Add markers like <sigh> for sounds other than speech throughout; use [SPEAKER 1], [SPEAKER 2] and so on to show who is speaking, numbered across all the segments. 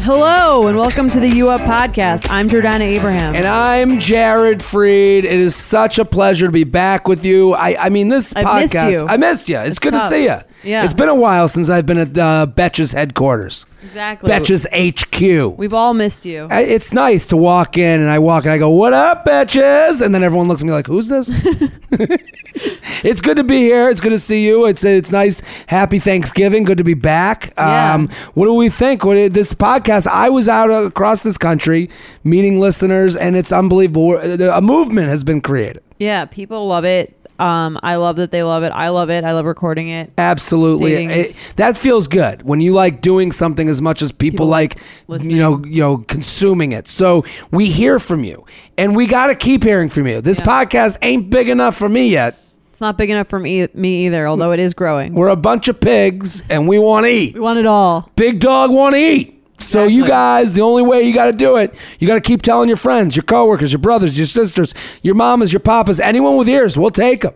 [SPEAKER 1] Hello and welcome to the U Up podcast. I'm Jordana Abraham.
[SPEAKER 2] And I'm Jared Freed. It is such a pleasure to be back with you. I, I mean, this
[SPEAKER 1] I've missed
[SPEAKER 2] podcast.
[SPEAKER 1] you.
[SPEAKER 2] I missed you. It's, good
[SPEAKER 1] tough.
[SPEAKER 2] to see you.
[SPEAKER 1] Yeah.
[SPEAKER 2] It's been a while since I've been at uh, Betches headquarters,
[SPEAKER 1] exactly.
[SPEAKER 2] Betches HQ.
[SPEAKER 1] We've all missed you.
[SPEAKER 2] I- it's nice to walk in and I walk and I go, What up, Betches? And then everyone looks at me like,
[SPEAKER 1] <laughs>
[SPEAKER 2] Who's this? it's good to be here. It's good to see you. It's it's nice. Happy Thanksgiving. Good to be back. Um,
[SPEAKER 1] Yeah.
[SPEAKER 2] what do we think? What, this podcast, I was out across this country meeting listeners, and it's unbelievable. We're- A movement has been created.
[SPEAKER 1] Yeah, people love it. Um, I love that they love it. I love it. I love recording it.
[SPEAKER 2] Absolutely,
[SPEAKER 1] Meetings.
[SPEAKER 2] It- that feels good when you like doing something as much as people,
[SPEAKER 1] People
[SPEAKER 2] like,
[SPEAKER 1] listening.
[SPEAKER 2] you know, you know, consuming it. So we hear from you, and we got to keep hearing from you. This
[SPEAKER 1] Yeah.
[SPEAKER 2] podcast ain't big enough for me yet.
[SPEAKER 1] It's not big enough for me, me either, although it is growing.
[SPEAKER 2] We're a bunch of pigs, and we want to eat.
[SPEAKER 1] We want it all.
[SPEAKER 2] Big dog want to eat. So you
[SPEAKER 1] Exactly.
[SPEAKER 2] guys, the only way you got to do it, you got to keep telling your friends, your coworkers, your brothers, your sisters, your mamas, your papas, anyone with ears, we'll take them.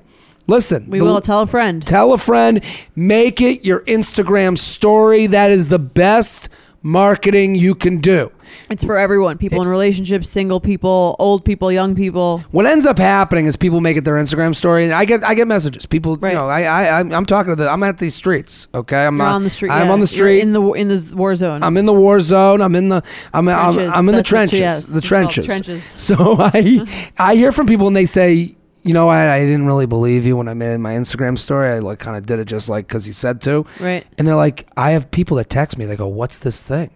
[SPEAKER 2] Listen,
[SPEAKER 1] We
[SPEAKER 2] the-
[SPEAKER 1] will tell a friend.
[SPEAKER 2] Tell a friend, make it your Instagram story. That is the best marketing you can do.
[SPEAKER 1] It's for everyone people in relationships, single people, old people, young people.
[SPEAKER 2] What ends up happening is people make it their Instagram story, and I get I get messages. People,
[SPEAKER 1] Right.
[SPEAKER 2] you know, I I I'm, I'm talking to the I'm at these streets. Okay, I'm
[SPEAKER 1] You're
[SPEAKER 2] not-
[SPEAKER 1] on the street.
[SPEAKER 2] Uh, I'm
[SPEAKER 1] yeah.
[SPEAKER 2] on the
[SPEAKER 1] You're
[SPEAKER 2] street.
[SPEAKER 1] in the in the war zone.
[SPEAKER 2] I'm in the war zone. I'm in the I'm I'm,
[SPEAKER 1] Trenches.
[SPEAKER 2] I'm in the
[SPEAKER 1] That's what
[SPEAKER 2] trenches.
[SPEAKER 1] she has.
[SPEAKER 2] The
[SPEAKER 1] It's called
[SPEAKER 2] trenches.
[SPEAKER 1] trenches.
[SPEAKER 2] <laughs> So I I hear from people and they say, you know, I, I didn't really believe you when I made my Instagram story. I like kind of did it just like because you said to.
[SPEAKER 1] right.
[SPEAKER 2] And they're like, I have people that text me. They go, "What's this thing?"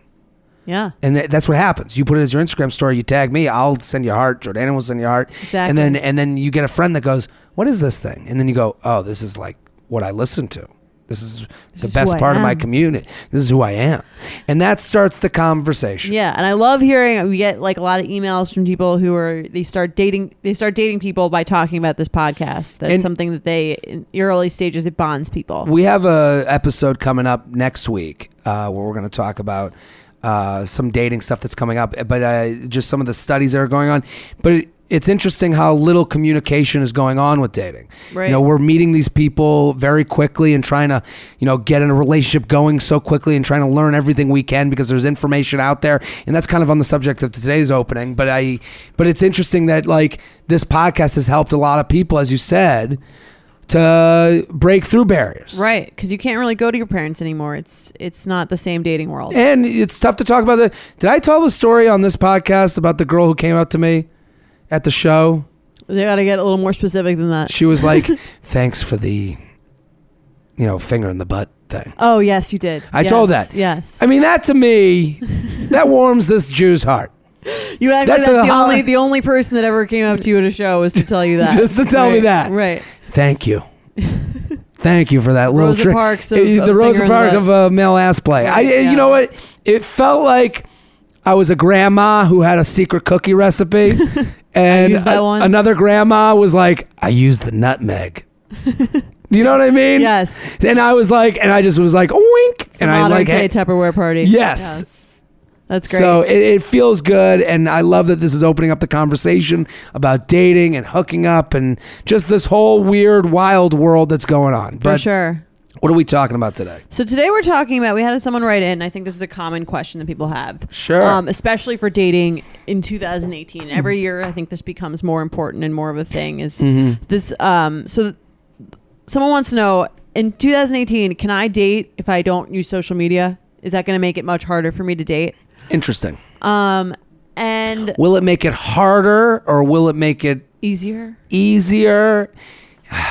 [SPEAKER 1] Yeah.
[SPEAKER 2] And that that's what happens. You put it as your Instagram story. You tag me. I'll send you a heart. Jordana will send you a heart.
[SPEAKER 1] Exactly.
[SPEAKER 2] And then and then you get a friend that goes, "What is this thing?" And then you go, "Oh, this is like what I listen to. This is the
[SPEAKER 1] is who
[SPEAKER 2] best
[SPEAKER 1] I
[SPEAKER 2] part of my
[SPEAKER 1] am."
[SPEAKER 2] community. This is who I am." And that starts the conversation.
[SPEAKER 1] Yeah, and I love hearing we get like a lot of emails from people who are they start dating they start dating people by talking about this podcast. That's
[SPEAKER 2] And-
[SPEAKER 1] something that they in your early stages it bonds people.
[SPEAKER 2] We have a episode coming up next week uh, where we're going to talk about uh, some dating stuff that's coming up, but uh, just some of the studies that are going on. But it, it's interesting how little communication is going on with dating.
[SPEAKER 1] Right.
[SPEAKER 2] You know, we're meeting these people very quickly and trying to, you know, get in a relationship going so quickly and trying to learn everything we can because there's information out there. And that's kind of on the subject of today's opening. But I, but it's interesting that like this podcast has helped a lot of people, as you said, to break through barriers.
[SPEAKER 1] Right, because you can't really go to your parents anymore. It's it's not the same dating world.
[SPEAKER 2] And it's tough to talk about that. Did I tell the story on this podcast about the girl who came up to me at the show?
[SPEAKER 1] They got to get a little more specific than that.
[SPEAKER 2] She was like, "Thanks for the, you know, finger in the butt thing."
[SPEAKER 1] Oh yes, you did.
[SPEAKER 2] I
[SPEAKER 1] Yes,
[SPEAKER 2] told that.
[SPEAKER 1] Yes,
[SPEAKER 2] I mean, that to me, that warms this Jew's heart.
[SPEAKER 1] you actually that's,
[SPEAKER 2] that's a
[SPEAKER 1] the
[SPEAKER 2] hol-
[SPEAKER 1] only the only person that ever came up to you at a show was to tell you that.
[SPEAKER 2] <laughs> Just to tell me
[SPEAKER 1] Right,
[SPEAKER 2] that.
[SPEAKER 1] Right.
[SPEAKER 2] Thank you, thank you for that little
[SPEAKER 1] Rosa
[SPEAKER 2] trick.
[SPEAKER 1] Parks of-
[SPEAKER 2] Eh,
[SPEAKER 1] of
[SPEAKER 2] the
[SPEAKER 1] finger
[SPEAKER 2] Rosa
[SPEAKER 1] in the
[SPEAKER 2] Park
[SPEAKER 1] butt.
[SPEAKER 2] of uh, male ass play. I,
[SPEAKER 1] Right,
[SPEAKER 2] eh,
[SPEAKER 1] yeah.
[SPEAKER 2] you know what? It felt like I was a grandma who had a secret
[SPEAKER 1] <laughs>
[SPEAKER 2] cookie recipe, and
[SPEAKER 1] used that
[SPEAKER 2] a-
[SPEAKER 1] one.
[SPEAKER 2] another grandma was like, "I used
[SPEAKER 1] <laughs>
[SPEAKER 2] the nutmeg." Do you know what I mean?
[SPEAKER 1] Yes.
[SPEAKER 2] And I was like, and I just was like, oink,
[SPEAKER 1] It's
[SPEAKER 2] and
[SPEAKER 1] a
[SPEAKER 2] I
[SPEAKER 1] modern
[SPEAKER 2] like,
[SPEAKER 1] day
[SPEAKER 2] hey-
[SPEAKER 1] Tupperware party.
[SPEAKER 2] Yes.
[SPEAKER 1] That's great.
[SPEAKER 2] so it, it feels good, and I love that this is opening up the conversation about dating and hooking up, and just this whole weird, wild world that's going on.
[SPEAKER 1] for
[SPEAKER 2] But
[SPEAKER 1] sure.
[SPEAKER 2] what are we talking about today?
[SPEAKER 1] So today we're talking about we had someone write in. I think this is a common question that people have,
[SPEAKER 2] Sure.
[SPEAKER 1] um, especially for dating in 2018. Every year, I think this becomes more important and more of a thing. Is
[SPEAKER 2] Mm-hmm.
[SPEAKER 1] this? Um, so th- someone wants to know in 2018, can I date if I don't use social media? Is that going to make it much harder for me to date?
[SPEAKER 2] Interesting.
[SPEAKER 1] Um, and
[SPEAKER 2] Will it make it harder, or will it make it
[SPEAKER 1] easier.
[SPEAKER 2] easier?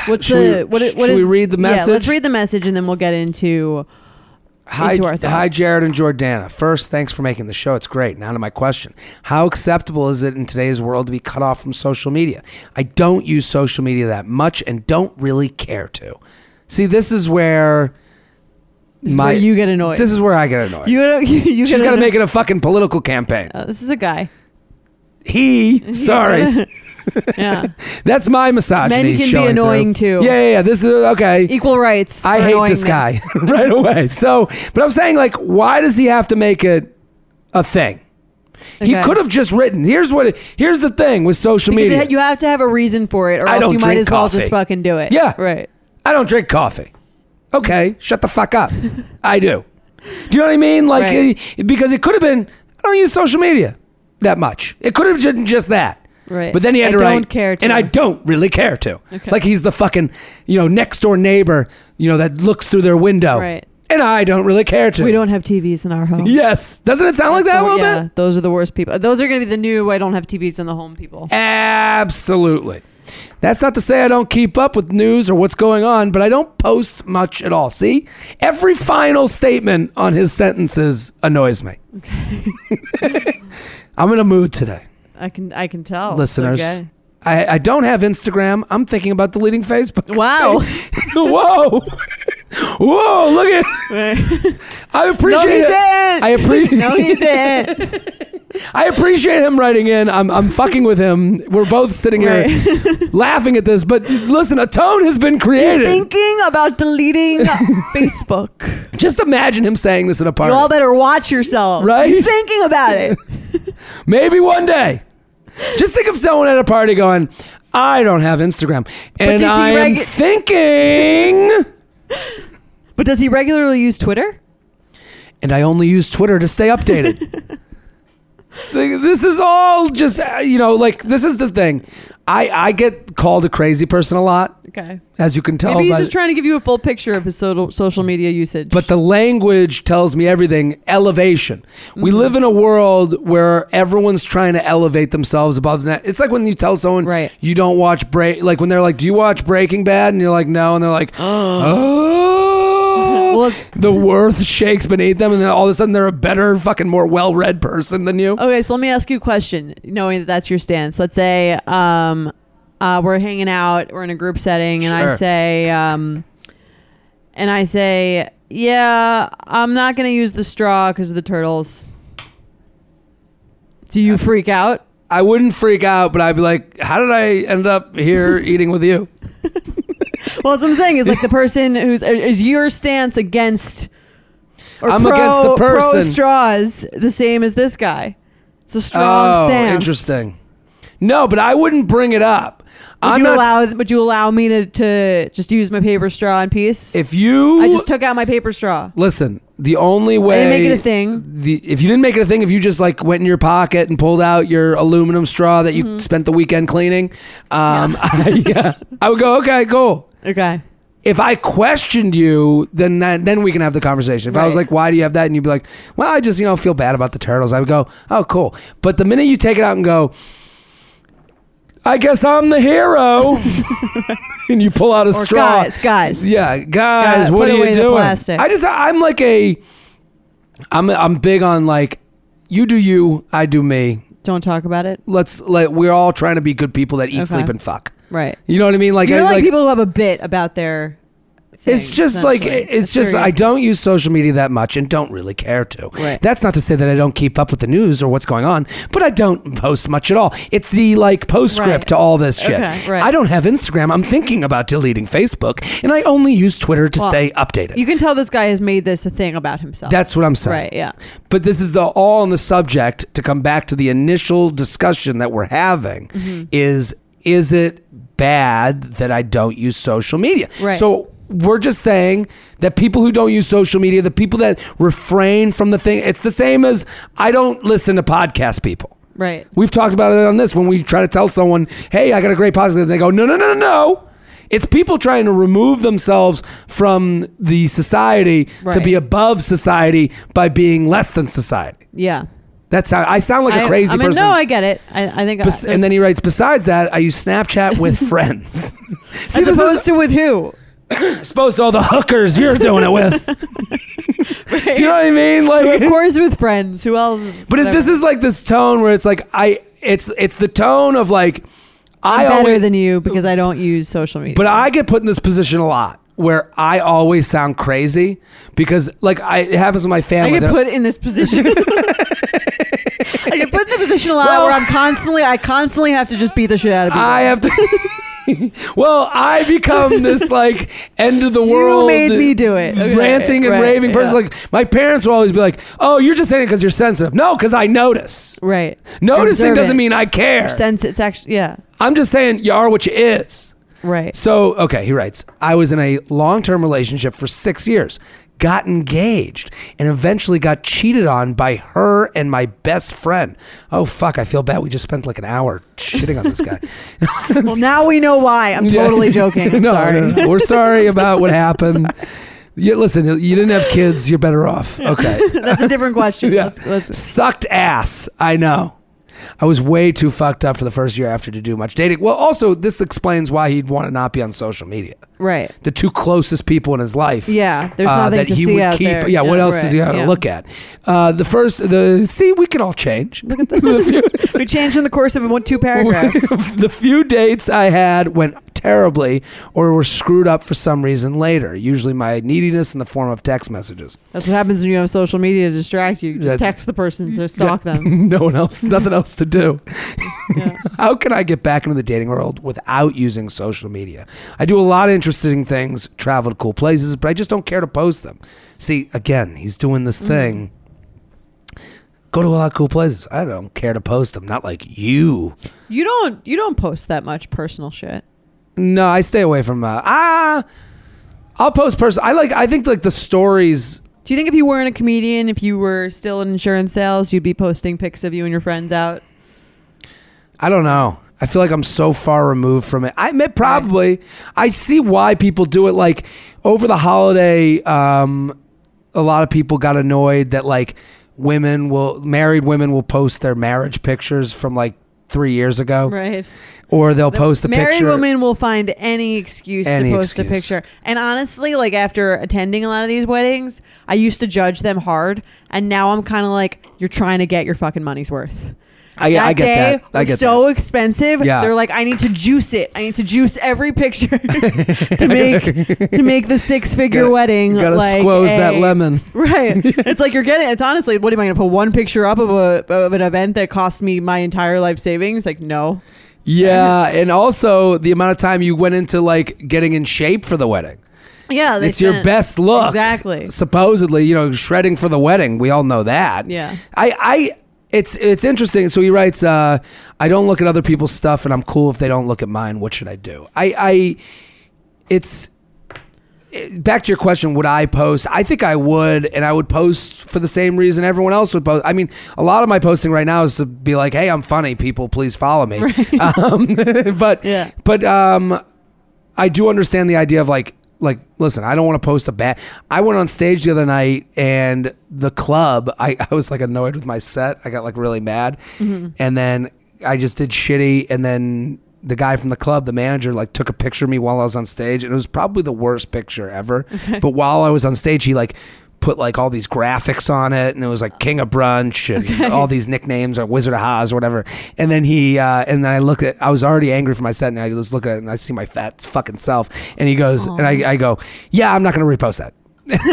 [SPEAKER 1] What's
[SPEAKER 2] Should
[SPEAKER 1] the
[SPEAKER 2] we-
[SPEAKER 1] what? i- what
[SPEAKER 2] should we
[SPEAKER 1] is-
[SPEAKER 2] read the
[SPEAKER 1] Yeah, let's
[SPEAKER 2] message?
[SPEAKER 1] read the message and then we'll get into.
[SPEAKER 2] Hi,
[SPEAKER 1] Into our thoughts.
[SPEAKER 2] hi, Jared and Jordana. First, thanks for making the show. It's great. Now to my question: How acceptable is it in today's world to be cut off from social media? I don't use social media that much and don't really care to. See, this is where
[SPEAKER 3] This is where you get
[SPEAKER 1] <laughs>
[SPEAKER 3] annoyed.
[SPEAKER 2] This is where I get annoyed.
[SPEAKER 3] You gotta, you, you
[SPEAKER 2] She's
[SPEAKER 3] gotta
[SPEAKER 2] got to
[SPEAKER 3] know-
[SPEAKER 2] make it a fucking political campaign.
[SPEAKER 1] Uh,
[SPEAKER 3] Oh, this is
[SPEAKER 1] <laughs>
[SPEAKER 3] a guy.
[SPEAKER 2] He,
[SPEAKER 3] <laughs>
[SPEAKER 2] sorry,
[SPEAKER 3] yeah.
[SPEAKER 2] that's my misogyny.
[SPEAKER 3] Men can be
[SPEAKER 2] showing
[SPEAKER 3] annoying
[SPEAKER 2] through.
[SPEAKER 3] too.
[SPEAKER 2] Yeah, yeah, yeah. This is okay.
[SPEAKER 3] Equal rights.
[SPEAKER 2] I
[SPEAKER 3] for
[SPEAKER 2] hate this
[SPEAKER 3] annoyingness.
[SPEAKER 2] guy <laughs> right away. So, but I'm saying, like, why does he have to make it a thing? He
[SPEAKER 3] Okay.
[SPEAKER 2] could have just written. Here's what. It, here's the thing with social
[SPEAKER 3] Because
[SPEAKER 2] media.
[SPEAKER 3] it- you have to have a reason for it, or
[SPEAKER 2] I
[SPEAKER 3] else
[SPEAKER 2] don't
[SPEAKER 3] you might
[SPEAKER 2] drink
[SPEAKER 3] as well
[SPEAKER 2] coffee.
[SPEAKER 3] just fucking do it.
[SPEAKER 2] Yeah.
[SPEAKER 3] Right.
[SPEAKER 2] I don't drink coffee. Okay, shut the fuck
[SPEAKER 3] <laughs>
[SPEAKER 2] up. I do. Do you know what I mean? Like,
[SPEAKER 3] Right.
[SPEAKER 2] eh, because it could have been. I don't use social media that much. It could have been just that.
[SPEAKER 3] Right.
[SPEAKER 2] But then he had
[SPEAKER 3] I
[SPEAKER 2] to write,
[SPEAKER 3] don't care to.
[SPEAKER 2] and I don't really care to.
[SPEAKER 3] Okay.
[SPEAKER 2] Like he's the fucking, you know, next door neighbor, you know, that looks through their window,
[SPEAKER 3] Right.
[SPEAKER 2] and I don't really care to.
[SPEAKER 3] We don't have TVs in our home.
[SPEAKER 2] Yes. Doesn't it sound like that a little
[SPEAKER 3] yeah,
[SPEAKER 2] bit?
[SPEAKER 3] Those are the worst people. Those are going to be the new I don't have TVs in the home people.
[SPEAKER 2] Absolutely. That's not to say I don't keep up with news or what's going on, but I don't post much at all. See? Every final statement on his sentences annoys me. <laughs> I'm in a mood today,
[SPEAKER 3] I can I can tell.
[SPEAKER 2] listeners.
[SPEAKER 3] Oh, Okay.
[SPEAKER 2] I, I don't have Instagram. I'm thinking about deleting Facebook.
[SPEAKER 3] Wow.
[SPEAKER 2] <laughs> Whoa.
[SPEAKER 3] <laughs>
[SPEAKER 2] Whoa, look at I
[SPEAKER 3] no,
[SPEAKER 2] appreciate
[SPEAKER 3] he
[SPEAKER 2] it.
[SPEAKER 3] didn't.
[SPEAKER 2] I appreciate
[SPEAKER 3] <laughs> no,
[SPEAKER 2] <laughs>
[SPEAKER 3] he didn't.
[SPEAKER 2] I appreciate him writing in. I'm, I'm fucking with him. We're both sitting here
[SPEAKER 3] <laughs>
[SPEAKER 2] laughing at this, but listen, a tone has been created.
[SPEAKER 3] <laughs> Thinking about deleting
[SPEAKER 2] <laughs>
[SPEAKER 3] Facebook.
[SPEAKER 2] Just imagine him saying this at a
[SPEAKER 3] You all
[SPEAKER 2] party.
[SPEAKER 3] better watch yourselves.
[SPEAKER 2] Right?
[SPEAKER 3] He's thinking
[SPEAKER 2] <laughs>
[SPEAKER 3] about it.
[SPEAKER 2] Maybe one day. Just think of someone at a party going, I don't have Instagram. And
[SPEAKER 3] does he
[SPEAKER 2] I am
[SPEAKER 3] reg-
[SPEAKER 2] thinking.
[SPEAKER 3] But does he regularly use Twitter?
[SPEAKER 2] And I only use Twitter to stay updated.
[SPEAKER 3] <laughs>
[SPEAKER 2] Th- this is all just, uh, you know, like, this is the thing. I, I get called a crazy person a lot,
[SPEAKER 3] Okay.
[SPEAKER 2] as you can tell.
[SPEAKER 3] Maybe he's
[SPEAKER 2] by-
[SPEAKER 3] just trying to give you a full picture of his so- social media usage.
[SPEAKER 2] but the language tells me everything elevation we
[SPEAKER 3] Mm-hmm.
[SPEAKER 2] live in a world where everyone's trying to elevate themselves above the net it's like when you tell someone
[SPEAKER 3] Right.
[SPEAKER 2] you don't watch break like when they're like do you watch breaking bad and you're like no and they're
[SPEAKER 3] <gasps>
[SPEAKER 2] like oh
[SPEAKER 3] Well, it's-
[SPEAKER 2] the worth shakes beneath them and then all of a sudden they're a better fucking more well-read person than you
[SPEAKER 3] Okay, so let me ask you a question, knowing that that's your stance. Let's say um, uh, we're hanging out, we're in a group setting, and I
[SPEAKER 2] Sure.
[SPEAKER 3] say, um, and I say, yeah, I'm not going to use the straw because of the turtles. Do you freak out?
[SPEAKER 2] i wouldn't freak out but i'd be like how did i end up here
[SPEAKER 3] <laughs>
[SPEAKER 2] eating with you
[SPEAKER 3] Well, that's what I'm saying is like the person who's uh, is your stance against. Or
[SPEAKER 2] I'm
[SPEAKER 3] pro,
[SPEAKER 2] against the
[SPEAKER 3] Pro
[SPEAKER 2] person.
[SPEAKER 3] straws the same as this guy. It's a strong
[SPEAKER 2] oh
[SPEAKER 3] stance.
[SPEAKER 2] interesting no but i wouldn't bring it up
[SPEAKER 3] Would
[SPEAKER 2] I'm
[SPEAKER 3] you
[SPEAKER 2] not
[SPEAKER 3] allow? Would you allow me to, to just use my paper straw in peace?
[SPEAKER 2] If you
[SPEAKER 3] I just took out my paper straw.
[SPEAKER 2] listen, the only way
[SPEAKER 3] didn't make it a thing.
[SPEAKER 2] The if you didn't make it a thing, if you just like went in your pocket and pulled out your aluminum straw that you
[SPEAKER 3] Mm-hmm.
[SPEAKER 2] spent the weekend cleaning, um, <laughs> I, yeah, I would go okay, cool.
[SPEAKER 3] Okay.
[SPEAKER 2] If I questioned you, then that, then we can have the conversation. If I was
[SPEAKER 3] Right.
[SPEAKER 2] like, "Why do you have that?" and you'd be like, "Well, I just you know feel bad about the turtles," I would go, "Oh, cool." But the minute you take it out and go, "I guess I'm the hero,"
[SPEAKER 3] <laughs>
[SPEAKER 2] and you pull out a
[SPEAKER 3] Or
[SPEAKER 2] straw,
[SPEAKER 3] guys, guys.
[SPEAKER 2] yeah, guys,
[SPEAKER 3] Gotta
[SPEAKER 2] what
[SPEAKER 3] put
[SPEAKER 2] are
[SPEAKER 3] away
[SPEAKER 2] you
[SPEAKER 3] the
[SPEAKER 2] doing?
[SPEAKER 3] plastic.
[SPEAKER 2] I just I'm like a I'm I'm big on like you do you, I do me.
[SPEAKER 3] Don't talk about it.
[SPEAKER 2] Let's let we're all trying to be good people that eat,
[SPEAKER 3] Okay.
[SPEAKER 2] sleep, and fuck.
[SPEAKER 3] Right.
[SPEAKER 2] You know what I mean? Like,
[SPEAKER 3] You
[SPEAKER 2] I,
[SPEAKER 3] know, like, people who have a bit about their.
[SPEAKER 2] it's
[SPEAKER 3] thing,
[SPEAKER 2] just like
[SPEAKER 3] essentially.
[SPEAKER 2] it's
[SPEAKER 3] A
[SPEAKER 2] just
[SPEAKER 3] serious
[SPEAKER 2] I don't use social media that much and don't really care to.
[SPEAKER 3] Right.
[SPEAKER 2] That's not to say that I don't keep up with the news or what's going on, but I don't post much at all. It's the like postscript
[SPEAKER 3] Right.
[SPEAKER 2] to all this shit.
[SPEAKER 3] Okay, right.
[SPEAKER 2] I don't have Instagram. I'm thinking about deleting Facebook, and I only use Twitter to
[SPEAKER 3] Well,
[SPEAKER 2] stay updated.
[SPEAKER 3] You can tell this guy has made this a thing about himself.
[SPEAKER 2] That's what I'm saying.
[SPEAKER 3] right. Yeah.
[SPEAKER 2] But this is the all on the subject to come back to the initial discussion that we're having is is it bad that I don't use social media?
[SPEAKER 3] Right.
[SPEAKER 2] So we're just saying that people who don't use social media, the people that refrain from the thing, it's the same as I don't listen to podcast people.
[SPEAKER 3] Right.
[SPEAKER 2] We've talked about it on this when we try to tell someone, "Hey, I got a great positive." They go, "No, no, no, no, no." It's people trying to remove themselves from the society to
[SPEAKER 3] Right.
[SPEAKER 2] be above society by being less than society.
[SPEAKER 3] Yeah.
[SPEAKER 2] That's how I sound like a
[SPEAKER 3] I-
[SPEAKER 2] crazy
[SPEAKER 3] I mean,
[SPEAKER 2] person.
[SPEAKER 3] No, I get it. I, I think. uh, I,
[SPEAKER 2] Bes- and then he writes, "Besides that, I use Snapchat
[SPEAKER 3] <laughs>
[SPEAKER 2] with friends." <laughs> See,
[SPEAKER 3] as
[SPEAKER 2] this
[SPEAKER 3] opposed
[SPEAKER 2] is
[SPEAKER 3] to with who?
[SPEAKER 2] <laughs> exposed to all the hookers you're doing it
[SPEAKER 3] <laughs>
[SPEAKER 2] with. Do you know what I mean? Like,
[SPEAKER 3] Of course, with friends. Who else? is-
[SPEAKER 2] but it, this is like this tone where it's like I, it's it's the tone of like. I
[SPEAKER 3] I'm better
[SPEAKER 2] always,
[SPEAKER 3] than you because I don't use social media.
[SPEAKER 2] But I get put in this position a lot where I always sound crazy because like I, it happens with my
[SPEAKER 3] I
[SPEAKER 2] family.
[SPEAKER 3] get
[SPEAKER 2] They're-
[SPEAKER 3] put in
[SPEAKER 2] <laughs>
[SPEAKER 3] this position. I get put in the position a lot
[SPEAKER 2] Well- Uh,
[SPEAKER 3] where I'm constantly, I constantly have to just beat the shit out of people.
[SPEAKER 2] I have to. <laughs> well, I become this
[SPEAKER 3] <laughs>
[SPEAKER 2] like end of the world. uh,
[SPEAKER 3] made me do it. Okay,
[SPEAKER 2] Ranting and
[SPEAKER 3] right,
[SPEAKER 2] raving person.
[SPEAKER 3] yeah.
[SPEAKER 2] Like my parents will always be like, "Oh, you're just saying it because you're sensitive." No, because I notice.
[SPEAKER 3] right.
[SPEAKER 2] Noticing
[SPEAKER 3] Observant.
[SPEAKER 2] doesn't mean I care.
[SPEAKER 3] sense. It's actually yeah.
[SPEAKER 2] I'm just saying you are what you is.
[SPEAKER 3] Right.
[SPEAKER 2] So, okay, he writes, I was in a long term relationship for six years, got engaged, and eventually got cheated on by her and my best friend. Oh, fuck, I feel bad. We just spent like an hour shitting on this guy.
[SPEAKER 3] <laughs> Well, now we know why. I'm
[SPEAKER 2] Yeah. <laughs>
[SPEAKER 3] <laughs> totally joking. I'm
[SPEAKER 2] no,
[SPEAKER 3] sorry.
[SPEAKER 2] no, no. We're sorry about what happened. You, listen, you didn't have kids. You're better off.
[SPEAKER 3] <laughs>
[SPEAKER 2] Okay.
[SPEAKER 3] <laughs> That's a different question.
[SPEAKER 2] <laughs> Yeah.
[SPEAKER 3] Let's, let's,
[SPEAKER 2] Sucked ass. I know. I was way too fucked up for the first year after to do much dating. Well, also, this explains why he'd want to not be on social media.
[SPEAKER 3] right.
[SPEAKER 2] The two closest people in his life.
[SPEAKER 3] Yeah, there's
[SPEAKER 2] uh,
[SPEAKER 3] nothing
[SPEAKER 2] that
[SPEAKER 3] to
[SPEAKER 2] he
[SPEAKER 3] see
[SPEAKER 2] would
[SPEAKER 3] out
[SPEAKER 2] keep.
[SPEAKER 3] there.
[SPEAKER 2] Yeah, what
[SPEAKER 3] Yeah,
[SPEAKER 2] else does he
[SPEAKER 3] right,
[SPEAKER 2] got to
[SPEAKER 3] yeah.
[SPEAKER 2] look at? Uh, the first, the see, we can all change. <laughs> Look at the,
[SPEAKER 3] We changed in the course
[SPEAKER 2] <laughs>
[SPEAKER 3] of one two <laughs> paragraphs.
[SPEAKER 2] the few dates I had went terribly or were screwed up for some reason later. Usually, my neediness in the form of text messages.
[SPEAKER 3] That's what happens when you have social media to distract you. Just
[SPEAKER 2] That's-
[SPEAKER 3] text the person
[SPEAKER 2] <laughs>
[SPEAKER 3] to stalk
[SPEAKER 2] Yeah.
[SPEAKER 3] them.
[SPEAKER 2] no one else, nothing else to do.
[SPEAKER 3] Yeah.
[SPEAKER 2] <laughs> How can I get back into the dating world without using social media? I do a lot of interesting things, travel to cool places, but I just don't care to post them. See, again, he's doing this thing. Go to a lot of cool places. I don't care to post them. Not like you.
[SPEAKER 3] You don't you don't post that much personal shit.
[SPEAKER 2] No, I stay away from. Uh, ah, I'll post person. I like. I think like the stories.
[SPEAKER 3] Do you think if you weren't a comedian, if you were still in insurance sales, you'd be posting pics of you and your friends out?
[SPEAKER 2] I don't know. I feel like I'm so far removed from it. I mean, probably. I see why people do it. Like over the holiday, um, a lot of people got annoyed that like women will married women will post their marriage pictures from like three years ago,
[SPEAKER 3] Right.
[SPEAKER 2] or they'll post a
[SPEAKER 3] married
[SPEAKER 2] picture.
[SPEAKER 3] woman will find any excuse
[SPEAKER 2] Any
[SPEAKER 3] to post a
[SPEAKER 2] excuse.
[SPEAKER 3] picture and honestly like after attending a lot of these weddings i used to judge them hard and now i'm kind of like you're trying to get your fucking money's worth
[SPEAKER 2] I, I get
[SPEAKER 3] day
[SPEAKER 2] that. I
[SPEAKER 3] was
[SPEAKER 2] get
[SPEAKER 3] so expensive.
[SPEAKER 2] Yeah.
[SPEAKER 3] They're like, I need to juice it. I need to juice every picture <laughs>
[SPEAKER 2] <laughs>
[SPEAKER 3] to make to make the six figure
[SPEAKER 2] Gotta-
[SPEAKER 3] wedding.
[SPEAKER 2] gotta
[SPEAKER 3] like eh.
[SPEAKER 2] squoze
[SPEAKER 3] a-
[SPEAKER 2] that
[SPEAKER 3] <laughs>
[SPEAKER 2] lemon. <laughs>
[SPEAKER 3] Right. it's like you're getting. It's honestly, what am I going to put one picture up of a of an event that cost me my entire life savings? Like, no.
[SPEAKER 2] Yeah, and also the amount of time you went into like getting in shape for the wedding.
[SPEAKER 3] Yeah,
[SPEAKER 2] it's your best look.
[SPEAKER 3] Exactly.
[SPEAKER 2] Supposedly, you know, shredding for the wedding. We all know that.
[SPEAKER 3] Yeah.
[SPEAKER 2] I, I, it's, it's interesting. So he writes, uh, I don't look at other people's stuff and I'm cool if they don't look at mine. What should I do? I, I, it's, back to your question would i post i think i would and i would post for the same reason everyone else would post i mean a lot of my posting right now is to be like hey i'm funny people please follow me um, <laughs> but
[SPEAKER 3] Yeah.
[SPEAKER 2] but um i do understand the idea of like like listen i don't want to post a bad i went on stage the other night and the club i, <laughs> I was like annoyed with my set i got like really mad and then i just did shitty and then the guy from the club, the manager, like took a picture of me while I was on stage, and it was probably the worst picture ever. But while I was on stage, he like put like all these graphics on it, and it was like King of Brunch and all these nicknames or Wizard of Oz or whatever. And then he uh, and then I looked at, I was already angry for my set, and I just look at it and I see my fat fucking self, and he goes, and I, I go, yeah, I'm not gonna repost that. <laughs>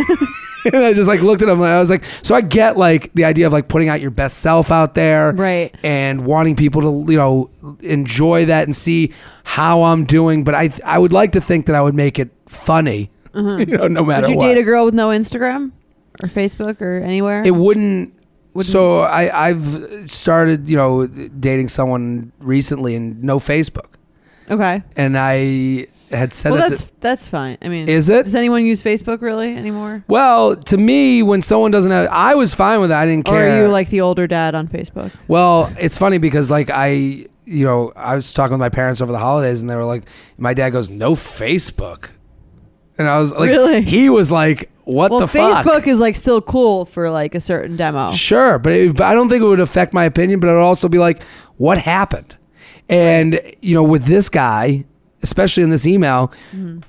[SPEAKER 2] and I just like looked at him and I was like, so I get like the idea of like putting out your best self out there
[SPEAKER 3] Right.
[SPEAKER 2] and wanting people to you know enjoy that and see how I'm doing. But I I would like to think that I would make it funny, <laughs> you know, no matter
[SPEAKER 3] Would Uh-huh. you
[SPEAKER 2] what.
[SPEAKER 3] date a girl with no Instagram or Facebook or anywhere?
[SPEAKER 2] it wouldn't. so I I've started you know dating someone recently and no Facebook,
[SPEAKER 3] okay.
[SPEAKER 2] and I had said
[SPEAKER 3] Well,
[SPEAKER 2] that.
[SPEAKER 3] that's
[SPEAKER 2] to-
[SPEAKER 3] that's fine. I mean,
[SPEAKER 2] Is it?
[SPEAKER 3] Does anyone use Facebook really anymore?
[SPEAKER 2] well, to me, when someone doesn't have, I was fine with that. I didn't
[SPEAKER 3] Or
[SPEAKER 2] care.
[SPEAKER 3] are you like the older dad on Facebook?
[SPEAKER 2] Well, it's funny because like I, you know, I was talking with my parents over the holidays, and they were like, my dad goes, "No Facebook," and I was like,
[SPEAKER 3] Really?
[SPEAKER 2] He was like, "What
[SPEAKER 3] well,
[SPEAKER 2] the
[SPEAKER 3] Facebook
[SPEAKER 2] fuck?"
[SPEAKER 3] is like still cool for like a certain demo.
[SPEAKER 2] Sure, but, it, but I don't think it would affect my opinion. But it would also be like, "What happened?" And you know, with this guy, especially in this email,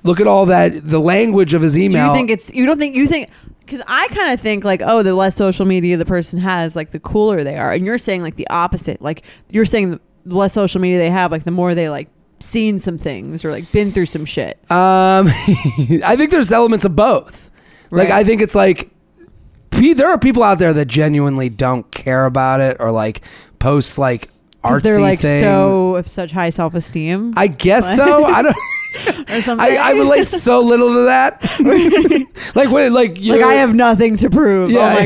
[SPEAKER 2] look at all that the language of his
[SPEAKER 3] Do
[SPEAKER 2] email.
[SPEAKER 3] Mm-hmm. you think it's you don't think you think because I kind of think like oh the less social media the person has like the cooler they are and you're saying like the opposite like you're saying the less social media they have like the more they like seen some things or like been through some shit.
[SPEAKER 2] Um, <laughs> I think there's elements of both. Like
[SPEAKER 3] Right.
[SPEAKER 2] I think it's like pe- there are people out there that genuinely don't care about it or like post like
[SPEAKER 3] 'Cause
[SPEAKER 2] artsy
[SPEAKER 3] they're like
[SPEAKER 2] things.
[SPEAKER 3] so of such high self esteem
[SPEAKER 2] I guess so. I
[SPEAKER 3] <laughs>
[SPEAKER 2] don't.
[SPEAKER 3] or something.
[SPEAKER 2] I, I
[SPEAKER 3] <laughs>
[SPEAKER 2] relate so little to that. like what? Like you?
[SPEAKER 3] like I have nothing to prove.
[SPEAKER 2] Yeah,
[SPEAKER 3] oh my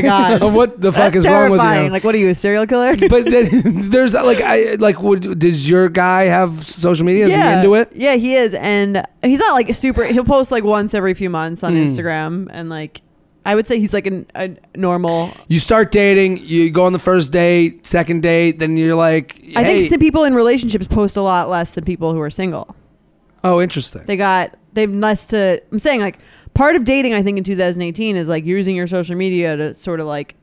[SPEAKER 2] <laughs>
[SPEAKER 3] god.
[SPEAKER 2] what the fuck
[SPEAKER 3] That's
[SPEAKER 2] is
[SPEAKER 3] terrifying.
[SPEAKER 2] wrong with you?
[SPEAKER 3] Like what are you, a
[SPEAKER 2] <laughs>
[SPEAKER 3] serial killer?
[SPEAKER 2] but then, there's like I like would does your guy have social media? Is he into it?
[SPEAKER 3] Yeah, he is, and he's not like super. He'll post like once every few months on
[SPEAKER 2] Mm.
[SPEAKER 3] Instagram, and like I would say he's like an, a normal.
[SPEAKER 2] You start dating, you go on the first date, second date, then you're like,
[SPEAKER 3] I think
[SPEAKER 2] hey-
[SPEAKER 3] some people in relationships post a lot less than people who are single.
[SPEAKER 2] oh, interesting.
[SPEAKER 3] They got they've less to. I'm saying like part of dating, I think in 2018 is like using your social media to sort of like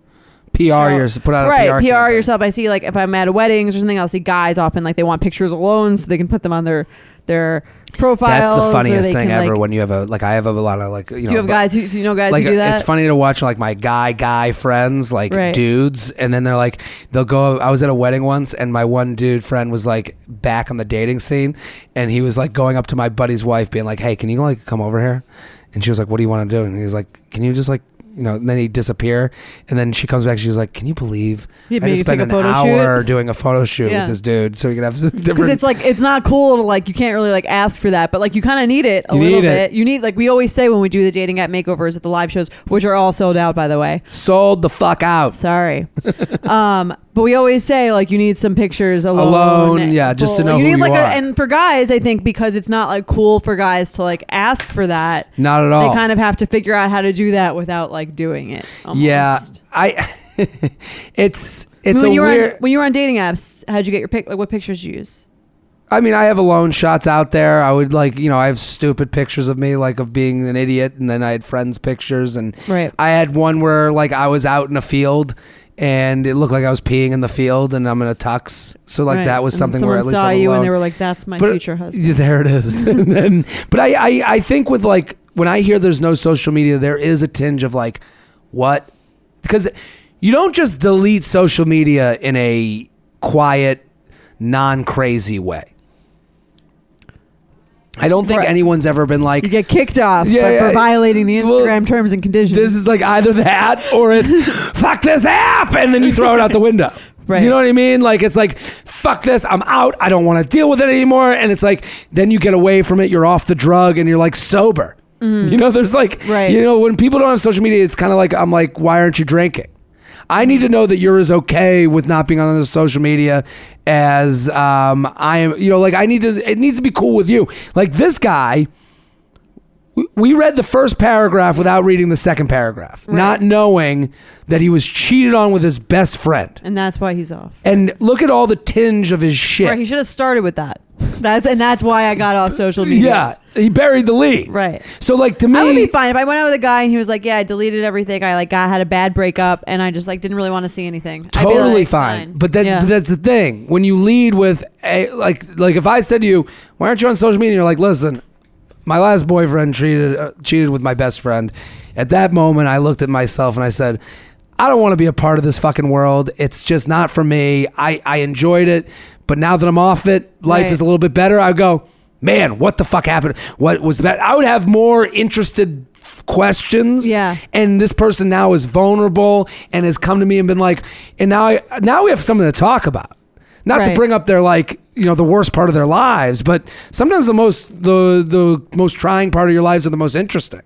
[SPEAKER 2] PR
[SPEAKER 3] show-
[SPEAKER 2] yourself, put out
[SPEAKER 3] right
[SPEAKER 2] a PR.
[SPEAKER 3] PR
[SPEAKER 2] campaign.
[SPEAKER 3] yourself. I see like if I'm at weddings or something, I'll see guys often like they want pictures alone so they can put them on their their profiles.
[SPEAKER 2] That's the
[SPEAKER 3] or
[SPEAKER 2] funniest
[SPEAKER 3] they
[SPEAKER 2] thing
[SPEAKER 3] can,
[SPEAKER 2] ever.
[SPEAKER 3] Like,
[SPEAKER 2] when you have a like, I have a lot of like, you know,
[SPEAKER 3] do you have
[SPEAKER 2] bu-
[SPEAKER 3] guys who so you know guys
[SPEAKER 2] like
[SPEAKER 3] who do that?
[SPEAKER 2] it's funny to watch like my guy guy friends like
[SPEAKER 3] Right.
[SPEAKER 2] dudes and then they're like they'll go I was at a wedding once and my one dude friend was like back on the dating scene and he was like going up to my buddy's wife being like hey can you like come over here and she was like what do you want to do and he's like can you just like you know and then he disappear and then she comes back she was like can you believe
[SPEAKER 3] He
[SPEAKER 2] I
[SPEAKER 3] made
[SPEAKER 2] just
[SPEAKER 3] you
[SPEAKER 2] spent
[SPEAKER 3] take
[SPEAKER 2] an
[SPEAKER 3] a photo shoot?"
[SPEAKER 2] hour doing a photo shoot
[SPEAKER 3] Yeah.
[SPEAKER 2] with this dude so we could have <laughs> some
[SPEAKER 3] because
[SPEAKER 2] different
[SPEAKER 3] it's like it's not cool to like you can't really like ask for that but like you kind of need it a
[SPEAKER 2] You
[SPEAKER 3] little
[SPEAKER 2] need it.
[SPEAKER 3] bit you need like we always say when we do the dating app makeovers at the live shows which are all sold out by the way
[SPEAKER 2] sold the fuck out <laughs>
[SPEAKER 3] sorry um but we always say like you need some pictures alone,
[SPEAKER 2] Alone, yeah, just to
[SPEAKER 3] Full-
[SPEAKER 2] know
[SPEAKER 3] you
[SPEAKER 2] who
[SPEAKER 3] need
[SPEAKER 2] you
[SPEAKER 3] like
[SPEAKER 2] are.
[SPEAKER 3] A, and for guys i think because it's not like cool for guys to like ask for that
[SPEAKER 2] not at all
[SPEAKER 3] they kind of have to figure out how to do that without like doing it almost.
[SPEAKER 2] yeah I <laughs> it's
[SPEAKER 3] I mean,
[SPEAKER 2] it's
[SPEAKER 3] when
[SPEAKER 2] a
[SPEAKER 3] you were
[SPEAKER 2] weird
[SPEAKER 3] on, when you were on dating apps how'd you get your pic like what pictures you use
[SPEAKER 2] I mean, I have alone shots out there. I would like, you know, I have stupid pictures of me, like of being an idiot, and then I had friends' pictures, and
[SPEAKER 3] right
[SPEAKER 2] I had one where like I was out in a field, and it looked like I was peeing in the field, and I'm in a tux, so like
[SPEAKER 3] Right.
[SPEAKER 2] that was
[SPEAKER 3] And
[SPEAKER 2] something
[SPEAKER 3] someone
[SPEAKER 2] where at least
[SPEAKER 3] saw
[SPEAKER 2] I'm
[SPEAKER 3] you
[SPEAKER 2] alone.
[SPEAKER 3] and they were like, "That's my
[SPEAKER 2] But-
[SPEAKER 3] future husband."
[SPEAKER 2] Yeah, there it
[SPEAKER 3] <laughs>
[SPEAKER 2] is. and then, but I, I, I think with like when I hear there's no social media, there is a tinge of like, what? Because you don't just delete social media in a quiet, non crazy way. I don't think
[SPEAKER 3] Right.
[SPEAKER 2] anyone's ever been like,
[SPEAKER 3] You get kicked off
[SPEAKER 2] Yeah,
[SPEAKER 3] for, for
[SPEAKER 2] yeah.
[SPEAKER 3] violating the
[SPEAKER 2] Well,
[SPEAKER 3] Instagram terms and conditions.
[SPEAKER 2] this is like either that or it's fuck this app and then you throw it out the window
[SPEAKER 3] Right.
[SPEAKER 2] do you know what i mean like it's like fuck this i'm out i don't want to deal with it anymore and it's like then you get away from it you're off the drug and you're like sober you know there's like
[SPEAKER 3] Right.
[SPEAKER 2] you know when people don't have social media it's kind of like i'm like why aren't you drinking I need to know that you're as okay with not being on the social media as um, I am. You know, like I need to. It needs to be cool with you. Like this guy, we- we read the first paragraph without reading the second paragraph, not knowing that he was cheated on with his best friend.
[SPEAKER 3] and that's why he's off.
[SPEAKER 2] And look at all the tinge of his shit.
[SPEAKER 3] Right, he should have started with that. That's and that's why I got off social media.
[SPEAKER 2] yeah, he buried the lead.
[SPEAKER 3] Right.
[SPEAKER 2] So, like to me,
[SPEAKER 3] I would be fine if I went out with a guy and he was like, "Yeah, I deleted everything. I like got had a bad breakup, and I just like didn't really want to see anything." I'd be
[SPEAKER 2] totally
[SPEAKER 3] like,
[SPEAKER 2] fine. But that
[SPEAKER 3] Yeah.
[SPEAKER 2] but that's the thing. When you lead with a, like like if I said to you, "Why aren't you on social media?" You're like, "Listen, my last boyfriend treated uh, cheated with my best friend." At that moment, I looked at myself and I said, "I don't want to be a part of this fucking world. It's just not for me. I I enjoyed it, but now that I'm off it, life
[SPEAKER 3] Right.
[SPEAKER 2] is a little bit better." I go, "Man, what the fuck happened? What was that?" I would have more interested questions
[SPEAKER 3] Yeah.
[SPEAKER 2] and this person now is vulnerable and has come to me and been like and now I now we have something to talk about not to
[SPEAKER 3] Right.
[SPEAKER 2] bring up their like you know the worst part of their lives but sometimes the most the the most trying part of your lives are the most interesting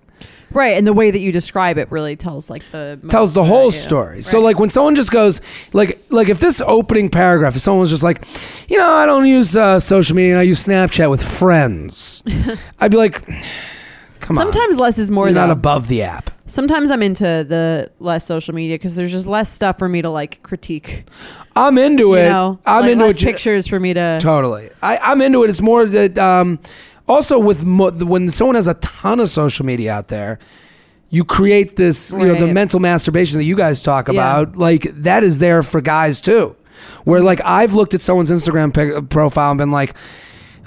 [SPEAKER 3] right, and the way that you describe it really tells like the most
[SPEAKER 2] tells the
[SPEAKER 3] about
[SPEAKER 2] whole
[SPEAKER 3] you.
[SPEAKER 2] story. So
[SPEAKER 3] Right.
[SPEAKER 2] like when someone just goes like like if this opening paragraph, if someone was just like, you know, I don't use uh, social media, I use Snapchat with
[SPEAKER 3] <laughs>
[SPEAKER 2] friends, I'd be like, <sighs> come on,
[SPEAKER 3] sometimes less is more.
[SPEAKER 2] you're not
[SPEAKER 3] though.
[SPEAKER 2] above the app.
[SPEAKER 3] sometimes I'm into the less social media because there's just less stuff for me to like critique.
[SPEAKER 2] I'm into
[SPEAKER 3] You
[SPEAKER 2] it.
[SPEAKER 3] know,
[SPEAKER 2] I'm
[SPEAKER 3] like,
[SPEAKER 2] into
[SPEAKER 3] less
[SPEAKER 2] it. ju-
[SPEAKER 3] pictures for me to
[SPEAKER 2] Totally. I, I'm into it. It's more that um, also with mo- when someone has a ton of social media out there, you create this, you know, the
[SPEAKER 3] Right.
[SPEAKER 2] mental masturbation that you guys talk
[SPEAKER 3] Yeah.
[SPEAKER 2] about. Like that is there for guys too. Where like I've looked at someone's Instagram pic- uh, profile and been like,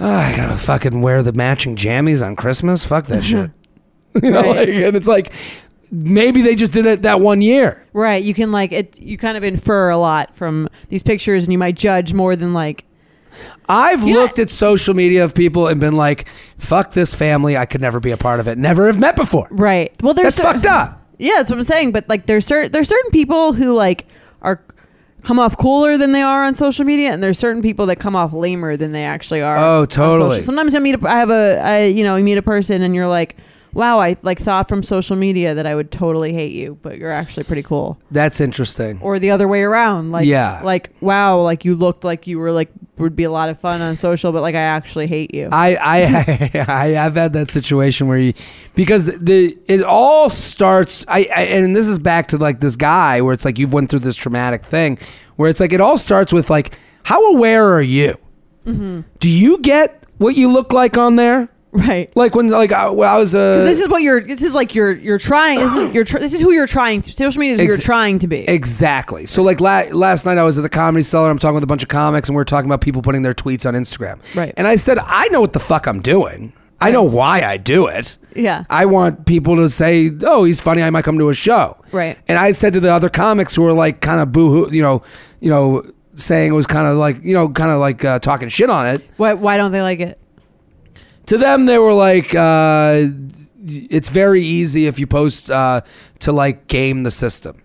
[SPEAKER 2] oh, I gotta fucking wear the matching jammies on Christmas. Fuck that
[SPEAKER 3] <laughs>
[SPEAKER 2] shit. <laughs> you know, like,
[SPEAKER 3] Right.
[SPEAKER 2] and it's like maybe they just did it that one year.
[SPEAKER 3] Right. You can like it. You kind of infer a lot from these pictures, and you might judge more than like
[SPEAKER 2] I've
[SPEAKER 3] You know-
[SPEAKER 2] looked at social media of people and been like, "Fuck this family! I could never be a part of it. Never have met before.
[SPEAKER 3] Right. Well, there's
[SPEAKER 2] That's fucked up."
[SPEAKER 3] Yeah, that's what I'm saying. But like, there's certain there's certain people who like are come off cooler than they are on social media, and there's certain people that come off lamer than they actually are.
[SPEAKER 2] Oh,
[SPEAKER 3] on
[SPEAKER 2] totally.
[SPEAKER 3] social. Sometimes I meet a, I have a I, you know you meet a person and you're like, wow, I like thought from social media that I would totally hate you, but you're actually pretty cool.
[SPEAKER 2] That's interesting.
[SPEAKER 3] Or the other way around, like
[SPEAKER 2] Yeah.
[SPEAKER 3] like wow, like you looked like you were like would be a lot of fun on social, but like I actually hate you.
[SPEAKER 2] I I <laughs> I have had that situation where you because the it all starts I, I and this is back to like this guy where it's like you've went through this traumatic thing where it's like it all starts with like how aware are you?
[SPEAKER 3] Mm-hmm.
[SPEAKER 2] Do you get what you look like on there?
[SPEAKER 3] right.
[SPEAKER 2] Like when like I, when I was uh, a
[SPEAKER 3] 'Cause this is what you're. This is like you're. You're trying. This is you're. Tr- this is who you're trying to. Social media is who
[SPEAKER 2] Ex-
[SPEAKER 3] you're trying to be.
[SPEAKER 2] Exactly. So like la- last night I was at the comedy cellar. I'm talking with a bunch of comics, and we are talking about people putting their tweets on Instagram.
[SPEAKER 3] Right.
[SPEAKER 2] And I said, I know what the fuck I'm doing. I know why I do it.
[SPEAKER 3] Yeah.
[SPEAKER 2] I want people to say, "Oh, he's funny. I might come to a show."
[SPEAKER 3] Right.
[SPEAKER 2] And I said to the other comics who were like kind of boohoo, you know, you know, saying it was kind of like you know, kind of like uh, talking shit on it.
[SPEAKER 3] Why, why don't they like it?
[SPEAKER 2] To them, they were like, uh, "It's very easy if you post uh, to like game the system."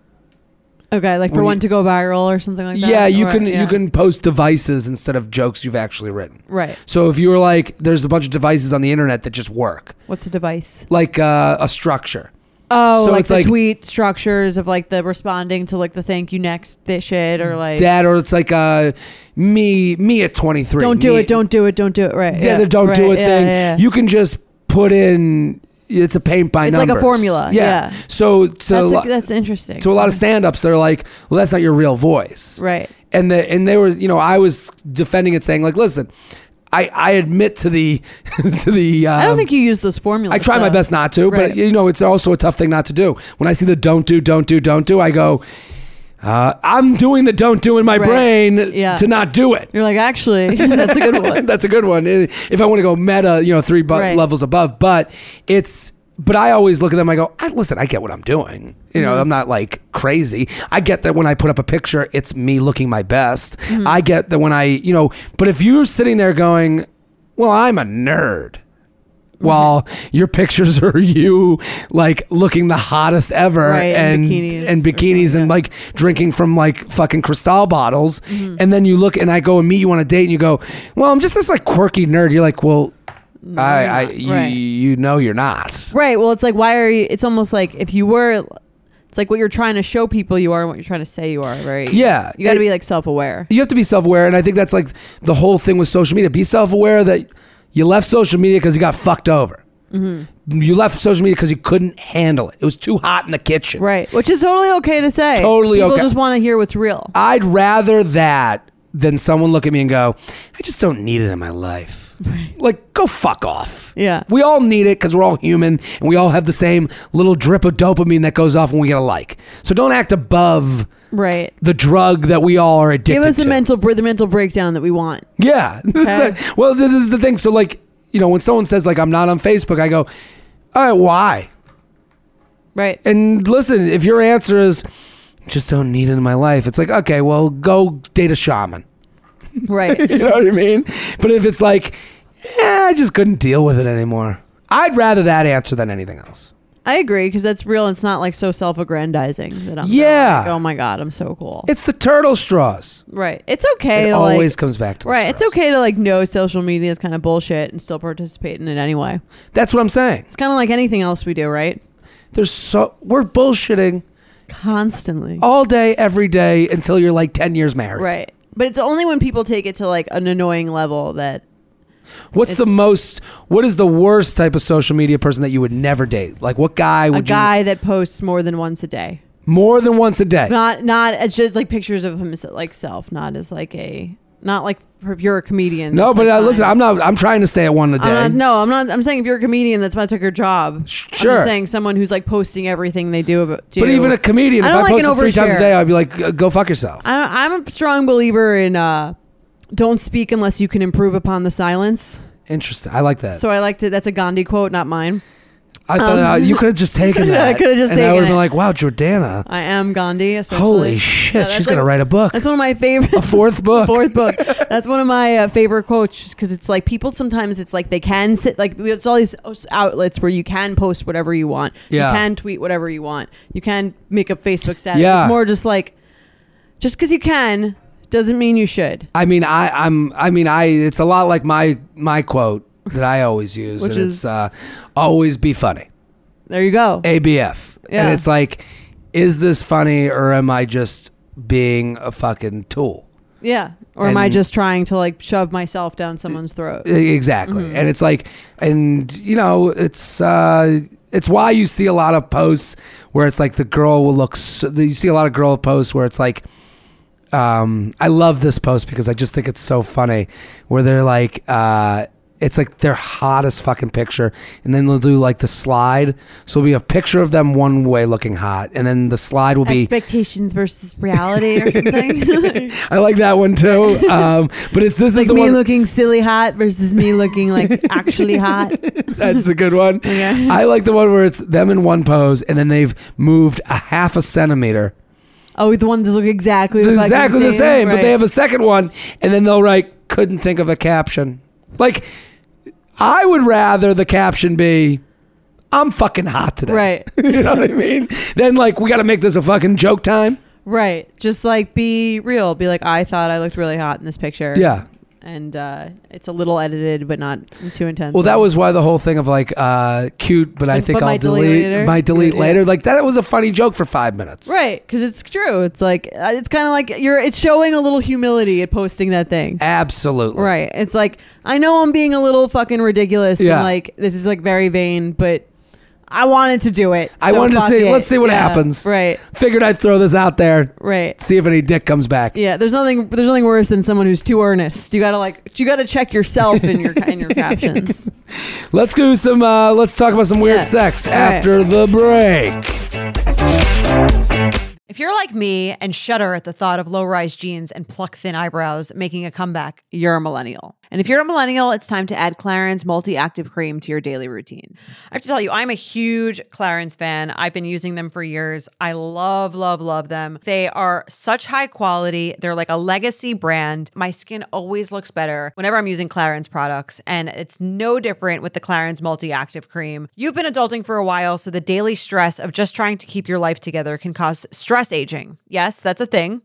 [SPEAKER 3] Okay, like for
[SPEAKER 2] When
[SPEAKER 3] one
[SPEAKER 2] you-
[SPEAKER 3] to go viral or something like that.
[SPEAKER 2] yeah, you
[SPEAKER 3] Or-
[SPEAKER 2] can
[SPEAKER 3] yeah.
[SPEAKER 2] you can post devices instead of jokes you've actually written.
[SPEAKER 3] Right.
[SPEAKER 2] So if you were like, there's a bunch of devices on the internet that just work,
[SPEAKER 3] What's a device?
[SPEAKER 2] like uh, a structure.
[SPEAKER 3] Oh,
[SPEAKER 2] So
[SPEAKER 3] like
[SPEAKER 2] it's
[SPEAKER 3] the
[SPEAKER 2] like-
[SPEAKER 3] tweet structures of like the responding to like the thank you next th- shit or like
[SPEAKER 2] That or it's like uh, me me at 23.
[SPEAKER 3] don't do
[SPEAKER 2] me-
[SPEAKER 3] it, don't do it, don't do it. Right.
[SPEAKER 2] Yeah, the don't do it
[SPEAKER 3] right, yeah,
[SPEAKER 2] thing.
[SPEAKER 3] yeah, yeah.
[SPEAKER 2] You can just put in. It's a paint by
[SPEAKER 3] It's like a
[SPEAKER 2] numbers.
[SPEAKER 3] formula, yeah.
[SPEAKER 2] So to a
[SPEAKER 3] that's,
[SPEAKER 2] lo-
[SPEAKER 3] a- that's interesting.
[SPEAKER 2] to a lot of stand-ups, they're like, "Well, that's not your real voice."
[SPEAKER 3] right.
[SPEAKER 2] and the and they were you know I was defending it saying like listen I I admit to the <laughs> to the um,
[SPEAKER 3] I don't think you use those formulas.
[SPEAKER 2] I try my
[SPEAKER 3] though.
[SPEAKER 2] best not to
[SPEAKER 3] Right.
[SPEAKER 2] but you know it's also a tough thing not to do when I see the don't do don't do don't do I go uh, I'm doing the don't do in my
[SPEAKER 3] Right.
[SPEAKER 2] brain
[SPEAKER 3] Yeah.
[SPEAKER 2] to not do it
[SPEAKER 3] You're like actually <laughs> that's a
[SPEAKER 2] <laughs>
[SPEAKER 3] good one.
[SPEAKER 2] that's a good one if I want to go meta you know three bu-
[SPEAKER 3] Right.
[SPEAKER 2] levels above but it's but I always look at them I go I, listen I get what I'm doing you
[SPEAKER 3] Mm-hmm.
[SPEAKER 2] know I'm not like crazy I get that when I put up a picture it's me looking my best
[SPEAKER 3] Mm-hmm.
[SPEAKER 2] I get that when I you know but if you're sitting there going well I'm a nerd while your pictures <laughs> are you like looking the hottest ever
[SPEAKER 3] Right,
[SPEAKER 2] and
[SPEAKER 3] and
[SPEAKER 2] and bikinis and,
[SPEAKER 3] bikinis or something, yeah.
[SPEAKER 2] like drinking from like fucking crystal bottles
[SPEAKER 3] Mm-hmm.
[SPEAKER 2] and then you look and I go and meet you on a date and you go well I'm just this like quirky nerd you're like well I, I
[SPEAKER 3] you're not.
[SPEAKER 2] you,
[SPEAKER 3] Right.
[SPEAKER 2] you know you're not
[SPEAKER 3] Right. Well, it's like why are you? It's almost like if you were, it's like what you're trying to show people you are and what you're trying to say you are. Right.
[SPEAKER 2] Yeah,
[SPEAKER 3] You got to
[SPEAKER 2] it-
[SPEAKER 3] be like self-aware.
[SPEAKER 2] you have to be self-aware and I think that's like the whole thing with social media be self-aware that you left social media because you got fucked over
[SPEAKER 3] Mm-hmm.
[SPEAKER 2] you left social media because you couldn't handle it it was too hot in the kitchen
[SPEAKER 3] Right. Which is totally okay to say.
[SPEAKER 2] Totally
[SPEAKER 3] People
[SPEAKER 2] okay.
[SPEAKER 3] just want to hear what's real.
[SPEAKER 2] I'd rather that than someone look at me and go, I just don't need it in my life. Like, go fuck off.
[SPEAKER 3] Yeah.
[SPEAKER 2] We all need it because we're all human and we all have the same little drip of dopamine that goes off when we get a like. So don't act above
[SPEAKER 3] Right.
[SPEAKER 2] the drug that we all are addicted
[SPEAKER 3] Give us the
[SPEAKER 2] to.
[SPEAKER 3] mental br- the mental breakdown that we want.
[SPEAKER 2] Yeah. <laughs> This is
[SPEAKER 3] Okay.
[SPEAKER 2] it. well, this is the thing. So, like, you know, when someone says, like, I'm not on Facebook, I go, all right, why?
[SPEAKER 3] Right.
[SPEAKER 2] <laughs> And listen, if your answer is, just don't need it in my life, it's like, okay, well, go date a shaman.
[SPEAKER 3] Right.
[SPEAKER 2] <laughs> you know what I mean? But if it's like, eh, I just couldn't deal with it anymore. I'd rather that answer than anything else.
[SPEAKER 3] I agree because that's real. and It's not like so self-aggrandizing that I'm.
[SPEAKER 2] Yeah.
[SPEAKER 3] like, oh my god, I'm so cool.
[SPEAKER 2] It's the turtle straws.
[SPEAKER 3] right. It's okay.
[SPEAKER 2] It
[SPEAKER 3] to, like-
[SPEAKER 2] always comes back to the
[SPEAKER 3] Right, it's
[SPEAKER 2] straws.
[SPEAKER 3] okay to like know social media is kind of bullshit and still participate in it anyway.
[SPEAKER 2] That's what I'm saying.
[SPEAKER 3] It's kind of like anything else we do, right?
[SPEAKER 2] There's so we're bullshitting
[SPEAKER 3] Constantly.
[SPEAKER 2] all day, every day until you're like ten years married.
[SPEAKER 3] Right. But it's only when people take it to like an annoying level that
[SPEAKER 2] What's the
[SPEAKER 3] It's-
[SPEAKER 2] most? What is the worst type of social media person that you would never date? Like what guy
[SPEAKER 3] a
[SPEAKER 2] would
[SPEAKER 3] guy that posts more than once a day.
[SPEAKER 2] you more than once a day?
[SPEAKER 3] Not not it's just like pictures of him like self, not as like a not like if you're a comedian.
[SPEAKER 2] no,
[SPEAKER 3] that's,
[SPEAKER 2] but
[SPEAKER 3] like,
[SPEAKER 2] uh, listen,
[SPEAKER 3] fine.
[SPEAKER 2] I'm not. I'm trying to stay at one a day.
[SPEAKER 3] I'm not- no, I'm not. I'm saying if you're a comedian, that's why I took your job. I'm
[SPEAKER 2] Sure.
[SPEAKER 3] just saying someone who's like posting everything they do. About, do.
[SPEAKER 2] but even a comedian,
[SPEAKER 3] I
[SPEAKER 2] if
[SPEAKER 3] don't
[SPEAKER 2] I
[SPEAKER 3] like an
[SPEAKER 2] posted three times a
[SPEAKER 3] overshare.
[SPEAKER 2] day, I'd be like, "G- go fuck yourself.
[SPEAKER 3] I, I'm a strong believer in uh, don't speak unless you can improve upon the silence.
[SPEAKER 2] Interesting. I like that.
[SPEAKER 3] So I like to. That's a Gandhi quote, not mine.
[SPEAKER 2] I thought uh, you could have
[SPEAKER 3] <laughs>
[SPEAKER 2] just taken
[SPEAKER 3] Yeah, I
[SPEAKER 2] that.
[SPEAKER 3] um, could've just
[SPEAKER 2] and I
[SPEAKER 3] taken
[SPEAKER 2] would have
[SPEAKER 3] it.
[SPEAKER 2] been like, wow, Jordana.
[SPEAKER 3] I am Gandhi. Essentially.
[SPEAKER 2] Holy shit,
[SPEAKER 3] that's
[SPEAKER 2] she's
[SPEAKER 3] like-
[SPEAKER 2] gonna write a
[SPEAKER 3] <laughs>
[SPEAKER 2] book.
[SPEAKER 3] That's one of my favorite.
[SPEAKER 2] A fourth book.
[SPEAKER 3] Fourth book. That's one of my uh, favorite quotes because it's like people sometimes it's like they can sit like it's all these oh, outlets where you can post whatever you want.
[SPEAKER 2] Yeah.
[SPEAKER 3] You can tweet whatever you want. You can make a Facebook status.
[SPEAKER 2] Yeah.
[SPEAKER 3] It's more just like just because you can doesn't mean you should.
[SPEAKER 2] I mean, I, I'm. I mean, I. It's a lot like my my quote that I always use,
[SPEAKER 3] Which
[SPEAKER 2] and it's
[SPEAKER 3] is-
[SPEAKER 2] uh, always be funny.
[SPEAKER 3] There you go.
[SPEAKER 2] ABF.
[SPEAKER 3] Yeah.
[SPEAKER 2] And it's like, is this funny or am I just being a fucking tool?
[SPEAKER 3] yeah. Or am I
[SPEAKER 2] and-
[SPEAKER 3] just trying to like shove myself down someone's throat?
[SPEAKER 2] E- Exactly.
[SPEAKER 3] Mm.
[SPEAKER 2] And it's like, and you know, it's uh, it's why you see a lot of posts where it's like the girl will look. So, you see a lot of girl posts where it's like, um, I love this post because I just think it's so funny where they're like, uh. It's like their hottest fucking picture, and then they'll do like the slide. So it'll be a picture of them one way looking hot, and then the slide will be
[SPEAKER 3] Expectations versus
[SPEAKER 2] <laughs>
[SPEAKER 3] reality or something.
[SPEAKER 2] I like that one
[SPEAKER 3] <laughs>
[SPEAKER 2] too. Um, but it's this is
[SPEAKER 3] like
[SPEAKER 2] the
[SPEAKER 3] me
[SPEAKER 2] one
[SPEAKER 3] looking silly hot versus me looking like
[SPEAKER 2] <laughs>
[SPEAKER 3] actually hot.
[SPEAKER 2] that's a good one. <laughs>
[SPEAKER 3] Okay.
[SPEAKER 2] I like the one where it's them in one pose and then they've moved a half a centimeter,
[SPEAKER 3] Oh, the ones that look exactly the
[SPEAKER 2] They're
[SPEAKER 3] fucking
[SPEAKER 2] exactly
[SPEAKER 3] same,
[SPEAKER 2] the same, but
[SPEAKER 3] right.
[SPEAKER 2] they have a second one, and then they'll write couldn't think of a caption. Like I would rather the caption be. I'm fucking hot today.
[SPEAKER 3] Right.
[SPEAKER 2] <laughs> you know what I mean? Then, like, we got to make this a fucking joke time.
[SPEAKER 3] right. Just like be real. Be like, I thought I looked really hot in this picture.
[SPEAKER 2] Yeah.
[SPEAKER 3] and uh, it's a little edited, but not too intense.
[SPEAKER 2] Well, that was why the whole thing of like uh, cute, but I
[SPEAKER 3] But
[SPEAKER 2] think
[SPEAKER 3] might
[SPEAKER 2] I'll
[SPEAKER 3] delete
[SPEAKER 2] delete,
[SPEAKER 3] later.
[SPEAKER 2] might delete
[SPEAKER 3] Yeah.
[SPEAKER 2] later. Like that was a funny joke for five minutes.
[SPEAKER 3] right because it's true. It's like uh, it's kind of like you're. It's showing a little humility at posting that thing.
[SPEAKER 2] Absolutely.
[SPEAKER 3] Right. It's like I know I'm being a little fucking ridiculous.
[SPEAKER 2] Yeah.
[SPEAKER 3] And like this is like very vain, but I wanted to do it.
[SPEAKER 2] I
[SPEAKER 3] so
[SPEAKER 2] wanted to
[SPEAKER 3] fuck
[SPEAKER 2] see-
[SPEAKER 3] it.
[SPEAKER 2] let's see what
[SPEAKER 3] Yeah.
[SPEAKER 2] happens.
[SPEAKER 3] Right.
[SPEAKER 2] Figured I'd throw this out there,
[SPEAKER 3] Right.
[SPEAKER 2] see if any dick comes back.
[SPEAKER 3] Yeah, there's nothing. There's nothing worse than someone who's too earnest. You gotta like, you gotta check yourself in your
[SPEAKER 2] <laughs>
[SPEAKER 3] in your captions.
[SPEAKER 2] Let's do some. Uh, let's talk about some weird
[SPEAKER 3] Yeah.
[SPEAKER 2] sex
[SPEAKER 3] All right.
[SPEAKER 2] after the break.
[SPEAKER 1] If you're like me and shudder at the thought of low rise jeans and pluck thin eyebrows making a comeback,
[SPEAKER 3] You're a millennial, and if you're a millennial, it's time to add Clarins Multi Active Cream to your daily routine.
[SPEAKER 1] I have to tell you, I'm a huge Clarins fan. I've been using them for years. I love, love, love them. They are such high quality. They're like a legacy brand. My skin always looks better whenever I'm using Clarins products, and it's no different with the Clarins Multi Active Cream. You've been adulting for a while, so the daily stress of just trying to keep your life together can cause stress aging. Yes, that's a thing.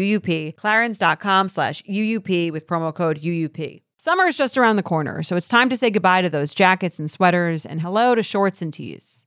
[SPEAKER 1] UUP, clarins.com slash UUP with promo code UUP. Summer is just around the corner, so it's time to say goodbye to those jackets and sweaters and hello to shorts and tees.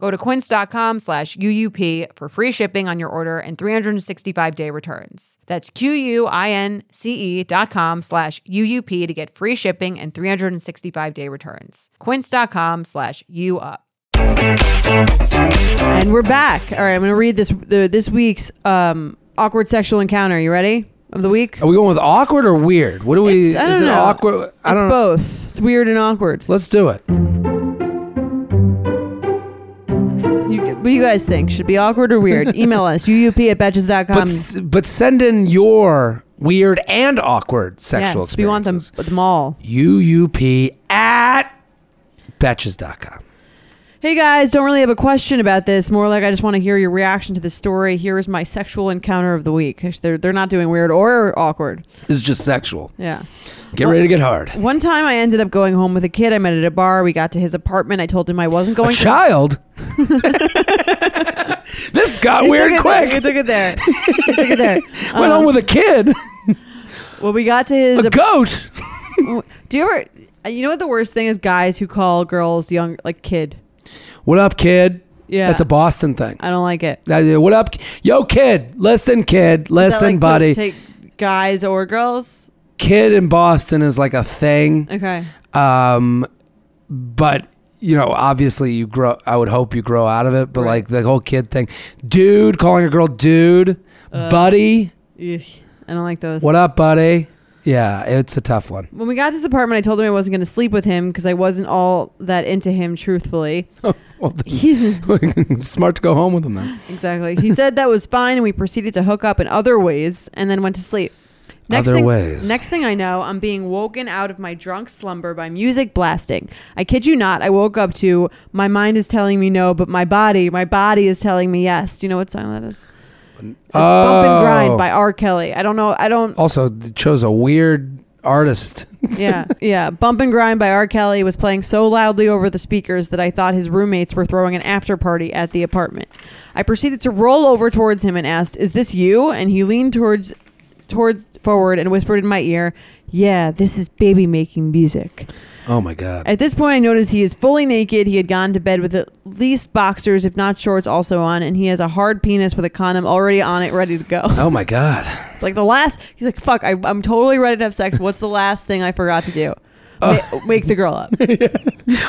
[SPEAKER 1] Go to quince.com slash UUP for free shipping on your order and 365 day returns. That's Q-U-I-N-C-E E dot com slash UUP to get free shipping and 365 day returns. Quince.com slash UUP.
[SPEAKER 3] And we're back. All right, I'm gonna read this the, this week's um, awkward sexual encounter. You ready? of the week.
[SPEAKER 2] Are we going with awkward or weird? What do we?
[SPEAKER 3] It's- I
[SPEAKER 2] is
[SPEAKER 3] don't
[SPEAKER 2] it
[SPEAKER 3] know.
[SPEAKER 2] awkward? I
[SPEAKER 3] it's
[SPEAKER 2] don't know.
[SPEAKER 3] both. It's weird and awkward.
[SPEAKER 2] Let's do it.
[SPEAKER 3] You, what do you guys think? Should it be awkward
[SPEAKER 2] <laughs>
[SPEAKER 3] or weird? Email us, uup at
[SPEAKER 2] But
[SPEAKER 3] betches.com.
[SPEAKER 2] s- but send in your weird and awkward sexual
[SPEAKER 3] yes,
[SPEAKER 2] experiences.
[SPEAKER 3] we want them at the mall.
[SPEAKER 2] UUP at betches.com.
[SPEAKER 3] Hey guys, don't really have a question about this. More like I just want to hear your reaction to the story. Here is my sexual encounter of the week. They're, they're not doing weird or awkward.
[SPEAKER 2] This is just sexual.
[SPEAKER 3] Yeah.
[SPEAKER 2] Get ready to get hard.
[SPEAKER 3] One time I ended up going home with a kid I met at a bar. We got to his apartment. I told him I wasn't
[SPEAKER 2] A
[SPEAKER 3] going to <laughs>
[SPEAKER 2] child. this got
[SPEAKER 3] You
[SPEAKER 2] weird
[SPEAKER 3] took it there. You
[SPEAKER 2] <laughs> quick.
[SPEAKER 3] took it there. You took
[SPEAKER 2] <laughs>
[SPEAKER 3] it there.
[SPEAKER 2] Went
[SPEAKER 3] Um,
[SPEAKER 2] on with a kid,
[SPEAKER 3] Well, we got to his
[SPEAKER 2] a goat.
[SPEAKER 3] Do you ever? uh, You know what the worst thing is? Guys who call girls young, like kid.
[SPEAKER 2] What up, kid?
[SPEAKER 3] Yeah,
[SPEAKER 2] That's a Boston thing.
[SPEAKER 3] I don't like it. Is
[SPEAKER 2] Uh, What up? Yo, kid. Listen, kid.
[SPEAKER 3] that,
[SPEAKER 2] Listen,
[SPEAKER 3] like, to
[SPEAKER 2] buddy.
[SPEAKER 3] take guys or girls.
[SPEAKER 2] kid in Boston is like a thing.
[SPEAKER 3] Okay.
[SPEAKER 2] Um, but you know, obviously, you grow. I would hope you grow out of it. But
[SPEAKER 3] Right.
[SPEAKER 2] like the whole kid thing, dude, calling a girl dude,
[SPEAKER 3] Uh,
[SPEAKER 2] buddy.
[SPEAKER 3] Ugh, I don't like those.
[SPEAKER 2] What up, buddy? Yeah, it's a tough
[SPEAKER 3] <laughs>
[SPEAKER 2] one.
[SPEAKER 3] When we got to his apartment, I told him I wasn't going to sleep with him because I wasn't all that into him. Truthfully,
[SPEAKER 2] Well,
[SPEAKER 3] He's-
[SPEAKER 2] <laughs> smart to go home with them then.
[SPEAKER 3] exactly. He said that was fine, and we proceeded to hook up in other ways, and then went to sleep.
[SPEAKER 2] Other
[SPEAKER 3] thing,
[SPEAKER 2] ways.
[SPEAKER 3] Next thing I know, I'm being woken out of my drunk slumber by music blasting. I kid you not, I woke up to my mind is telling me no, but my body, my body is telling me yes. Do you know what song that is? It's Bump and Grind by R. Kelly. I don't know. I don't.
[SPEAKER 2] Oh. Also, th- chose a weird artist. <laughs>
[SPEAKER 3] Yeah, yeah. Bump and Grind by R. Kelly was playing so loudly over the speakers that I thought his roommates were throwing an after party at the apartment. I proceeded to roll over towards him and asked, "Is this you?" And he leaned towards towards forward and whispered in my ear, "Yeah, this is baby making music."
[SPEAKER 2] Oh my god.
[SPEAKER 3] At this point, I notice he is fully naked. He had gone to bed with at least boxers, if not shorts, also on, and he has a hard penis with a condom already on it, ready to go. <laughs>
[SPEAKER 2] Oh my god.
[SPEAKER 3] It's like the last. He's like, "Fuck, I, I'm totally ready to have sex. What's the last thing I forgot to do?"
[SPEAKER 2] Oh.
[SPEAKER 3] Ma- wake the girl up.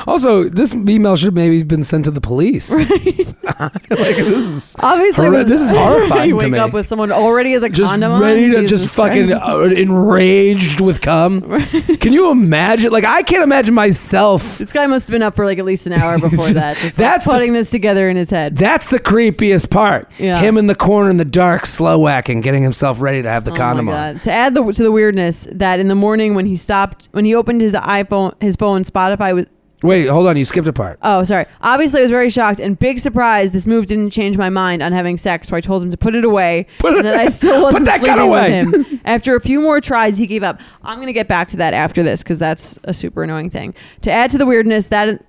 [SPEAKER 2] Also, this email should maybe have been sent to the
[SPEAKER 3] <laughs>
[SPEAKER 2] police. <laughs> like this is
[SPEAKER 3] Obviously, it
[SPEAKER 2] Horri-
[SPEAKER 3] was-
[SPEAKER 2] this is
[SPEAKER 3] <laughs>
[SPEAKER 2] horrifying
[SPEAKER 3] you
[SPEAKER 2] to
[SPEAKER 3] wake
[SPEAKER 2] me.
[SPEAKER 3] up with someone already has a
[SPEAKER 2] just
[SPEAKER 3] condom on.
[SPEAKER 2] ready to
[SPEAKER 3] Jesus
[SPEAKER 2] just fucking
[SPEAKER 3] Christ.
[SPEAKER 2] uh, enraged with
[SPEAKER 3] <laughs>
[SPEAKER 2] cum. Can you imagine? Like I can't imagine myself.
[SPEAKER 3] This guy must have been up for like at least
[SPEAKER 2] <laughs>
[SPEAKER 3] an hour before
[SPEAKER 2] Just-
[SPEAKER 3] that. Just like,
[SPEAKER 2] that's the-
[SPEAKER 3] putting this together in his head.
[SPEAKER 2] That's the creepiest part.
[SPEAKER 3] Yeah.
[SPEAKER 2] Him in the corner in the dark, slow whacking, getting himself ready to have the
[SPEAKER 3] Oh my
[SPEAKER 2] condom on.
[SPEAKER 3] God. To add the, to the weirdness, that in the morning when he stopped, when he opened his iPhone, his phone, Spotify was
[SPEAKER 2] Wait, hold on. You skipped a part.
[SPEAKER 3] Oh, sorry. Obviously, I was very shocked and big surprise. This move didn't change my mind on having sex, so I told him to put it away,
[SPEAKER 2] Put it-
[SPEAKER 3] and
[SPEAKER 2] <laughs>
[SPEAKER 3] that I still
[SPEAKER 2] put
[SPEAKER 3] wasn't
[SPEAKER 2] that gun
[SPEAKER 3] sleeping
[SPEAKER 2] away.
[SPEAKER 3] with him. After a few more tries, he gave up. I'm gonna get back to that after this because that's a super annoying thing. To add to the weirdness, that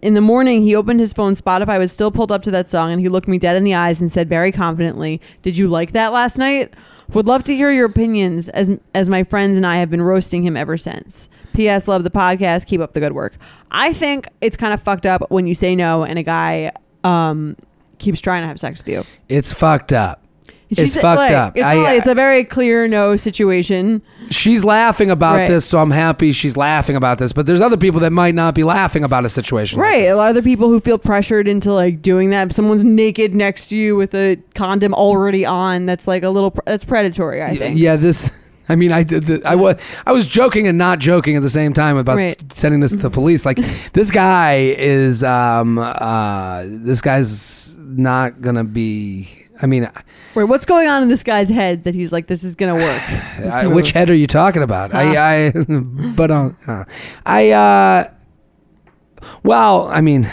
[SPEAKER 3] in the morning he opened his phone, Spotify was still pulled up to that song, and he looked me dead in the eyes and said very confidently, "Did you like that last night?" Would love to hear your opinions as as my friends and I have been roasting him ever since. P.S. Love the podcast. Keep up the good work. I think it's kind of fucked up when you say no and a guy um, keeps trying to have sex with you.
[SPEAKER 2] It's fucked up. It's
[SPEAKER 3] She's,
[SPEAKER 2] fucked
[SPEAKER 3] like,
[SPEAKER 2] up.
[SPEAKER 3] It's, not
[SPEAKER 2] I-
[SPEAKER 3] like- it's a very clear no situation.
[SPEAKER 2] She's laughing about
[SPEAKER 3] Right.
[SPEAKER 2] this, so I'm happy she's laughing about this. But there's other people that might not be laughing about a situation. like
[SPEAKER 3] Right.
[SPEAKER 2] this.
[SPEAKER 3] A lot of the people who feel pressured into like doing that. If someone's naked next to you with a condom already on, that's like a little, pr- that's predatory, I
[SPEAKER 2] Y-
[SPEAKER 3] think.
[SPEAKER 2] Yeah, this. <laughs> I mean, I did. The, I was I was joking and not joking at the same time about
[SPEAKER 3] Right.
[SPEAKER 2] sending this to
[SPEAKER 3] <laughs>
[SPEAKER 2] the police. Like this guy is. Um. Uh. This guy's not gonna be. I mean,
[SPEAKER 3] Wait, what's going on in this guy's head that he's like, this is going to work?
[SPEAKER 2] <sighs>
[SPEAKER 3] This
[SPEAKER 2] I,
[SPEAKER 3] move.
[SPEAKER 2] which head are you talking about?
[SPEAKER 3] Ah.
[SPEAKER 2] I. <laughs> I. But um. Uh, I. Uh. Well, I mean.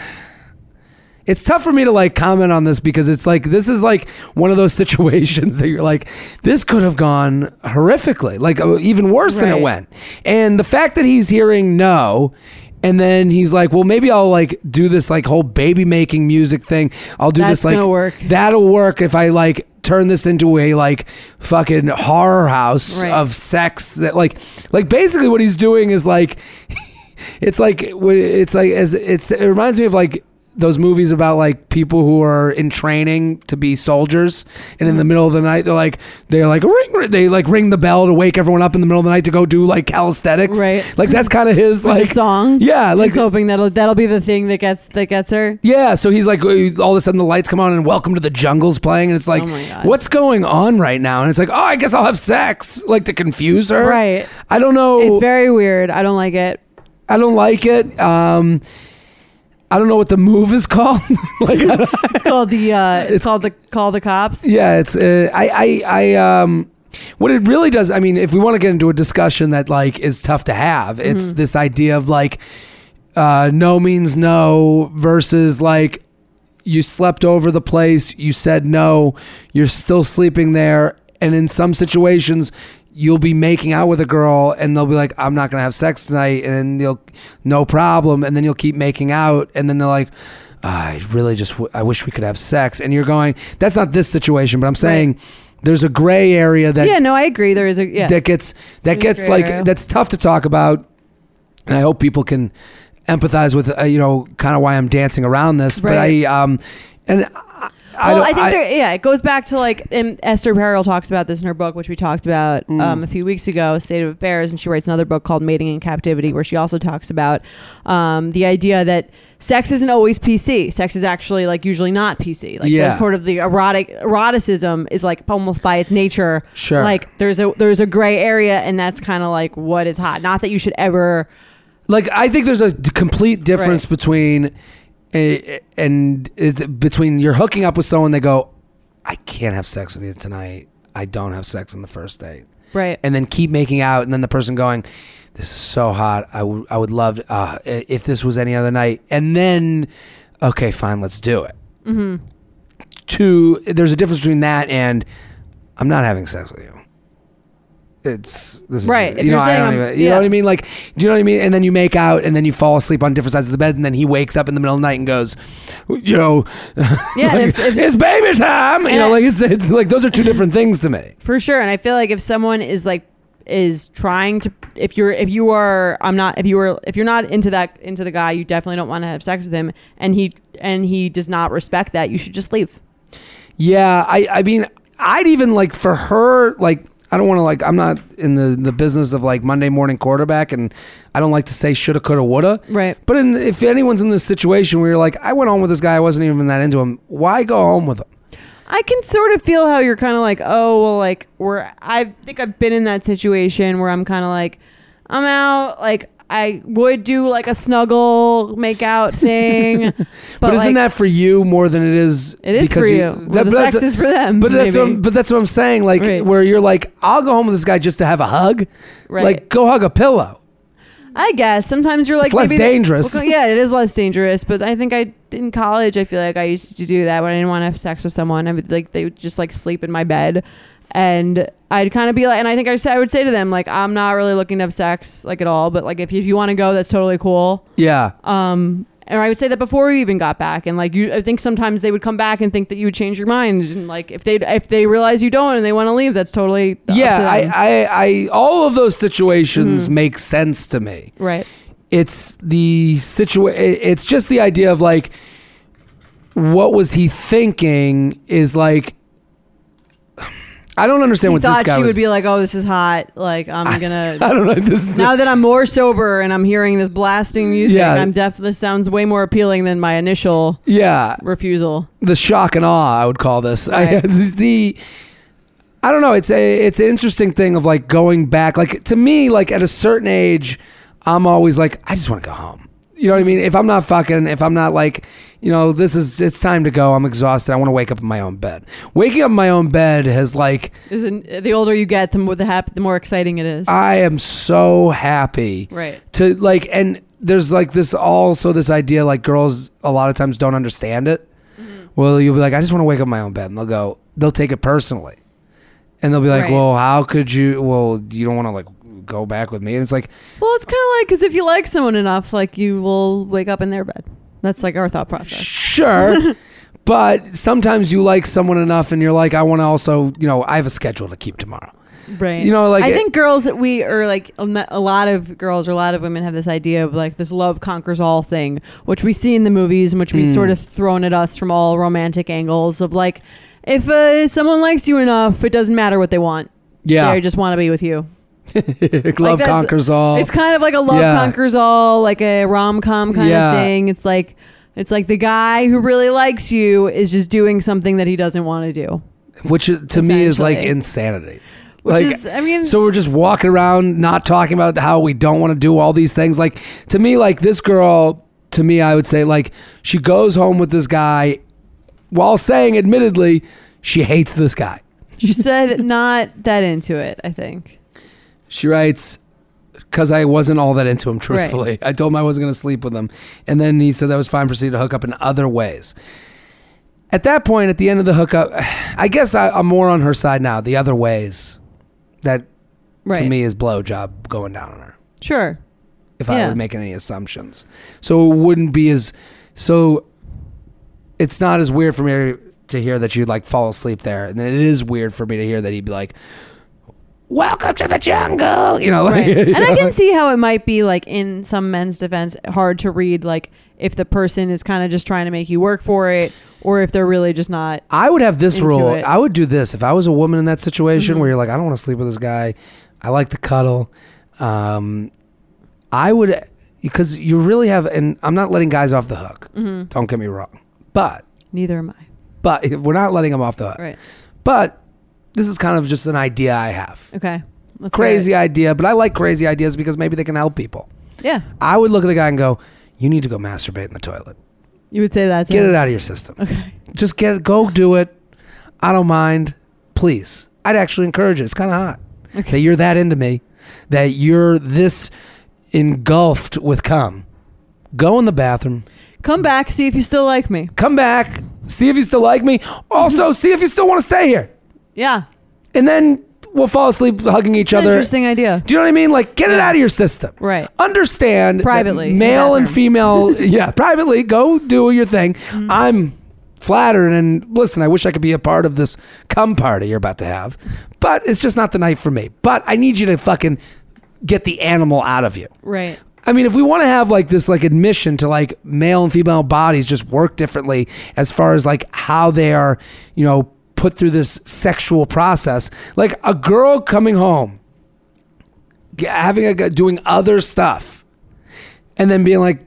[SPEAKER 2] It's tough for me to like comment on this because it's like this is like one of those <laughs> situations that you're like this could have gone horrifically, like uh, even worse than it
[SPEAKER 3] Right.
[SPEAKER 2] went. And the fact that he's hearing no and then he's like, "Well, maybe I'll like do this like whole baby making music thing. I'll do
[SPEAKER 3] That's
[SPEAKER 2] this like
[SPEAKER 3] gonna work.
[SPEAKER 2] that'll work if I like turn this into a like fucking horror house
[SPEAKER 3] Right.
[SPEAKER 2] of sex that like like basically <laughs> what he's doing is like it's like it's like as it's it reminds me of like those movies about like people who are in training to be soldiers, and
[SPEAKER 3] Mm-hmm.
[SPEAKER 2] in the middle of the night they're like they're like ring, ring they like ring the bell to wake everyone up in the middle of the night to go do like calisthenics.
[SPEAKER 3] Right.
[SPEAKER 2] Like that's kind of his
[SPEAKER 3] With
[SPEAKER 2] like
[SPEAKER 3] a song.
[SPEAKER 2] Yeah, like
[SPEAKER 3] He's hoping that'll that'll be the thing that gets that gets her.
[SPEAKER 2] yeah, so he's like, uh, all of a sudden the lights come on and Welcome to the Jungle's playing, and it's like,
[SPEAKER 3] Oh my God.
[SPEAKER 2] what's going on right now? And it's like, oh, I guess I'll have sex, like to confuse her.
[SPEAKER 3] Right.
[SPEAKER 2] I don't know.
[SPEAKER 3] It's very weird. I don't like it.
[SPEAKER 2] I don't like it. Um, I don't know what the move is <laughs> called. like, I
[SPEAKER 3] <laughs>
[SPEAKER 2] don't-
[SPEAKER 3] It's called the uh, it's,
[SPEAKER 2] It's-
[SPEAKER 3] called the call the cops.
[SPEAKER 2] yeah, it's uh, I I I um. What it really does, I mean, if we want to get into a discussion that like is tough to have, it's
[SPEAKER 3] Mm-hmm.
[SPEAKER 2] this idea of like uh, no means no versus like you slept over the place, you said no, you're still sleeping there, and in some situations you'll be making out with a girl and they'll be like I'm not going to have sex tonight and then you'll no problem and then you'll keep making out and then they're like "Ah, I really just w- I wish we could have sex and you're going that's not this situation but I'm saying there's a gray area that
[SPEAKER 3] yeah, no, I agree. There is a yeah.
[SPEAKER 2] that gets that
[SPEAKER 3] It's
[SPEAKER 2] gets
[SPEAKER 3] gray
[SPEAKER 2] like
[SPEAKER 3] area.
[SPEAKER 2] that's tough to talk about and i hope people can empathize with uh, you know kind of why i'm dancing around this
[SPEAKER 3] Right.
[SPEAKER 2] but i um and i, I
[SPEAKER 3] well,
[SPEAKER 2] don't
[SPEAKER 3] I, think
[SPEAKER 2] I-
[SPEAKER 3] there, yeah, it goes back to like and Esther Perel talks about this in her book, which we talked about
[SPEAKER 2] Mm.
[SPEAKER 3] um, a few weeks ago, State of Affairs, and she writes another book called Mating in Captivity, where she also talks about um, the idea that sex isn't always PC. Sex is actually like usually not PC. Like
[SPEAKER 2] Yeah.
[SPEAKER 3] there's sort of the erotic eroticism is like almost by its nature,
[SPEAKER 2] Sure.
[SPEAKER 3] Like there's a there's a gray area, and that's kind of like what is hot. Not that you should ever
[SPEAKER 2] like i think there's a d- complete difference
[SPEAKER 3] Right.
[SPEAKER 2] between a, and it's between you're hooking up with someone they go i can't have sex with you tonight i don't have sex on the first date
[SPEAKER 3] right.
[SPEAKER 2] and then keep making out and then the person going this is so hot i, w- I would love to, uh, i- if this was any other night and then okay fine let's do it mm-hmm. two there's a difference between that and i'm not having sex with you it's this is
[SPEAKER 3] Right, if
[SPEAKER 2] you know
[SPEAKER 3] you're
[SPEAKER 2] i
[SPEAKER 3] saying
[SPEAKER 2] don't
[SPEAKER 3] I'm-
[SPEAKER 2] even you know
[SPEAKER 3] yeah.
[SPEAKER 2] what i mean like do you know what i mean and then you make out and then you fall asleep on different sides of the bed and then he wakes up in the middle of the night and goes you know
[SPEAKER 3] Yeah,
[SPEAKER 2] <laughs> like,
[SPEAKER 3] if- if-
[SPEAKER 2] it's baby time you
[SPEAKER 3] and
[SPEAKER 2] know
[SPEAKER 3] I-
[SPEAKER 2] like it's, it's like those are two different things to me
[SPEAKER 3] for sure and i feel like if someone is like is trying to if you're if you are i'm not if you were if you're not into that into the guy you definitely don't want to have sex with him and he and he does not respect that you should just leave
[SPEAKER 2] Yeah, I I mean, I'd even like for her like I don't want to like I'm not in the the business of like Monday morning quarterback and I don't like to say shoulda coulda woulda.
[SPEAKER 3] Right.
[SPEAKER 2] But in, if anyone's in this situation where you're like I went home with this guy I wasn't even that into him, why go home with him?
[SPEAKER 3] i can sort of feel how you're kind of like oh well like we're i think i've been in that situation where i'm kind of like i'm out like i would do like a snuggle make out thing but,
[SPEAKER 2] <laughs> But, isn't
[SPEAKER 3] like,
[SPEAKER 2] that for you more than it is?
[SPEAKER 3] it is
[SPEAKER 2] because
[SPEAKER 3] for you, Well, the
[SPEAKER 2] that's-
[SPEAKER 3] sex is for them
[SPEAKER 2] But that's what
[SPEAKER 3] maybe.
[SPEAKER 2] I'm, but that's what I'm saying. Like
[SPEAKER 3] Right.
[SPEAKER 2] where you're like I'll go home with this guy just to have a hug.
[SPEAKER 3] Right.
[SPEAKER 2] Like go hug a pillow.
[SPEAKER 3] I guess sometimes you're like
[SPEAKER 2] It's less
[SPEAKER 3] maybe they-
[SPEAKER 2] dangerous.
[SPEAKER 3] Well, <laughs> yeah, it is less dangerous. But I think I in college, I feel like I used to do that when I didn't want to have sex with someone. I would like they would just like sleep in my bed, and I'd kind of be like, and I think I, sa- I would say to them like, I'm not really looking to have sex like at all. But like if you, if you want to go, that's totally cool.
[SPEAKER 2] Yeah.
[SPEAKER 3] Um, and I would say that before we even got back, and like you, I think sometimes they would come back and think that you would change your mind, and like if they if they realize you don't and they want to leave, that's totally up to
[SPEAKER 2] yeah.
[SPEAKER 3] them. Mm-hmm.
[SPEAKER 2] I, I I all of those situations make sense to me.
[SPEAKER 3] right.
[SPEAKER 2] it's the situation it's just the idea of like what was he thinking is like <sighs> i don't understand
[SPEAKER 3] He
[SPEAKER 2] what this
[SPEAKER 3] thought
[SPEAKER 2] guy
[SPEAKER 3] she
[SPEAKER 2] was
[SPEAKER 3] would be like, "Oh, this is hot. Like, I'm gonna."
[SPEAKER 2] <laughs> i don't know this is
[SPEAKER 3] <laughs> now that I'm more sober and I'm hearing this blasting music,
[SPEAKER 2] Yeah.
[SPEAKER 3] I'm def. This sounds way more appealing than my initial
[SPEAKER 2] yeah
[SPEAKER 3] refusal.
[SPEAKER 2] the shock and awe i would call this <laughs> I,
[SPEAKER 3] Right.
[SPEAKER 2] this is the i don't know it's a it's an interesting thing of like going back like to me like at a certain age i'm always like i just want to go home you know what i mean if i'm not fucking if i'm not like you know this is it's time to go i'm exhausted i want to wake up in my own bed waking up in my own bed has like
[SPEAKER 3] Isn't the older you get, the more the hap- the more exciting it is.
[SPEAKER 2] i am so happy
[SPEAKER 3] right.
[SPEAKER 2] to like and there's like this also this idea like girls a lot of times don't understand it
[SPEAKER 3] Mm-hmm.
[SPEAKER 2] well you'll be like i just want to wake up in my own bed and they'll go they'll take it personally and they'll be like
[SPEAKER 3] Right.
[SPEAKER 2] well how could you well you don't want to like go back with me and it's like
[SPEAKER 3] Well, it's kind of like because if you like someone enough, like you will wake up in their bed. That's like our thought process. <laughs>
[SPEAKER 2] sure but sometimes you like someone enough and you're like i want to also you know i have a schedule to keep tomorrow
[SPEAKER 3] Right.
[SPEAKER 2] You know, like
[SPEAKER 3] I think girls that we are like a me- a lot of girls or a lot of women have this idea of like this love conquers all thing, which we see in the movies and which we
[SPEAKER 2] Mm.
[SPEAKER 3] sort of thrown at us from all romantic angles of like if uh, someone likes you enough, it doesn't matter what they want.
[SPEAKER 2] yeah,
[SPEAKER 3] They just want to be with you.
[SPEAKER 2] <laughs> love
[SPEAKER 3] that's-
[SPEAKER 2] conquers all.
[SPEAKER 3] It's kind of like a love
[SPEAKER 2] Yeah.
[SPEAKER 3] conquers all, like a rom com kind
[SPEAKER 2] Yeah.
[SPEAKER 3] of thing. It's like it's like the guy who really likes you is just doing something that he doesn't want to do.
[SPEAKER 2] which is- to me is like
[SPEAKER 3] Essentially.
[SPEAKER 2] insanity.
[SPEAKER 3] Which
[SPEAKER 2] like,
[SPEAKER 3] is I mean <laughs>
[SPEAKER 2] so we're just walking around not talking about how we don't want to do all these things. Like to me, like this girl, to me, I would say like she goes home with this guy, while saying admittedly she hates this guy.
[SPEAKER 3] she said not that into it, I think.
[SPEAKER 2] She writes, because I wasn't all that into him, truthfully. <laughs> I told him I wasn't going to sleep with him. And then he said that was fine, proceeded to hook up in other ways. At that point, at the end of the hookup, <sighs> I guess I, I'm more on her side now. The other ways that
[SPEAKER 3] Right.
[SPEAKER 2] to me is blowjob going down on her,
[SPEAKER 3] Sure.
[SPEAKER 2] if I
[SPEAKER 3] Yeah.
[SPEAKER 2] were making any assumptions. So it wouldn't be as. So it's not as weird for me to hear that you'd like fall asleep there. And then it is weird for me to hear that he'd be like, Welcome to the jungle. You know, <laughs> like, <laughs>
[SPEAKER 3] Right.
[SPEAKER 2] you
[SPEAKER 3] and I
[SPEAKER 2] know,
[SPEAKER 3] can
[SPEAKER 2] like-
[SPEAKER 3] see how it might be like in some men's defense hard to read like if the person is kind of just trying to make you work for it or if they're really just not
[SPEAKER 2] I would have this
[SPEAKER 3] into
[SPEAKER 2] rule.
[SPEAKER 3] it. Mm-hmm.
[SPEAKER 2] I would do this if I was a woman in that situation where you're like, I don't want to sleep with this guy. I like the cuddle. Um, I would because you really have, and I'm not letting guys off the hook.
[SPEAKER 3] Mm-hmm.
[SPEAKER 2] Don't get me wrong, but
[SPEAKER 3] neither am I.
[SPEAKER 2] but <laughs> we're not letting them off the hook.
[SPEAKER 3] Right.
[SPEAKER 2] But this is kind of just an idea I have.
[SPEAKER 3] Okay. Let's hear it.
[SPEAKER 2] Crazy idea, but I like crazy ideas because maybe they can help people.
[SPEAKER 3] Yeah.
[SPEAKER 2] I would look at the guy and go, "You need to go masturbate in the toilet.
[SPEAKER 3] You would say that.
[SPEAKER 2] Get it out of your system."
[SPEAKER 3] Okay.
[SPEAKER 2] just get go do it. I don't mind. Please. I'd actually encourage it. It's kind of hot
[SPEAKER 3] Okay.
[SPEAKER 2] that you're that into me, that you're this engulfed with cum. Go in the bathroom,
[SPEAKER 3] Come back see if you still like me.
[SPEAKER 2] come back, see if you still like me. Also, see if you still want to stay here.
[SPEAKER 3] Yeah.
[SPEAKER 2] And then we'll fall asleep hugging each
[SPEAKER 3] It's an
[SPEAKER 2] other.
[SPEAKER 3] interesting idea.
[SPEAKER 2] Do you know what I mean? Like, get it out of your system.
[SPEAKER 3] Right.
[SPEAKER 2] Understand that
[SPEAKER 3] Privately, in the
[SPEAKER 2] male and
[SPEAKER 3] bathroom. <laughs>
[SPEAKER 2] female. yeah, privately, go do your thing.
[SPEAKER 3] Mm-hmm.
[SPEAKER 2] I'm flattered and listen. I wish I could be a part of this cum party you're about to have, but it's just not the night for me. But I need you to fucking get the animal out of you.
[SPEAKER 3] Right.
[SPEAKER 2] I mean, if we want to have like this like admission to like male and female bodies just work differently as far as like how they are, you know, put through this sexual process, like a girl coming home, g- having a g- doing other stuff, and then being like,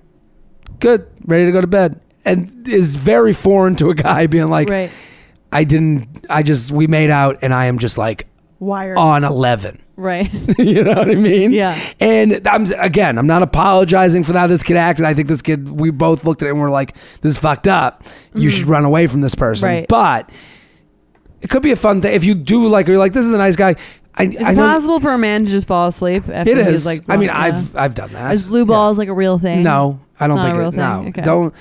[SPEAKER 2] good, ready to go to bed, and is very foreign to a guy being like,
[SPEAKER 3] right.
[SPEAKER 2] I didn't, I just we made out, and I am just like
[SPEAKER 3] Wire.
[SPEAKER 2] on eleven
[SPEAKER 3] <laughs> right.
[SPEAKER 2] <laughs> you know what I mean?
[SPEAKER 3] Yeah.
[SPEAKER 2] And I'm again, I'm not apologizing for how this kid acted. I think this kid, we both looked at it and were like, "This is fucked up. You should run away from this person."
[SPEAKER 3] Mm. Right.
[SPEAKER 2] But it could be a fun thing if you do like. You're like, "This is a nice guy." I,
[SPEAKER 3] Is
[SPEAKER 2] I
[SPEAKER 3] it
[SPEAKER 2] know
[SPEAKER 3] possible for a man to just fall asleep after
[SPEAKER 2] it
[SPEAKER 3] he's
[SPEAKER 2] is.
[SPEAKER 3] like
[SPEAKER 2] I mean,
[SPEAKER 3] drunk?
[SPEAKER 2] I've I've done
[SPEAKER 3] Yeah.
[SPEAKER 2] that.
[SPEAKER 3] Is blue
[SPEAKER 2] Yeah.
[SPEAKER 3] balls like a real thing?
[SPEAKER 2] No, I don't
[SPEAKER 3] not
[SPEAKER 2] think
[SPEAKER 3] a real
[SPEAKER 2] it. No,
[SPEAKER 3] thing? Okay.
[SPEAKER 2] don't.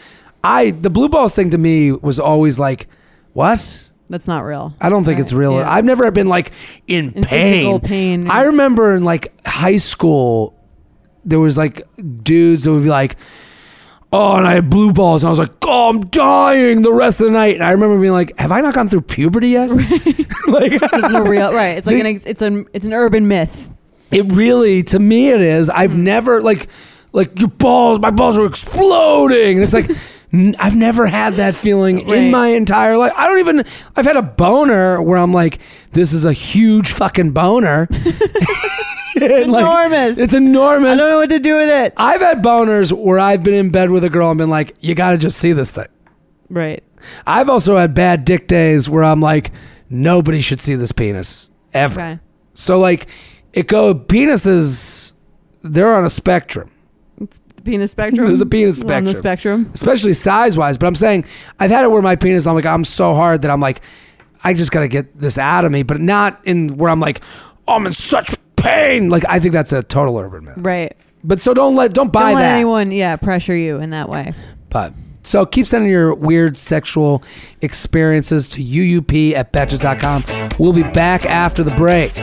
[SPEAKER 2] I the blue balls thing to me was always like, "What?"
[SPEAKER 3] That's not
[SPEAKER 2] <laughs>
[SPEAKER 3] real.
[SPEAKER 2] I don't think
[SPEAKER 3] Right,
[SPEAKER 2] it's real.
[SPEAKER 3] yeah.
[SPEAKER 2] I've never been like in,
[SPEAKER 3] In
[SPEAKER 2] pain.
[SPEAKER 3] physical pain,
[SPEAKER 2] I
[SPEAKER 3] yeah.
[SPEAKER 2] remember in like high school, there was like dudes that would be like, "Oh," and I had blue balls, and I was like, "Oh, I'm dying the rest of the night." And I remember being like, "Have I not gone through puberty yet?" <laughs> like,
[SPEAKER 3] it's a real right. It's like
[SPEAKER 2] The-
[SPEAKER 3] an ex, it's an it's an urban myth.
[SPEAKER 2] it really to me it is. I've
[SPEAKER 3] Mm.
[SPEAKER 2] never like like your balls, my balls are exploding. And it's
[SPEAKER 3] <laughs>
[SPEAKER 2] like n- I've never had that feeling in
[SPEAKER 3] Right.
[SPEAKER 2] my entire life. I don't even I've had a boner where I'm like this is a huge fucking
[SPEAKER 3] <laughs>
[SPEAKER 2] boner. <laughs> And, like,
[SPEAKER 3] Enormous.
[SPEAKER 2] it's
[SPEAKER 3] I
[SPEAKER 2] enormous.
[SPEAKER 3] don't know what to do with it.
[SPEAKER 2] I've had boners where I've been in bed with a girl and been like, you got to just see this thing.
[SPEAKER 3] Right.
[SPEAKER 2] I've also had bad dick days where I'm like, nobody should see this penis ever.
[SPEAKER 3] Okay.
[SPEAKER 2] So like it go penises they're on a spectrum.
[SPEAKER 3] The penis spectrum.
[SPEAKER 2] There's a penis
[SPEAKER 3] On the
[SPEAKER 2] spectrum.
[SPEAKER 3] spectrum.
[SPEAKER 2] Especially size wise, but I'm saying I've had it where my penis I'm like, I'm so hard that I'm like, I just gotta get this out of me, but not in where I'm like, "Oh, I'm in such pain. Like I think that's a total urban myth.
[SPEAKER 3] Right.
[SPEAKER 2] But so don't let don't buy
[SPEAKER 3] don't let
[SPEAKER 2] that.
[SPEAKER 3] anyone yeah pressure you in that way.
[SPEAKER 2] But so keep sending your weird sexual experiences to uup at betches.com. We'll be back after the break.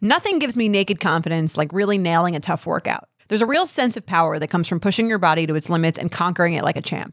[SPEAKER 1] Nothing gives me naked confidence like really nailing a tough workout. There's a real sense of power that comes from pushing your body to its limits and conquering it like a champ.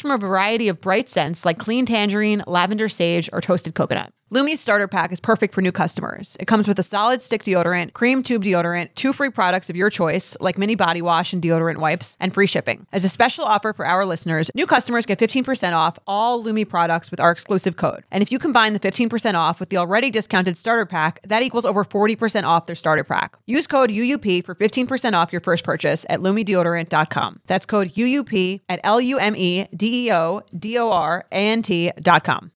[SPEAKER 1] from a variety of bright scents like clean tangerine, lavender sage, or toasted coconut. Lumi's starter pack is perfect for new customers. It comes with a solid stick deodorant, cream tube deodorant, two free products of your choice, like mini body wash and deodorant wipes, and free shipping. As a special offer for our listeners, new customers get 15% off all Lumi products with our exclusive code. And if you combine the 15% off with the already discounted starter pack, that equals over 40% off their starter pack. Use code UUP for 15% off your first purchase at lumideodorant.com. That's code UUP at L U M E D E O D O R A N T.com.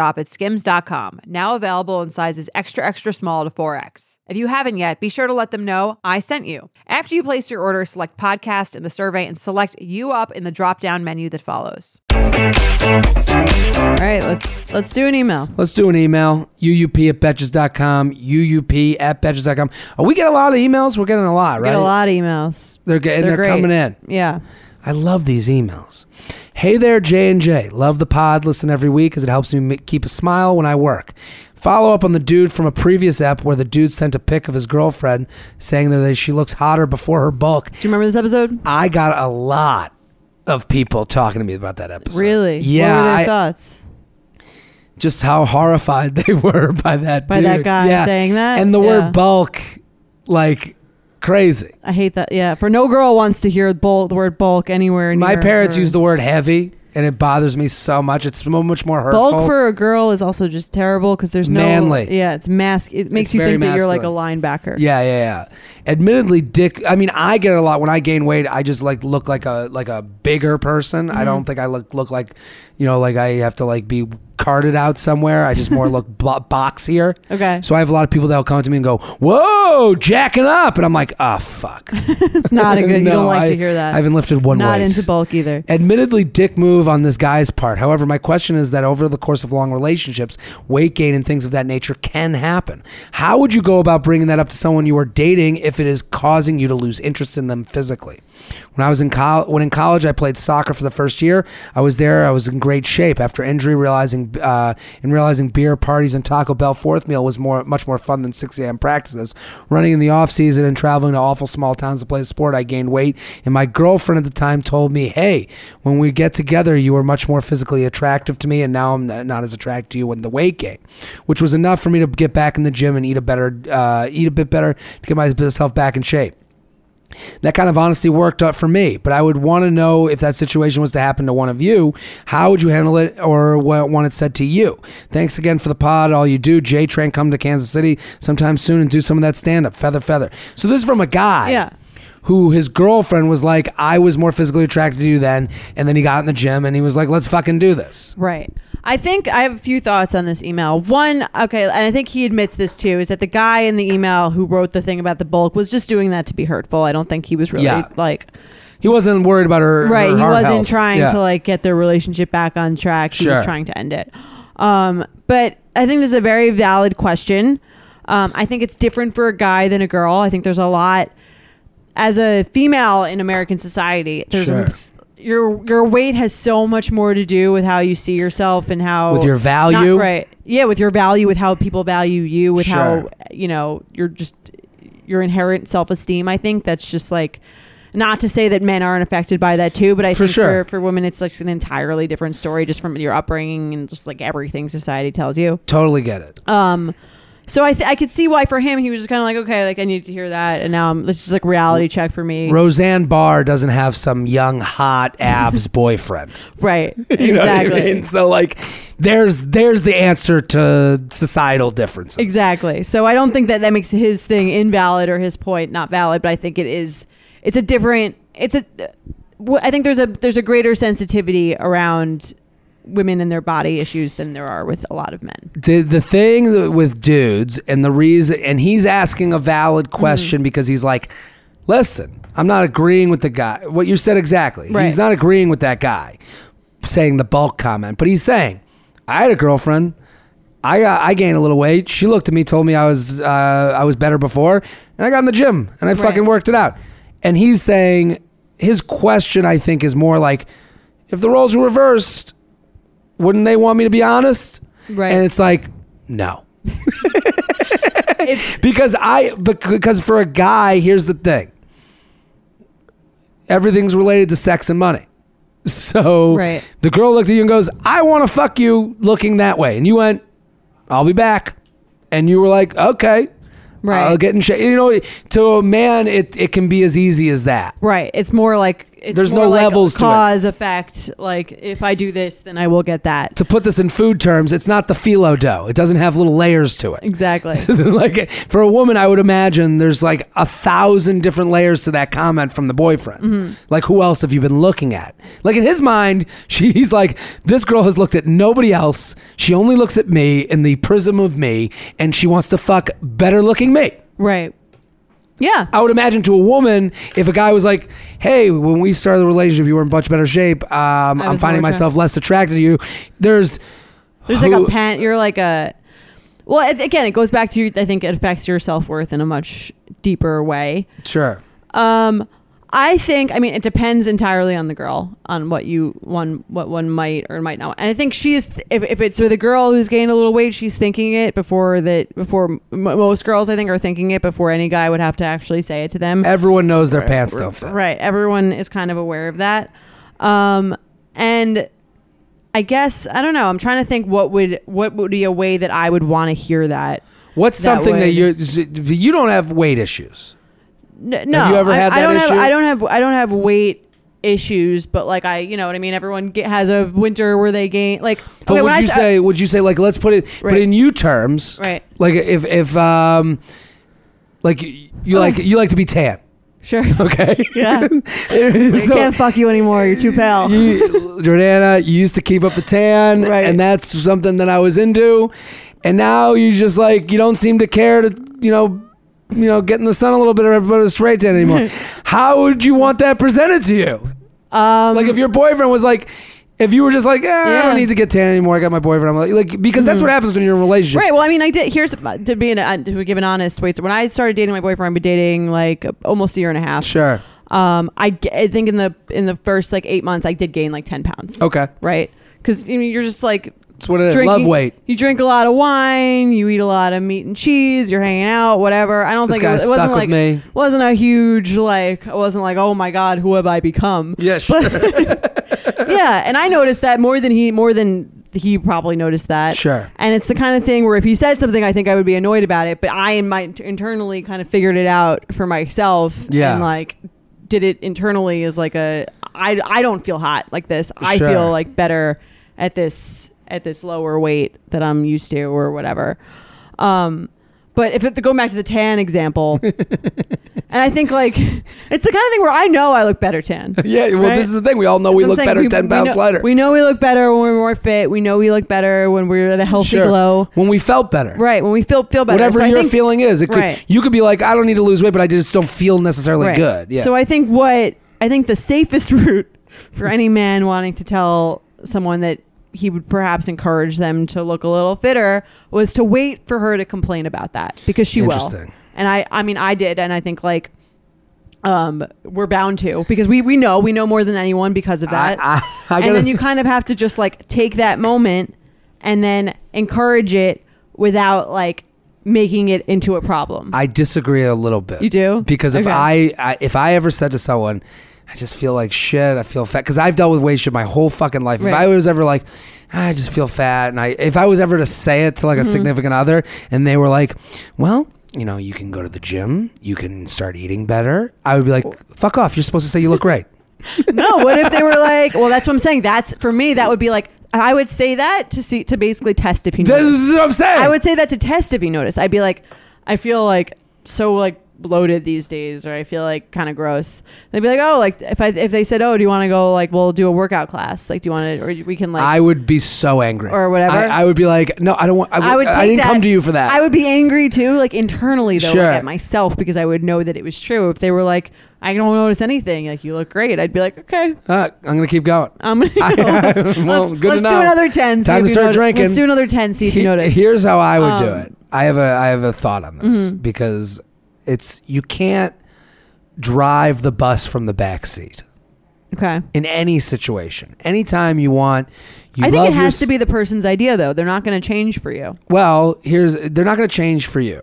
[SPEAKER 1] at skims.com, now available in sizes extra, extra small to 4X. If you haven't yet, be sure to let them know I sent you. After you place your order, select podcast in the survey and select you up in the drop down menu that follows.
[SPEAKER 3] All right, let's let's do an email.
[SPEAKER 2] Let's do an email. UUP at betches.com. UUP at betches.com. Oh, we get a lot of emails. We're getting a lot, right?
[SPEAKER 3] Get a lot of emails.
[SPEAKER 2] They're getting they're,
[SPEAKER 3] great.
[SPEAKER 2] coming in.
[SPEAKER 3] Yeah.
[SPEAKER 2] I love these emails. Hey there, J and J. Love the pod. Listen every week because it helps me ma- keep a smile when I work. Follow up on the dude from a previous app where the dude sent a pic of his girlfriend saying that she looks hotter before her bulk.
[SPEAKER 3] Do you remember this episode?
[SPEAKER 2] I got a lot of people talking to me about that episode.
[SPEAKER 3] Really?
[SPEAKER 2] Yeah.
[SPEAKER 3] What were their
[SPEAKER 2] I-
[SPEAKER 3] thoughts?
[SPEAKER 2] just how horrified <laughs> they were by that
[SPEAKER 3] By that
[SPEAKER 2] dude.
[SPEAKER 3] guy saying that?
[SPEAKER 2] and the
[SPEAKER 3] Yeah.
[SPEAKER 2] word bulk like crazy
[SPEAKER 3] I hate that. Yeah, for no girl wants to hear bulk, the word bulk anywhere.
[SPEAKER 2] my
[SPEAKER 3] near
[SPEAKER 2] parents
[SPEAKER 3] her.
[SPEAKER 2] use the word heavy and it bothers me so much it's so much more hurtful
[SPEAKER 3] bulk for a girl is also just terrible because there's no
[SPEAKER 2] Manly.
[SPEAKER 3] Yeah, it's mask. It makes
[SPEAKER 2] It's
[SPEAKER 3] you
[SPEAKER 2] very
[SPEAKER 3] think that you're like a
[SPEAKER 2] masculine.
[SPEAKER 3] linebacker.
[SPEAKER 2] yeah yeah yeah admittedly dick i mean i get it a lot when i gain weight i just like look like a like a bigger person i
[SPEAKER 3] Mm-hmm.
[SPEAKER 2] don't think i look look like you know like i have to like be carted out somewhere i
[SPEAKER 3] <laughs>
[SPEAKER 2] just more look bo- boxier
[SPEAKER 3] Okay.
[SPEAKER 2] so i have a lot of people that'll come to me and go whoa jacking up and i'm like ah fuck
[SPEAKER 3] it's <laughs> not a good.
[SPEAKER 2] <laughs>
[SPEAKER 3] you
[SPEAKER 2] No,
[SPEAKER 3] don't like
[SPEAKER 2] I-
[SPEAKER 3] to hear that.
[SPEAKER 2] I haven't lifted one
[SPEAKER 3] not
[SPEAKER 2] weight.
[SPEAKER 3] into bulk either.
[SPEAKER 2] Admittedly, dick move on this guy's part. However, my question is that over the course of long relationships, weight gain and things of that nature can happen. How would you go about bringing that up to someone you are dating if it is causing you to lose interest in them physically? When I was in college, when in college, I played soccer for the first year. I was there. I was in great shape. After injury, realizing uh, and realizing beer parties and Taco Bell fourth meal was more much more fun than 6 a.m. practices. Running in the off season and traveling to awful small towns to play a sport, I gained weight. And my girlfriend at the time told me, "Hey, when we get together, you were much more physically attractive to me, and now I'm not not as attracted to you in the weight gain," which was enough for me to get back in the gym and eat a better, uh, eat a bit better to get myself back in shape that kind of honesty worked up for me. But I would want to know if that situation was to happen to one of you, how would you handle it or what want it said to you? Thanks again for the pod. All you do, J Train, come to Kansas City sometime soon and do some of that stand up. Feather, feather. So this is from a guy.
[SPEAKER 3] Yeah.
[SPEAKER 2] Who his girlfriend was like, I was more physically attracted to you then. And then he got in the gym and he was like, let's fucking do this.
[SPEAKER 3] Right. I think I have a few thoughts on this email. One, okay, and I think he admits this too, is that the guy in the email who wrote the thing about the bulk was just doing that to be hurtful. I don't think he was really
[SPEAKER 2] Yeah.
[SPEAKER 3] like
[SPEAKER 2] He wasn't worried about her.
[SPEAKER 3] right
[SPEAKER 2] her
[SPEAKER 3] he
[SPEAKER 2] heart
[SPEAKER 3] wasn't
[SPEAKER 2] health.
[SPEAKER 3] trying
[SPEAKER 2] Yeah.
[SPEAKER 3] to like get their relationship back on track he
[SPEAKER 2] Sure.
[SPEAKER 3] was trying to end it um but i think this is a very valid question um i think it's different for a guy than a girl i think there's a lot as a female in american society there's a-
[SPEAKER 2] Sure.
[SPEAKER 3] your your weight has so much more to do with how you see yourself and how
[SPEAKER 2] With your
[SPEAKER 3] not
[SPEAKER 2] value?
[SPEAKER 3] right yeah with your value with how people value you with
[SPEAKER 2] Sure.
[SPEAKER 3] how you know you're just your inherent self-esteem i think that's just like not to say that men aren't affected by that too but i
[SPEAKER 2] For
[SPEAKER 3] think
[SPEAKER 2] sure.
[SPEAKER 3] for, for women it's like an entirely different story just from your upbringing and just like everything society tells you
[SPEAKER 2] Totally get it.
[SPEAKER 3] um so i th- i could see why for him he was just kind of like okay like i need to hear that and now i'm this is like reality check for me
[SPEAKER 2] Roseanne Barr doesn't have some young
[SPEAKER 3] <laughs>
[SPEAKER 2] hot abs boyfriend.
[SPEAKER 3] right
[SPEAKER 2] <laughs> You know
[SPEAKER 3] exactly
[SPEAKER 2] what I mean? So like, there's there's the answer to societal differences.
[SPEAKER 3] Exactly. So I don't think that that makes his thing invalid or his point not valid, but I think it is. It's a different. It's a. wh- I think there's a there's a greater sensitivity around women and their body issues than there are with a lot of men.
[SPEAKER 2] the the thing that- with dudes and the reason and he's asking a valid question because he's like listen i'm not agreeing with the guy what you said exactly
[SPEAKER 3] Right.
[SPEAKER 2] he's not agreeing with that guy saying the bulk comment but he's saying i had a girlfriend I got, I gained a little weight. She looked at me, told me I was uh, I was better before, and I got in the gym and I fucking worked it out. And he's saying his question, I think, is more like, if the roles were reversed, wouldn't they want me to be honest?
[SPEAKER 3] Right.
[SPEAKER 2] And it's like, no. <laughs>
[SPEAKER 3] It's,
[SPEAKER 2] Because I bec- because for a guy, here's the thing. Everything's related to sex and money. <laughs> So
[SPEAKER 3] Right.
[SPEAKER 2] the girl looked at you and goes, "I want to fuck you looking that way." And you went, "I'll be back." And you were like, "Okay."
[SPEAKER 3] Right.
[SPEAKER 2] I'll get in shape. You know, to a man it it can be as easy as that.
[SPEAKER 3] right. It's more like it's
[SPEAKER 2] There's
[SPEAKER 3] more
[SPEAKER 2] no
[SPEAKER 3] like
[SPEAKER 2] levels to it.
[SPEAKER 3] cause effect. Like if I do this, then I will get that.
[SPEAKER 2] To put this in food terms, it's not the phyllo dough. It doesn't have little layers to it. <laughs>
[SPEAKER 3] Exactly.
[SPEAKER 2] So then, like for a woman, I would imagine there's like a thousand different layers to that comment from the boyfriend.
[SPEAKER 3] Mm-hmm.
[SPEAKER 2] Like, who else have you been looking at? Like in his mind, <laughs> she, he's like, this girl has looked at nobody else. She only looks at me in the prism of me, and she wants to fuck better looking me.
[SPEAKER 3] Right. Yeah.
[SPEAKER 2] I would imagine to a woman, if a guy was like, "Hey, when we started the relationship, you were in much better shape. Um,
[SPEAKER 3] I
[SPEAKER 2] I'm finding
[SPEAKER 3] was more attracted."
[SPEAKER 2] myself less attracted to you." There's
[SPEAKER 3] There's
[SPEAKER 2] who-
[SPEAKER 3] like a pan. You're like a. Well, it- again, it goes back to I think it affects your self worth in a much deeper way.
[SPEAKER 2] sure.
[SPEAKER 3] Um, I think I mean it depends entirely on the girl on what you one what one might or might not. And I think she's if, if it's with a girl who's gained a little weight, she's thinking it before that before m- most girls I think are thinking it before any guy would have to actually say it to them.
[SPEAKER 2] Everyone knows their pants don't fit.
[SPEAKER 3] Right. Everyone is kind of aware of that. Um, and I guess I don't know. I'm trying to think what would what would be a way that I would want to hear that.
[SPEAKER 2] What's
[SPEAKER 3] That
[SPEAKER 2] something that
[SPEAKER 3] would-
[SPEAKER 2] you're you don't have weight issues?
[SPEAKER 3] N- No,
[SPEAKER 2] you ever
[SPEAKER 3] I,
[SPEAKER 2] had
[SPEAKER 3] I
[SPEAKER 2] that
[SPEAKER 3] don't
[SPEAKER 2] issue?
[SPEAKER 3] have I don't have I don't have weight issues, but like I, you know what I mean. Everyone get, has a winter where they gain like.
[SPEAKER 2] But
[SPEAKER 3] okay,
[SPEAKER 2] would
[SPEAKER 3] when I
[SPEAKER 2] you
[SPEAKER 3] s-
[SPEAKER 2] say would you say like let's put it but
[SPEAKER 3] Right.
[SPEAKER 2] in you terms
[SPEAKER 3] Right.
[SPEAKER 2] like if if um like you, you like you like to be tan <laughs>
[SPEAKER 3] sure?
[SPEAKER 2] okay
[SPEAKER 3] Oh.
[SPEAKER 2] <laughs>
[SPEAKER 3] Yeah. I
[SPEAKER 2] So,
[SPEAKER 3] can't fuck you anymore. You're too
[SPEAKER 2] <laughs>
[SPEAKER 3] pale.
[SPEAKER 2] you, Jordana you used to keep up the tan
[SPEAKER 3] Right.
[SPEAKER 2] and that's something that I was into and now you just like you don't seem to care to you know you know get in the sun a little bit or put a spray tan
[SPEAKER 3] <laughs>
[SPEAKER 2] anymore how would you want that presented to you
[SPEAKER 3] Um,
[SPEAKER 2] Like if your boyfriend was like, if you were just like, eh, I
[SPEAKER 3] Yeah. Mm-hmm.
[SPEAKER 2] don't need to get tan anymore. I got my boyfriend. I'm like, like because that's what happens when you're in a relationship.
[SPEAKER 3] Right. Well, I mean, I did. Here's to be an, uh, to give an honest wait. So when I started dating my boyfriend, I've been dating like almost a year and a half.
[SPEAKER 2] Sure.
[SPEAKER 3] Um, I, g- I think in the in the first like eight months, I did gain like ten pounds.
[SPEAKER 2] Okay.
[SPEAKER 3] Right. Because you know, you're just like
[SPEAKER 2] That's what it is.
[SPEAKER 3] drinking.
[SPEAKER 2] Love weight.
[SPEAKER 3] You drink a lot of wine. You eat a lot of meat and cheese. You're hanging out. Whatever. I don't
[SPEAKER 2] This
[SPEAKER 3] think it,
[SPEAKER 2] guy
[SPEAKER 3] was, it
[SPEAKER 2] stuck
[SPEAKER 3] wasn't
[SPEAKER 2] with
[SPEAKER 3] like
[SPEAKER 2] me.
[SPEAKER 3] wasn't a huge like. It wasn't like oh my god, who have I become?
[SPEAKER 2] <laughs> Yeah. Sure.
[SPEAKER 3] <laughs> yeah, and I noticed that more than he more than he probably noticed that.
[SPEAKER 2] Sure.
[SPEAKER 3] And it's the kind of thing where if he said something, I think I would be annoyed about it. But I in my internally kind of figured it out for myself.
[SPEAKER 2] Yeah.
[SPEAKER 3] And like did it internally as like a I I don't feel hot like this. I
[SPEAKER 2] Sure.
[SPEAKER 3] feel like better at this at this lower weight that I'm used to or whatever. Um, but if it, going back to the
[SPEAKER 2] <laughs>
[SPEAKER 3] tan example, and I think like <laughs> it's the kind of thing where I know I look
[SPEAKER 2] <laughs>
[SPEAKER 3] better tan.
[SPEAKER 2] yeah. Well,
[SPEAKER 3] Right?
[SPEAKER 2] this is the thing. We all know we
[SPEAKER 3] That's
[SPEAKER 2] look
[SPEAKER 3] what I'm
[SPEAKER 2] better
[SPEAKER 3] saying.
[SPEAKER 2] ten pounds
[SPEAKER 3] know,
[SPEAKER 2] lighter.
[SPEAKER 3] We know we look better when we're more fit. We know we look better when we're at a healthy
[SPEAKER 2] sure.
[SPEAKER 3] glow.
[SPEAKER 2] When we felt better.
[SPEAKER 3] Right. When we feel feel better.
[SPEAKER 2] Whatever
[SPEAKER 3] So I
[SPEAKER 2] your
[SPEAKER 3] think-
[SPEAKER 2] feeling is, it could,
[SPEAKER 3] Right.
[SPEAKER 2] you could be like, I don't need to lose weight, but I just don't feel necessarily
[SPEAKER 3] right.
[SPEAKER 2] good. Yeah.
[SPEAKER 3] So I think what I think the safest <laughs> route for any man wanting to tell someone that he would perhaps encourage them to look a little fitter was to wait for her to complain about that because she will.
[SPEAKER 2] Interesting.
[SPEAKER 3] And I, I mean, I did, and I think like um we're bound to because we we know we know more than anyone because of that
[SPEAKER 2] I- I- I
[SPEAKER 3] and then
[SPEAKER 2] gotta-
[SPEAKER 3] you kind of have to just like take that moment and then encourage it without like making it into a problem
[SPEAKER 2] I disagree a little bit.
[SPEAKER 3] You do?
[SPEAKER 2] because if
[SPEAKER 3] Okay.
[SPEAKER 2] I, I if I ever said to someone, I just feel like shit. I feel fat because I've dealt with weight shit my whole fucking life. If
[SPEAKER 3] Right.
[SPEAKER 2] I was ever like, "Ah, I just feel fat, and I if I was ever to say it to like a
[SPEAKER 3] Mm-hmm.
[SPEAKER 2] significant other, and they were like, well. You know, you can go to the gym. You can start eating better. I would be like, "Fuck off! You're supposed to say you look
[SPEAKER 3] <laughs>
[SPEAKER 2] great."
[SPEAKER 3] no what if they were like well that's what i'm saying that's for me that would be like i would say that to see to basically test if he
[SPEAKER 2] this
[SPEAKER 3] noticed.
[SPEAKER 2] is what I'm saying.
[SPEAKER 3] i would say that to test if he noticed i'd be like i feel like so like bloated these days or i feel like kind of gross they'd be like oh like if i if they said oh do you want to go like we'll do a workout class like do you want to or we can like
[SPEAKER 2] I would be so angry
[SPEAKER 3] Or whatever.
[SPEAKER 2] I, I would be like, "No, I don't want. I,
[SPEAKER 3] I would. Take
[SPEAKER 2] I didn't
[SPEAKER 3] that.
[SPEAKER 2] come to you for that.
[SPEAKER 3] I would be angry too, like internally though,
[SPEAKER 2] Sure.
[SPEAKER 3] like at myself because I would know that it was true. If they were like, "I don't notice anything," like you look great, I'd be like, "Okay,
[SPEAKER 2] Uh, I'm gonna keep going.
[SPEAKER 3] I'm gonna." Go.
[SPEAKER 2] <laughs> I-
[SPEAKER 3] let's
[SPEAKER 2] well,
[SPEAKER 3] let's-
[SPEAKER 2] good
[SPEAKER 3] let's
[SPEAKER 2] to
[SPEAKER 3] do
[SPEAKER 2] know.
[SPEAKER 3] another ten. see
[SPEAKER 2] Time
[SPEAKER 3] if
[SPEAKER 2] to
[SPEAKER 3] you
[SPEAKER 2] start
[SPEAKER 3] notice.
[SPEAKER 2] drinking.
[SPEAKER 3] Let's do another ten. See
[SPEAKER 2] <laughs>
[SPEAKER 3] if you
[SPEAKER 2] He-
[SPEAKER 3] notice.
[SPEAKER 2] Here's how I would do
[SPEAKER 3] Um, Mm-hmm.
[SPEAKER 2] it. I have a I have a thought on this because it's you can't drive the bus from the back seat
[SPEAKER 3] okay.
[SPEAKER 2] in any situation. Anytime you want, you
[SPEAKER 3] I
[SPEAKER 2] love
[SPEAKER 3] think it
[SPEAKER 2] your
[SPEAKER 3] has
[SPEAKER 2] s-
[SPEAKER 3] to be the person's idea though. They're not going to change for you.
[SPEAKER 2] Well, here's they're not going to change for you,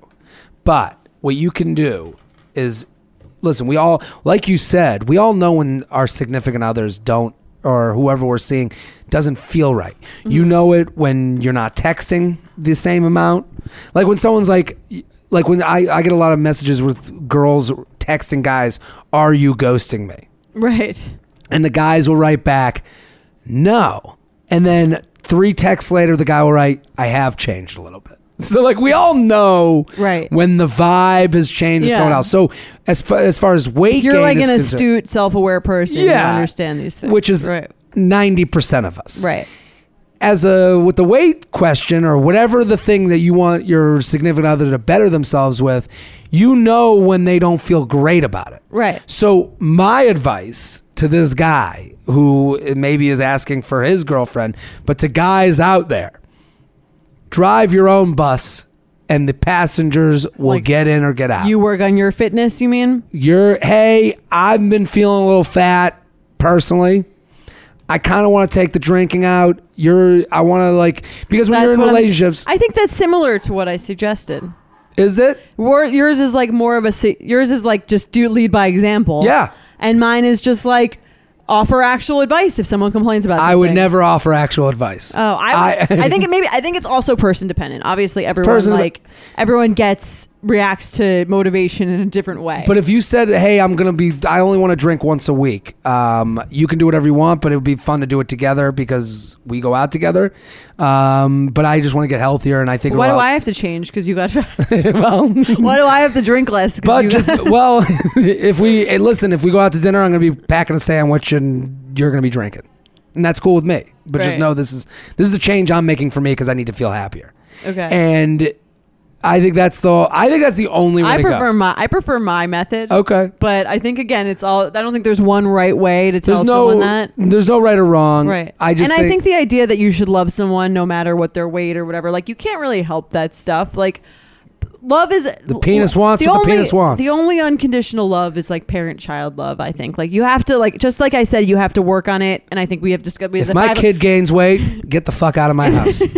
[SPEAKER 2] but what you can do is listen. We all, like you said, we all know when our significant others don't or whoever we're seeing doesn't feel right. You know it when you're not texting the same amount, like when someone's like, like when I I get a lot of messages with girls texting guys, "Are you ghosting me?"
[SPEAKER 3] Right.
[SPEAKER 2] And the guys will write back, no. And then three texts later, the guy will write, I have changed a little bit. <laughs> So, like, we all know
[SPEAKER 3] Right.
[SPEAKER 2] when the vibe has changed with
[SPEAKER 3] Yeah.
[SPEAKER 2] someone else. So, as, fa- as far as weight
[SPEAKER 3] You're
[SPEAKER 2] gain
[SPEAKER 3] like
[SPEAKER 2] is
[SPEAKER 3] an
[SPEAKER 2] concerned-
[SPEAKER 3] astute, self-aware person. You
[SPEAKER 2] Yeah.
[SPEAKER 3] understand these things.
[SPEAKER 2] which is
[SPEAKER 3] right.
[SPEAKER 2] 90% of us.
[SPEAKER 3] Right.
[SPEAKER 2] As a, with the weight question or whatever the thing that you want your significant other to better themselves with, you know when they don't feel great about it.
[SPEAKER 3] Right.
[SPEAKER 2] So my advice to this guy who maybe is asking for his girlfriend, but to guys out there, drive your own bus and the passengers will
[SPEAKER 3] Like,
[SPEAKER 2] get in or get out.
[SPEAKER 3] You work on your fitness. You mean?
[SPEAKER 2] You're hey, I've been feeling a little fat personally. I kind of want to take the drinking out. You're I want to like because when
[SPEAKER 3] That's
[SPEAKER 2] you're in
[SPEAKER 3] what I'm-
[SPEAKER 2] relationships,
[SPEAKER 3] I think that's similar to what I suggested.
[SPEAKER 2] is it?
[SPEAKER 3] War, yours is like more of a si- yours is like just do lead by example.
[SPEAKER 2] Yeah.
[SPEAKER 3] And mine is just like offer actual advice if someone complains about.
[SPEAKER 2] I would
[SPEAKER 3] something.
[SPEAKER 2] never offer actual advice.
[SPEAKER 3] Oh, I,
[SPEAKER 2] I- <laughs>
[SPEAKER 3] I, think it maybe I think it's also person dependent. Obviously, everyone
[SPEAKER 2] person dep-
[SPEAKER 3] like everyone gets reacts to motivation in a different way.
[SPEAKER 2] But if you said, "Hey, I'm gonna be, I only want to drink once a week," um, you can do whatever you want, but it would be fun to do it together because we go out together. Um, but I just want to get healthier, and I think
[SPEAKER 3] why do
[SPEAKER 2] it'll <laughs>
[SPEAKER 3] I have to change because you got? <laughs> fat?
[SPEAKER 2] help. well,
[SPEAKER 3] why do I have to drink less? 'cause
[SPEAKER 2] but
[SPEAKER 3] you
[SPEAKER 2] just
[SPEAKER 3] got-
[SPEAKER 2] well, <laughs> if we hey, listen, if we go out to dinner, I'm gonna be packing a sandwich, and you're gonna be drinking, and that's cool with me. But just
[SPEAKER 3] Right.
[SPEAKER 2] know this is this is a change I'm making for me because I need to feel happier,
[SPEAKER 3] <laughs> okay.
[SPEAKER 2] and I think that's the I think that's the only way
[SPEAKER 3] I
[SPEAKER 2] to
[SPEAKER 3] prefer
[SPEAKER 2] go. Oh.
[SPEAKER 3] my I prefer my method.
[SPEAKER 2] Okay.
[SPEAKER 3] But I think again, it's all. I don't think there's one right way to tell
[SPEAKER 2] There's no,
[SPEAKER 3] someone that.
[SPEAKER 2] there's no right or wrong.
[SPEAKER 3] Right.
[SPEAKER 2] Um, I just
[SPEAKER 3] and I think the idea that you should love someone no matter what their weight or whatever, like you can't really help that stuff. Like love is
[SPEAKER 2] The penis wants what the penis wants.
[SPEAKER 3] The only unconditional love is like parent child love, I think. Like you have to like just like I said, you have to work on it and I think we have discussed we have
[SPEAKER 2] If
[SPEAKER 3] the
[SPEAKER 2] my
[SPEAKER 3] five-
[SPEAKER 2] kid gains weight, get the fuck out of my house.
[SPEAKER 3] <laughs>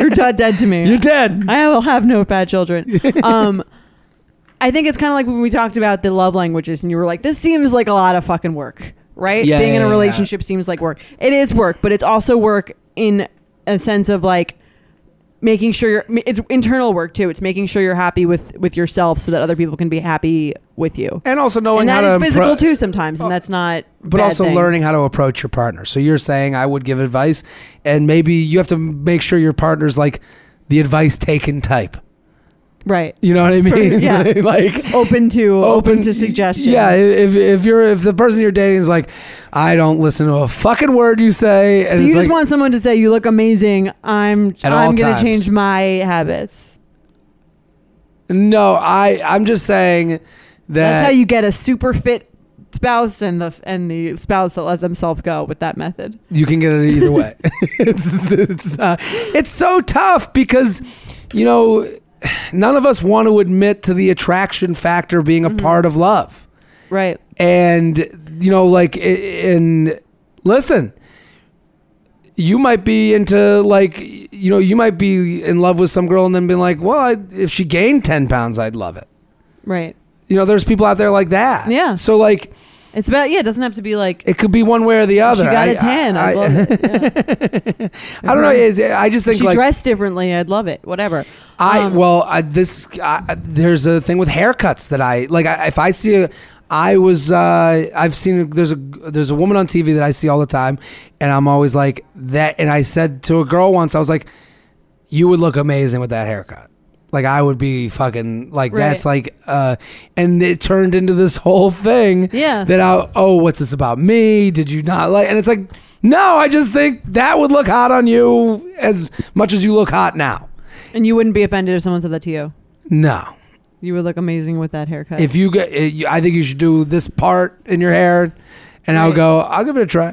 [SPEAKER 3] you're dead, dead to me.
[SPEAKER 2] <laughs> You're dead.
[SPEAKER 3] <laughs> I will have no fat
[SPEAKER 2] <laughs>
[SPEAKER 3] children. Um I think it's kind of like when we talked about the love languages and you were like, this seems like a lot of fucking work, right?
[SPEAKER 2] Yeah,
[SPEAKER 3] Being in
[SPEAKER 2] yeah,
[SPEAKER 3] a
[SPEAKER 2] yeah.
[SPEAKER 3] relationship seems like work. It is work, but it's also work in a sense of like making sure you're, it's internal work too. It's making sure you're happy with, with yourself so that other people can be happy with you.
[SPEAKER 2] And also knowing
[SPEAKER 3] And
[SPEAKER 2] how
[SPEAKER 3] that
[SPEAKER 2] to
[SPEAKER 3] is physical
[SPEAKER 2] impro- Oh,
[SPEAKER 3] too sometimes, and that's not. a
[SPEAKER 2] But
[SPEAKER 3] bad
[SPEAKER 2] also
[SPEAKER 3] thing.
[SPEAKER 2] learning how to approach your partner. So you're saying I would give advice, and maybe you have to make sure your partner's like the advice taken type. <laughs>
[SPEAKER 3] right?
[SPEAKER 2] You know
[SPEAKER 3] <laughs>
[SPEAKER 2] what I mean?
[SPEAKER 3] yeah.
[SPEAKER 2] <laughs> like
[SPEAKER 3] Open to open, to suggestions.
[SPEAKER 2] Yeah, if, if you're if the person you're dating is like, I don't listen to a fucking word you say, and
[SPEAKER 3] So you
[SPEAKER 2] it's
[SPEAKER 3] just
[SPEAKER 2] like,
[SPEAKER 3] want someone to say you look amazing. I'm
[SPEAKER 2] At all
[SPEAKER 3] I'm gonna
[SPEAKER 2] times.
[SPEAKER 3] change my habits.
[SPEAKER 2] no, I I'm just saying that
[SPEAKER 3] That's how you get a super fit spouse and the and the spouse that let themselves go with that method.
[SPEAKER 2] You can get it either way. <laughs> it's it's uh, it's so tough because you know none of us want to admit to the attraction factor being a
[SPEAKER 3] Mm-hmm.
[SPEAKER 2] part of love.
[SPEAKER 3] Right.
[SPEAKER 2] And you know like i- and listen, you might be into like you know you might be in love with some girl and then being like, "Well, I, if she gained 10 pounds, I'd love it."
[SPEAKER 3] Right.
[SPEAKER 2] You know, there's people out there like that.
[SPEAKER 3] Yeah.
[SPEAKER 2] So like
[SPEAKER 3] It's about yeah. It doesn't have to be like
[SPEAKER 2] it could be one way or the other.
[SPEAKER 3] she got
[SPEAKER 2] I-
[SPEAKER 3] a tan. I,
[SPEAKER 2] I-
[SPEAKER 3] love
[SPEAKER 2] <laughs>
[SPEAKER 3] it. Yeah.
[SPEAKER 2] I
[SPEAKER 3] <laughs>
[SPEAKER 2] don't know. It's- I just think
[SPEAKER 3] she
[SPEAKER 2] like
[SPEAKER 3] dressed differently. I'd love it. Whatever.
[SPEAKER 2] I
[SPEAKER 3] Um,
[SPEAKER 2] well, I, this I, I- there's a thing with haircuts that I like. I, if I see a, I was uh, I've seen there's a there's a woman on TV that I see all the time, and I'm always like that. And I said to a girl once, I was like, "You would look amazing with that haircut." Like I would be fucking like
[SPEAKER 3] Right.
[SPEAKER 2] that's like, uh, and it turned into this whole thing.
[SPEAKER 3] Yeah.
[SPEAKER 2] That I oh what's this about me? Did you not like? And it's like no, I just think that would look hot on you as much as you look hot now.
[SPEAKER 3] And you wouldn't be offended if someone said that to you.
[SPEAKER 2] No.
[SPEAKER 3] You would look amazing with that haircut.
[SPEAKER 2] if you get, it, you- I think you should do this part in your hair, and I'll
[SPEAKER 3] Right.
[SPEAKER 2] go, I'll give it a try.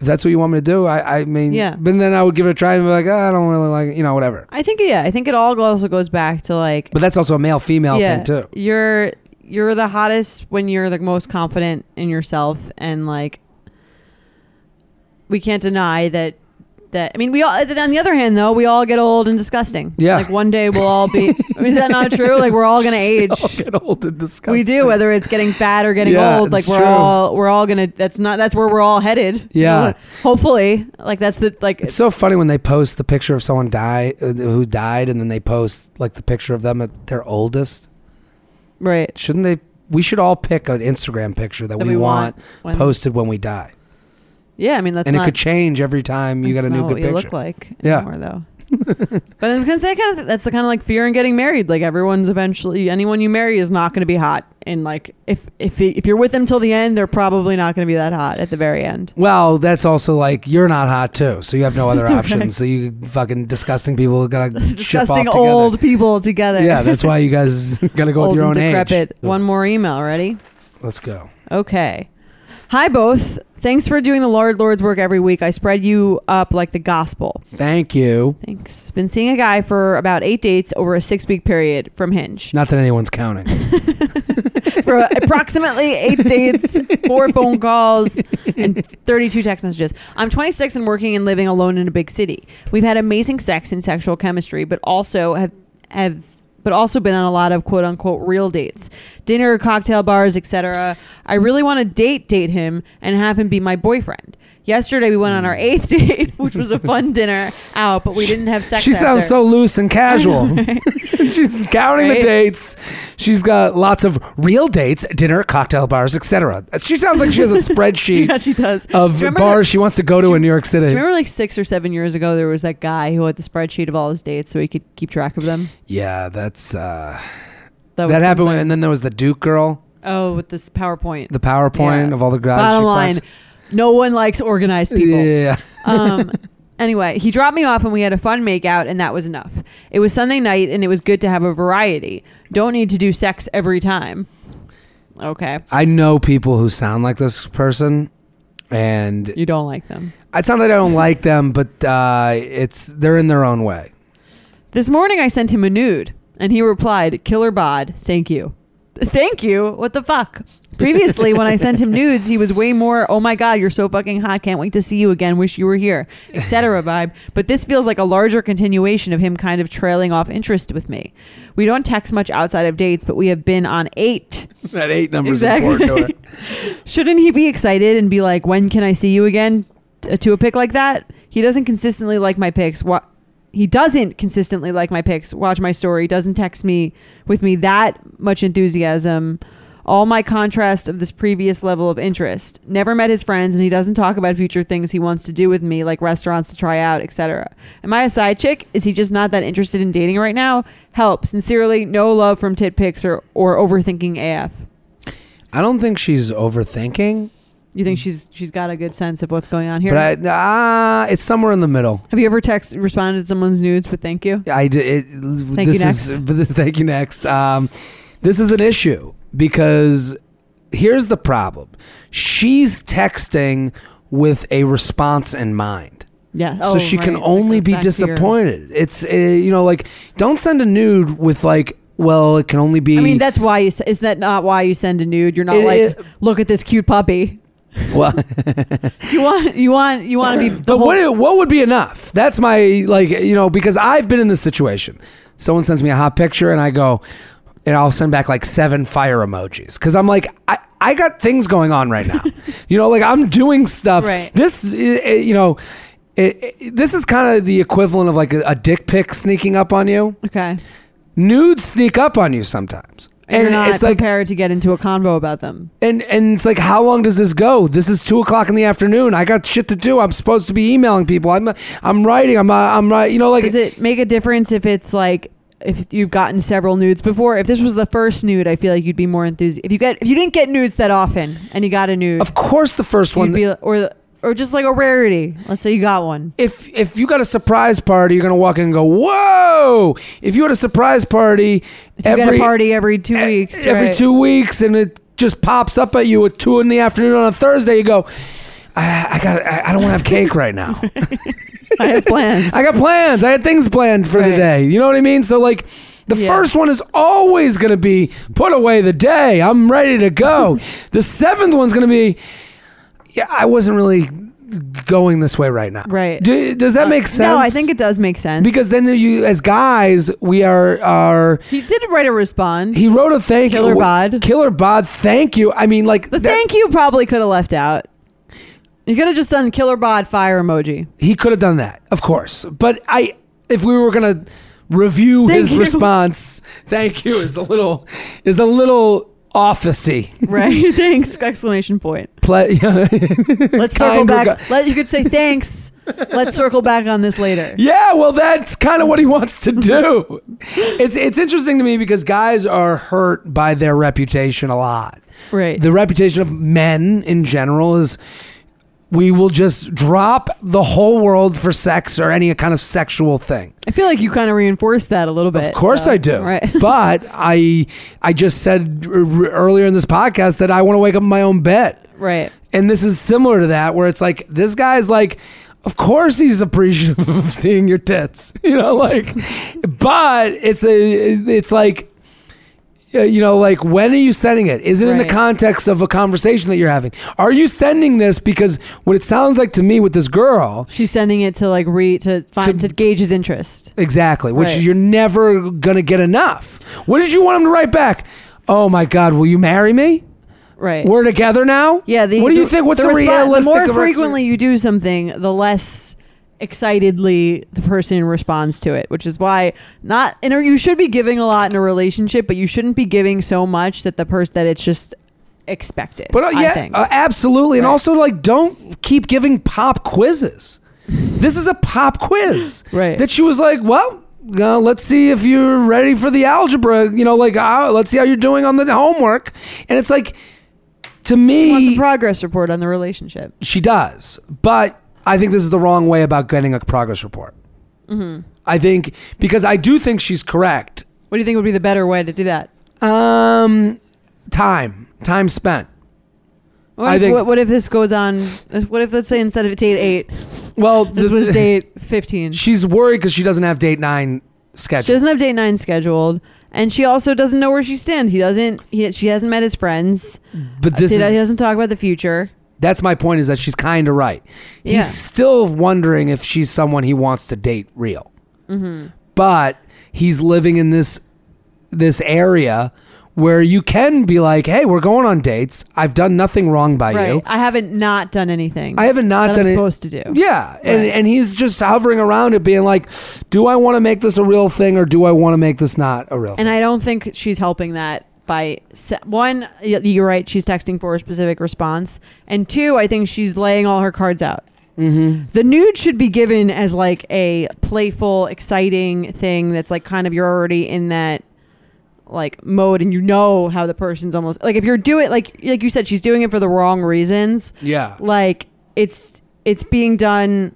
[SPEAKER 2] If that's what you want me to do, I, I mean,
[SPEAKER 3] Yeah.
[SPEAKER 2] But then I would give it a try and be like, "Ah, I don't really like, it," you know, whatever.
[SPEAKER 3] I think yeah. I think it all also goes back to like
[SPEAKER 2] But that's also a male female thing too. <laughs>
[SPEAKER 3] You're you're the hottest when you're the most confident in yourself and like we can't deny that that I mean we all on the other hand though, we all get old and disgusting.
[SPEAKER 2] Yeah.
[SPEAKER 3] Like one day we'll all
[SPEAKER 2] <laughs>
[SPEAKER 3] be I mean is that not true? Like we're all gonna
[SPEAKER 2] I'll
[SPEAKER 3] age. <laughs>
[SPEAKER 2] get old and disgusting.
[SPEAKER 3] We do, whether it's getting fat or getting
[SPEAKER 2] Yeah,
[SPEAKER 3] old, like
[SPEAKER 2] it's
[SPEAKER 3] we're
[SPEAKER 2] true.
[SPEAKER 3] all we're all gonna that's not that's where we're all headed.
[SPEAKER 2] Yeah.
[SPEAKER 3] Hopefully. Like that's the like
[SPEAKER 2] It's so funny when they post the picture of someone die uh, who died, and then they post like the picture of them at their oldest.
[SPEAKER 3] right.
[SPEAKER 2] Shouldn't they? We should all pick an Instagram picture that,
[SPEAKER 3] That
[SPEAKER 2] we,
[SPEAKER 3] we
[SPEAKER 2] want,
[SPEAKER 3] want when-
[SPEAKER 2] posted when we die,
[SPEAKER 3] Yeah, I mean that's
[SPEAKER 2] and it
[SPEAKER 3] not
[SPEAKER 2] could change every time you
[SPEAKER 3] That's
[SPEAKER 2] got a new
[SPEAKER 3] not
[SPEAKER 2] good
[SPEAKER 3] what
[SPEAKER 2] picture.
[SPEAKER 3] You look like
[SPEAKER 2] Yeah.
[SPEAKER 3] anymore, though. <laughs> but I'm gonna say kind of that's the kind of like fear in getting married. Like everyone's eventually anyone you marry is not going to be hot, and like if if if you're with them till the end, they're probably not going to be that hot at the very end. <laughs>
[SPEAKER 2] Well, that's also like you're not hot too, so you have no other
[SPEAKER 3] That's okay.
[SPEAKER 2] option. So you fucking disgusting people
[SPEAKER 3] <laughs>
[SPEAKER 2] gotta ship off
[SPEAKER 3] Disgusting
[SPEAKER 2] together.
[SPEAKER 3] old people together.
[SPEAKER 2] Yeah, that's why you
[SPEAKER 3] <laughs>
[SPEAKER 2] guys gotta go
[SPEAKER 3] old
[SPEAKER 2] with your own
[SPEAKER 3] and
[SPEAKER 2] age.
[SPEAKER 3] decrepit. One more email, ready?
[SPEAKER 2] Let's go.
[SPEAKER 3] Okay. Hi both. Thanks for doing the Lord Lord's work every week. I spread you up like the gospel.
[SPEAKER 2] Thank you.
[SPEAKER 3] Thanks. Been seeing a guy for about eight dates over a six week period from Hinge.
[SPEAKER 2] Not that anyone's
[SPEAKER 3] <laughs>
[SPEAKER 2] counting.
[SPEAKER 3] for <laughs> approximately eight dates, four phone calls, and 32 text messages. I'm 26 and working and living alone in a big city. We've had amazing sex and sexual chemistry, but also have have but also been on a lot of quote unquote real dates, dinner, cocktail bars, etc. I really want to date date him and have him be my boyfriend. Yesterday we went on our eighth <laughs> date, which was a fun dinner out, but we didn't have sex.
[SPEAKER 2] she sounds
[SPEAKER 3] after. <laughs>
[SPEAKER 2] so loose and casual. <laughs> She's counting the
[SPEAKER 3] Right?
[SPEAKER 2] dates. She's got lots of real dates, dinner, cocktail bars, etc. She sounds like she
[SPEAKER 3] <laughs>
[SPEAKER 2] has a spreadsheet
[SPEAKER 3] Yeah, she does. Do
[SPEAKER 2] of
[SPEAKER 3] you remember that-
[SPEAKER 2] bars she wants to go to
[SPEAKER 3] do you-
[SPEAKER 2] in New York
[SPEAKER 3] Do
[SPEAKER 2] City.
[SPEAKER 3] you remember like six or seven years ago there was that guy who had the spreadsheet of all his dates so he could keep track of them?
[SPEAKER 2] yeah, that's uh, that,
[SPEAKER 3] That, was
[SPEAKER 2] happened. When,
[SPEAKER 3] something-
[SPEAKER 2] and then there was the Duke girl,
[SPEAKER 3] Oh, with this PowerPoint.
[SPEAKER 2] the PowerPoint
[SPEAKER 3] Yeah.
[SPEAKER 2] of all the guys.
[SPEAKER 3] Bottom
[SPEAKER 2] she
[SPEAKER 3] line,
[SPEAKER 2] fucked.
[SPEAKER 3] no one likes organized people.
[SPEAKER 2] Yeah. <laughs>
[SPEAKER 3] um, anyway, he dropped me off and we had a fun make out, and that was enough. It was Sunday night, and it was good to have a variety. Don't need to do sex every time. Okay,
[SPEAKER 2] I know people who sound like this person, and
[SPEAKER 3] you don't like them.
[SPEAKER 2] it's not that I don't like them, but uh, it's they're in their own way.
[SPEAKER 3] This morning I sent him a nude, and he replied, Killer bod, thank you. Thank you? What the fuck? Previously, when I sent him nudes, he was way more, oh my God, you're so fucking hot. Can't wait to see you again. Wish you were here, etc. vibe. But this feels like a larger continuation of him kind of trailing off interest with me. We don't text much outside of dates, but we have been on eight.
[SPEAKER 2] <laughs> That eight number's
[SPEAKER 3] Exactly.
[SPEAKER 2] important to it.
[SPEAKER 3] Shouldn't he be excited and be like, when can I see you again t- to a pick like that? He doesn't consistently like my picks. Wa- he doesn't consistently like my picks, watch my story, doesn't text me with me that much enthusiasm. All my contrast of this previous level of interest. Never met his friends, and he doesn't talk about future things he wants to do with me, like restaurants to try out, etc. Am I a side chick? Is he just not that interested in dating right now? Help. Sincerely, no love from tit pics or, or overthinking AF.
[SPEAKER 2] <laughs> I don't think she's overthinking,
[SPEAKER 3] You think she's she's got a good sense of what's going on here?
[SPEAKER 2] Mm. but I, uh, it's somewhere in the middle.
[SPEAKER 3] Have you ever text responded to someone's nudes with thank you?
[SPEAKER 2] I d- it, <laughs>
[SPEAKER 3] Thank
[SPEAKER 2] this
[SPEAKER 3] you,
[SPEAKER 2] is, Thank you next. Um, this is an issue because here's the problem. She's texting with a response in mind.
[SPEAKER 3] Yeah.
[SPEAKER 2] so she can only be disappointed. It's uh, you know like don't send a nude with like well it can only be
[SPEAKER 3] I mean, that's why you. s- Is that not why you send a nude? You're not
[SPEAKER 2] It-
[SPEAKER 3] like,
[SPEAKER 2] it-
[SPEAKER 3] look at this cute puppy.
[SPEAKER 2] <laughs> well,
[SPEAKER 3] You want, you want,
[SPEAKER 2] <laughs>
[SPEAKER 3] you want to be. The
[SPEAKER 2] but
[SPEAKER 3] whole,
[SPEAKER 2] what what would be enough? That's my like you know because I've been in this situation. Someone sends me a hot picture and I go and I'll send back like seven fire emojis cuz I'm like I I got things going on right
[SPEAKER 3] <laughs>
[SPEAKER 2] now. you know like I'm doing stuff.
[SPEAKER 3] Right.
[SPEAKER 2] This i- i- you know it, it- this is kind of the equivalent of like a, a dick pic sneaking up on you.
[SPEAKER 3] okay.
[SPEAKER 2] Nudes sneak up on you sometimes.
[SPEAKER 3] And, you're not
[SPEAKER 2] it's like
[SPEAKER 3] prepared to get into a convo about them.
[SPEAKER 2] And and it's like, how long does this go? This is two o'clock in the afternoon. I got shit to do. I'm supposed to be emailing people. I'm I'm writing. I'm uh, I'm right. You know, like
[SPEAKER 3] Does it make a difference if it's like if you've gotten several nudes before? If this was the first nude, I feel like you'd be more enthusiastic. If you get if you didn't get nudes that often and you got a nude,
[SPEAKER 2] of course the first
[SPEAKER 3] you'd
[SPEAKER 2] one.
[SPEAKER 3] be or the- or just like a rarity. Let's say you got one.
[SPEAKER 2] if if you got a surprise party, you're gonna walk in and go, whoa. If you had a surprise party,
[SPEAKER 3] If you got a party every two weeks,
[SPEAKER 2] e-, every
[SPEAKER 3] right?
[SPEAKER 2] two weeks, and it just pops up at you at two in the afternoon on a Thursday, you go. I, I got. I, I don't want to have cake right
[SPEAKER 3] <laughs>
[SPEAKER 2] now.
[SPEAKER 3] <laughs> I have
[SPEAKER 2] <laughs>
[SPEAKER 3] plans.
[SPEAKER 2] I got plans. I had things planned for the
[SPEAKER 3] Right.
[SPEAKER 2] day. You know what I mean? So like the
[SPEAKER 3] Yeah.
[SPEAKER 2] first one is always going to be put away the day. I'm ready to
[SPEAKER 3] <laughs>
[SPEAKER 2] go. the seventh one's going to be yeah, I wasn't really going this way right now.
[SPEAKER 3] Right. Uh,
[SPEAKER 2] Do, does that make sense?
[SPEAKER 3] No, I think it does make sense.
[SPEAKER 2] because then you as guys, we are are
[SPEAKER 3] he did write a response.
[SPEAKER 2] he wrote a thank
[SPEAKER 3] Killer
[SPEAKER 2] you.
[SPEAKER 3] bod.
[SPEAKER 2] Killer bod. Thank you. I mean like
[SPEAKER 3] the
[SPEAKER 2] that-
[SPEAKER 3] thank you probably could have left out. You could have just done killer bod
[SPEAKER 2] <laughs>
[SPEAKER 3] fire emoji.
[SPEAKER 2] he could have done that, of course. But I, if we were gonna review
[SPEAKER 3] Thank
[SPEAKER 2] his
[SPEAKER 3] you.
[SPEAKER 2] response, thank you is a little is a little officey.
[SPEAKER 3] Right? <laughs> thanks! Exclamation
[SPEAKER 2] <laughs>
[SPEAKER 3] point.
[SPEAKER 2] Play,
[SPEAKER 3] Let's circle
[SPEAKER 2] Kind
[SPEAKER 3] back.
[SPEAKER 2] rega-
[SPEAKER 3] Let, you could say thanks.
[SPEAKER 2] <laughs>
[SPEAKER 3] Let's circle back on this later.
[SPEAKER 2] yeah, well, that's kind of what he wants to do. It's it's interesting to me because guys are hurt by their reputation a lot.
[SPEAKER 3] Right.
[SPEAKER 2] The reputation of men in general is we will just drop the whole world for sex or any kind of sexual thing.
[SPEAKER 3] I feel like you kind of reinforced that a little bit.
[SPEAKER 2] Of course
[SPEAKER 3] though.
[SPEAKER 2] I do.
[SPEAKER 3] Uh, Right. <laughs>
[SPEAKER 2] but I I just said r- r- earlier in this podcast that I want to wake up in my own bed.
[SPEAKER 3] right.
[SPEAKER 2] And this is similar to that where it's like this guy's like of course he's appreciative <laughs> of seeing your tits. <laughs> You know like but it's a it's like uh, you know like when are you sending it? Is it in the
[SPEAKER 3] Right.
[SPEAKER 2] context of a conversation that you're having? Are you sending this because what it sounds like to me with this girl
[SPEAKER 3] She's sending it to like re to find
[SPEAKER 2] To-
[SPEAKER 3] to, gauge his interest.
[SPEAKER 2] Exactly, which
[SPEAKER 3] Right.
[SPEAKER 2] you're never going to get enough. What did you want him to write back? Oh my God, will you marry me?
[SPEAKER 3] Right.
[SPEAKER 2] We're together now?
[SPEAKER 3] yeah. The,
[SPEAKER 2] what do you
[SPEAKER 3] the-
[SPEAKER 2] think? What's the,
[SPEAKER 3] respo-
[SPEAKER 2] realistic
[SPEAKER 3] The more
[SPEAKER 2] of our
[SPEAKER 3] frequently you do something, the less excitedly the person responds to it, which is why not. In a, you should be giving a lot in a relationship, but you shouldn't be giving so much that the person that it's just expected.
[SPEAKER 2] But uh,
[SPEAKER 3] I
[SPEAKER 2] yeah,
[SPEAKER 3] think.
[SPEAKER 2] uh, absolutely. And
[SPEAKER 3] Right.
[SPEAKER 2] also, like, don't keep giving pop quizzes. this is a pop quiz.
[SPEAKER 3] Right.
[SPEAKER 2] That she was like, well, uh, let's see if you're ready for the algebra. You know, like, uh, let's see how you're doing on the homework. And it's like, to me,
[SPEAKER 3] wants a progress report on the relationship.
[SPEAKER 2] She does, but I think this is the wrong way about getting a progress report.
[SPEAKER 3] Mm-hmm.
[SPEAKER 2] I think because I do think she's correct.
[SPEAKER 3] What do you think would be the better way to do that?
[SPEAKER 2] Um, time, time spent.
[SPEAKER 3] What,
[SPEAKER 2] I
[SPEAKER 3] if,
[SPEAKER 2] think-
[SPEAKER 3] what, what if this goes on? What if let's say instead of date eight,
[SPEAKER 2] Well,
[SPEAKER 3] this
[SPEAKER 2] the- <laughs>
[SPEAKER 3] was date fifteen? She
[SPEAKER 2] She's worried because she doesn't have date nine scheduled.
[SPEAKER 3] doesn't have date nine scheduled, and she also doesn't know where she stands. He doesn't. He, she hasn't met his friends.
[SPEAKER 2] but this
[SPEAKER 3] he, he
[SPEAKER 2] is,
[SPEAKER 3] doesn't talk about the future.
[SPEAKER 2] that's my point is that she's kind of right. He's
[SPEAKER 3] Yeah.
[SPEAKER 2] still wondering if she's someone he wants to date real.
[SPEAKER 3] Mm-hmm.
[SPEAKER 2] But he's living in this this area where you can be like, "Hey, we're going on dates. I've done nothing wrong by
[SPEAKER 3] Right.
[SPEAKER 2] you."
[SPEAKER 3] I haven't not done anything.
[SPEAKER 2] I haven't not
[SPEAKER 3] that
[SPEAKER 2] done
[SPEAKER 3] I'm
[SPEAKER 2] it.
[SPEAKER 3] supposed to do.
[SPEAKER 2] Yeah, and
[SPEAKER 3] Right.
[SPEAKER 2] and he's just hovering around it, being like, "Do I want to make this a real thing, or do I want to make this not a real?"
[SPEAKER 3] And
[SPEAKER 2] thing?
[SPEAKER 3] I don't think she's helping that by se- one. y- You're right. She's texting for a specific response, and two, I think she's laying all her cards out. Mm-hmm. The nude should be given as like a playful, exciting thing that's like kind of you're already in that like mode and you know how the person's almost like if you're doing like like you said she's doing it for the wrong reasons
[SPEAKER 2] yeah,
[SPEAKER 3] like it's it's being done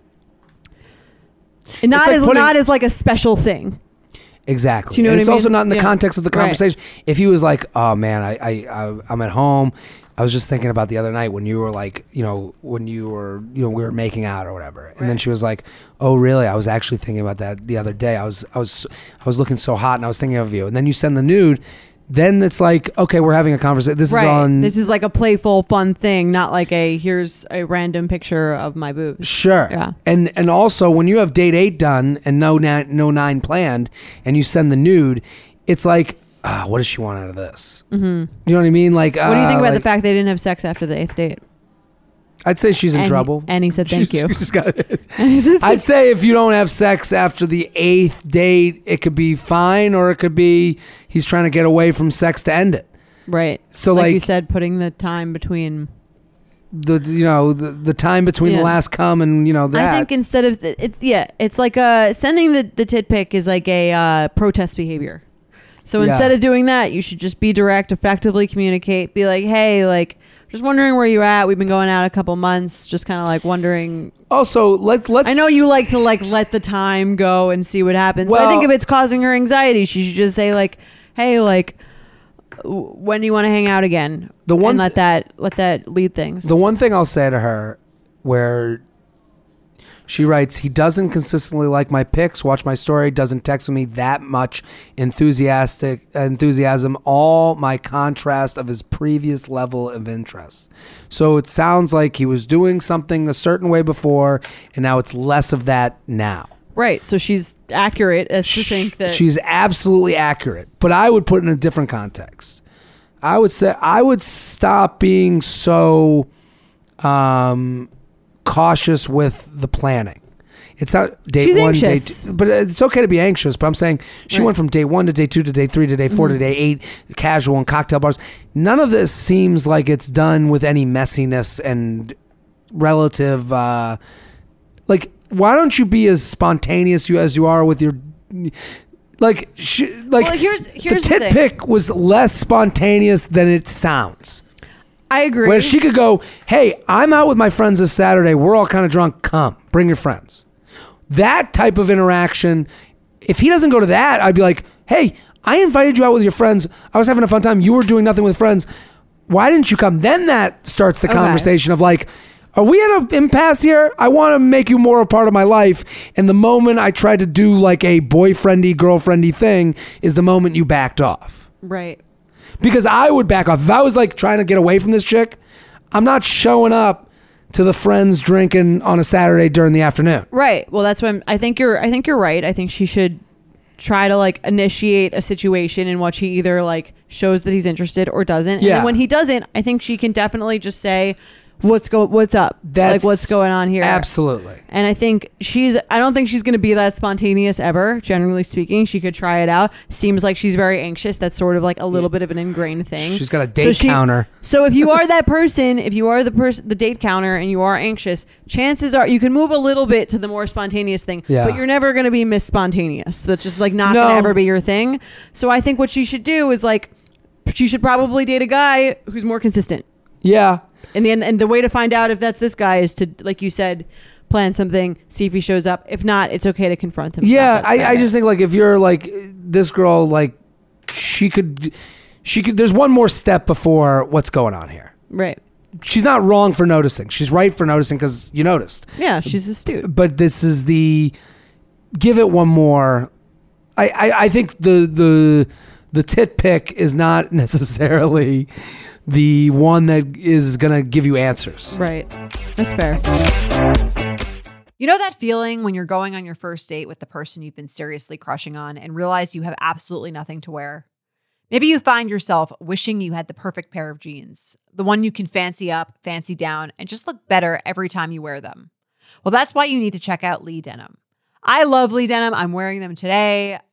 [SPEAKER 3] not
[SPEAKER 2] like
[SPEAKER 3] as
[SPEAKER 2] putting-
[SPEAKER 3] not as like a special thing
[SPEAKER 2] Exactly.
[SPEAKER 3] Do you know
[SPEAKER 2] and
[SPEAKER 3] what I
[SPEAKER 2] it's also
[SPEAKER 3] mean?
[SPEAKER 2] not in the
[SPEAKER 3] Yeah.
[SPEAKER 2] context of the
[SPEAKER 3] Right.
[SPEAKER 2] conversation. If he was like, "Oh man, I, I, I I'm at home," I was just thinking about the other night when you were like, you know, when you were, you know, we were making out or whatever, and then she was like, "Oh really? I was actually thinking about that the other day. I was, I was, I was looking so hot, and I was thinking of you." And then you send the nude. Then it's like, okay, we're having a conversation. This
[SPEAKER 3] Right.
[SPEAKER 2] is on.
[SPEAKER 3] this is like a playful, fun thing, not like a here's a random picture of my boobs.
[SPEAKER 2] Sure.
[SPEAKER 3] Yeah.
[SPEAKER 2] And and also when you have date eight done and no nine, no nine planned, and you send the nude, it's like, ah, what does she want out of this? Mm-hmm. You know what I mean? uh, Like,
[SPEAKER 3] What do you think about the fact they didn't have sex after the eighth date?
[SPEAKER 2] I'd say she's in
[SPEAKER 3] and,
[SPEAKER 2] trouble.
[SPEAKER 3] And he said,
[SPEAKER 2] <laughs>
[SPEAKER 3] "Thank
[SPEAKER 2] She's-
[SPEAKER 3] you."
[SPEAKER 2] she's got-
[SPEAKER 3] And he said,
[SPEAKER 2] I'd say if you don't have sex after the eighth date, it could be fine, or it could be he's trying to get away from sex to end it.
[SPEAKER 3] <laughs> right.
[SPEAKER 2] So,
[SPEAKER 3] like, you
[SPEAKER 2] like-
[SPEAKER 3] said, putting the time between.
[SPEAKER 2] The you know the, the time between
[SPEAKER 3] Yeah.
[SPEAKER 2] the last come and you know that.
[SPEAKER 3] I think instead of the, it's yeah, it's like uh sending the the tit pic is like a uh, protest behavior. So
[SPEAKER 2] Yeah.
[SPEAKER 3] instead of doing that, you should just be direct, effectively communicate. Be like, "Hey, like, just wondering where you're at. We've been going out a couple months. Just kind of like wondering
[SPEAKER 2] also, let let's
[SPEAKER 3] I know you like to like let the time go and see what happens. but I think
[SPEAKER 2] Well-
[SPEAKER 3] if it's causing her anxiety, she should just say like, "Hey, like, w- when do you want to hang out again?"
[SPEAKER 2] The one
[SPEAKER 3] and let that let that lead things.
[SPEAKER 2] The one thing I'll say to her, where she writes, he doesn't consistently like my pics, watch my story, doesn't text me that much enthusiastic enthusiasm, all my contrast of his previous level of interest. So it sounds like he was doing something a certain way before, and now it's less of that now.
[SPEAKER 3] right. So she's accurate as to think that
[SPEAKER 2] She's absolutely accurate, but I would put it in a different context. I would say I would stop being so um, cautious with the planning. It's not date
[SPEAKER 3] She's
[SPEAKER 2] one, date
[SPEAKER 3] anxious.
[SPEAKER 2] two, but it's okay to be anxious. But I'm saying she
[SPEAKER 3] Right. Mm-hmm.
[SPEAKER 2] went from day one to day two to day three to day 4 to day eight, casual and cocktail bars. None of this seems like it's done with any messiness and relative. Uh, like, why don't you be as spontaneous you as you are with your like? Sh- like
[SPEAKER 3] Well, here's- here's the
[SPEAKER 2] the tit
[SPEAKER 3] thing.
[SPEAKER 2] pic was less spontaneous than it sounds.
[SPEAKER 3] I agree.
[SPEAKER 2] Where she could go, hey, I'm out with my friends this Saturday. We're all kind of drunk. Come, bring your friends. That type of interaction, if he doesn't go to that, I'd be like, hey, I invited you out with your friends. I was having a fun time. You were doing nothing with friends. Why didn't you come? Then that starts the
[SPEAKER 3] Okay.
[SPEAKER 2] conversation of like, are we at an impasse here? I want to make you more a part of my life. And the moment I tried to do like a boyfriendy, girlfriendy thing is the moment you backed off
[SPEAKER 3] right.
[SPEAKER 2] because I would back off if I was like trying to get away from this chick. I'm not showing up to the friends drinking on a Saturday during the afternoon.
[SPEAKER 3] Right. Well, that's what I'm, I think you're. I think you're right. I think she should try to like initiate a situation in which he either like shows that he's interested or doesn't. And then
[SPEAKER 2] Yeah.
[SPEAKER 3] when he doesn't, I think she can definitely just say, "What's go? What's up?
[SPEAKER 2] That's
[SPEAKER 3] like what's going on here?"
[SPEAKER 2] Absolutely.
[SPEAKER 3] And I think she's. I don't think she's going to be that spontaneous ever. Generally speaking, she could try it out. Seems like she's very anxious. That's sort of like a little bit of an ingrained thing.
[SPEAKER 2] She's got a date
[SPEAKER 3] she-
[SPEAKER 2] counter.
[SPEAKER 3] So if you are that person, if you are the person, the date counter, and you are anxious, chances are you can move a little bit to the more spontaneous thing.
[SPEAKER 2] Yeah.
[SPEAKER 3] But you're never going to be miss spontaneous. That's just like not going to
[SPEAKER 2] No.
[SPEAKER 3] ever be your thing. So I think what she should do is like, she should probably date a guy who's more consistent.
[SPEAKER 2] Yeah.
[SPEAKER 3] And the and the way to find out if that's this guy is to, like you said, plan something, see if he shows up. If not, it's okay to confront him. about
[SPEAKER 2] Yeah.
[SPEAKER 3] that
[SPEAKER 2] I, I
[SPEAKER 3] guy.
[SPEAKER 2] just think like if you're like this girl, like she could, she could, there's one more step before what's going on here.
[SPEAKER 3] right.
[SPEAKER 2] She's not wrong for noticing. She's right for noticing because you noticed.
[SPEAKER 3] Yeah, she's astute.
[SPEAKER 2] but this is the give it one more. I, I, I think the the the tit pick is not <laughs> necessarily the one that is gonna give you answers.
[SPEAKER 3] Right. That's fair.
[SPEAKER 1] You know that feeling when you're going on your first date with the person you've been seriously crushing on and realize you have absolutely nothing to wear? Maybe you find yourself wishing you had the perfect pair of jeans, the one you can fancy up, fancy down, and just look better every time you wear them. Well, that's why you need to check out Lee Denim. I love Lee Denim. I'm wearing them today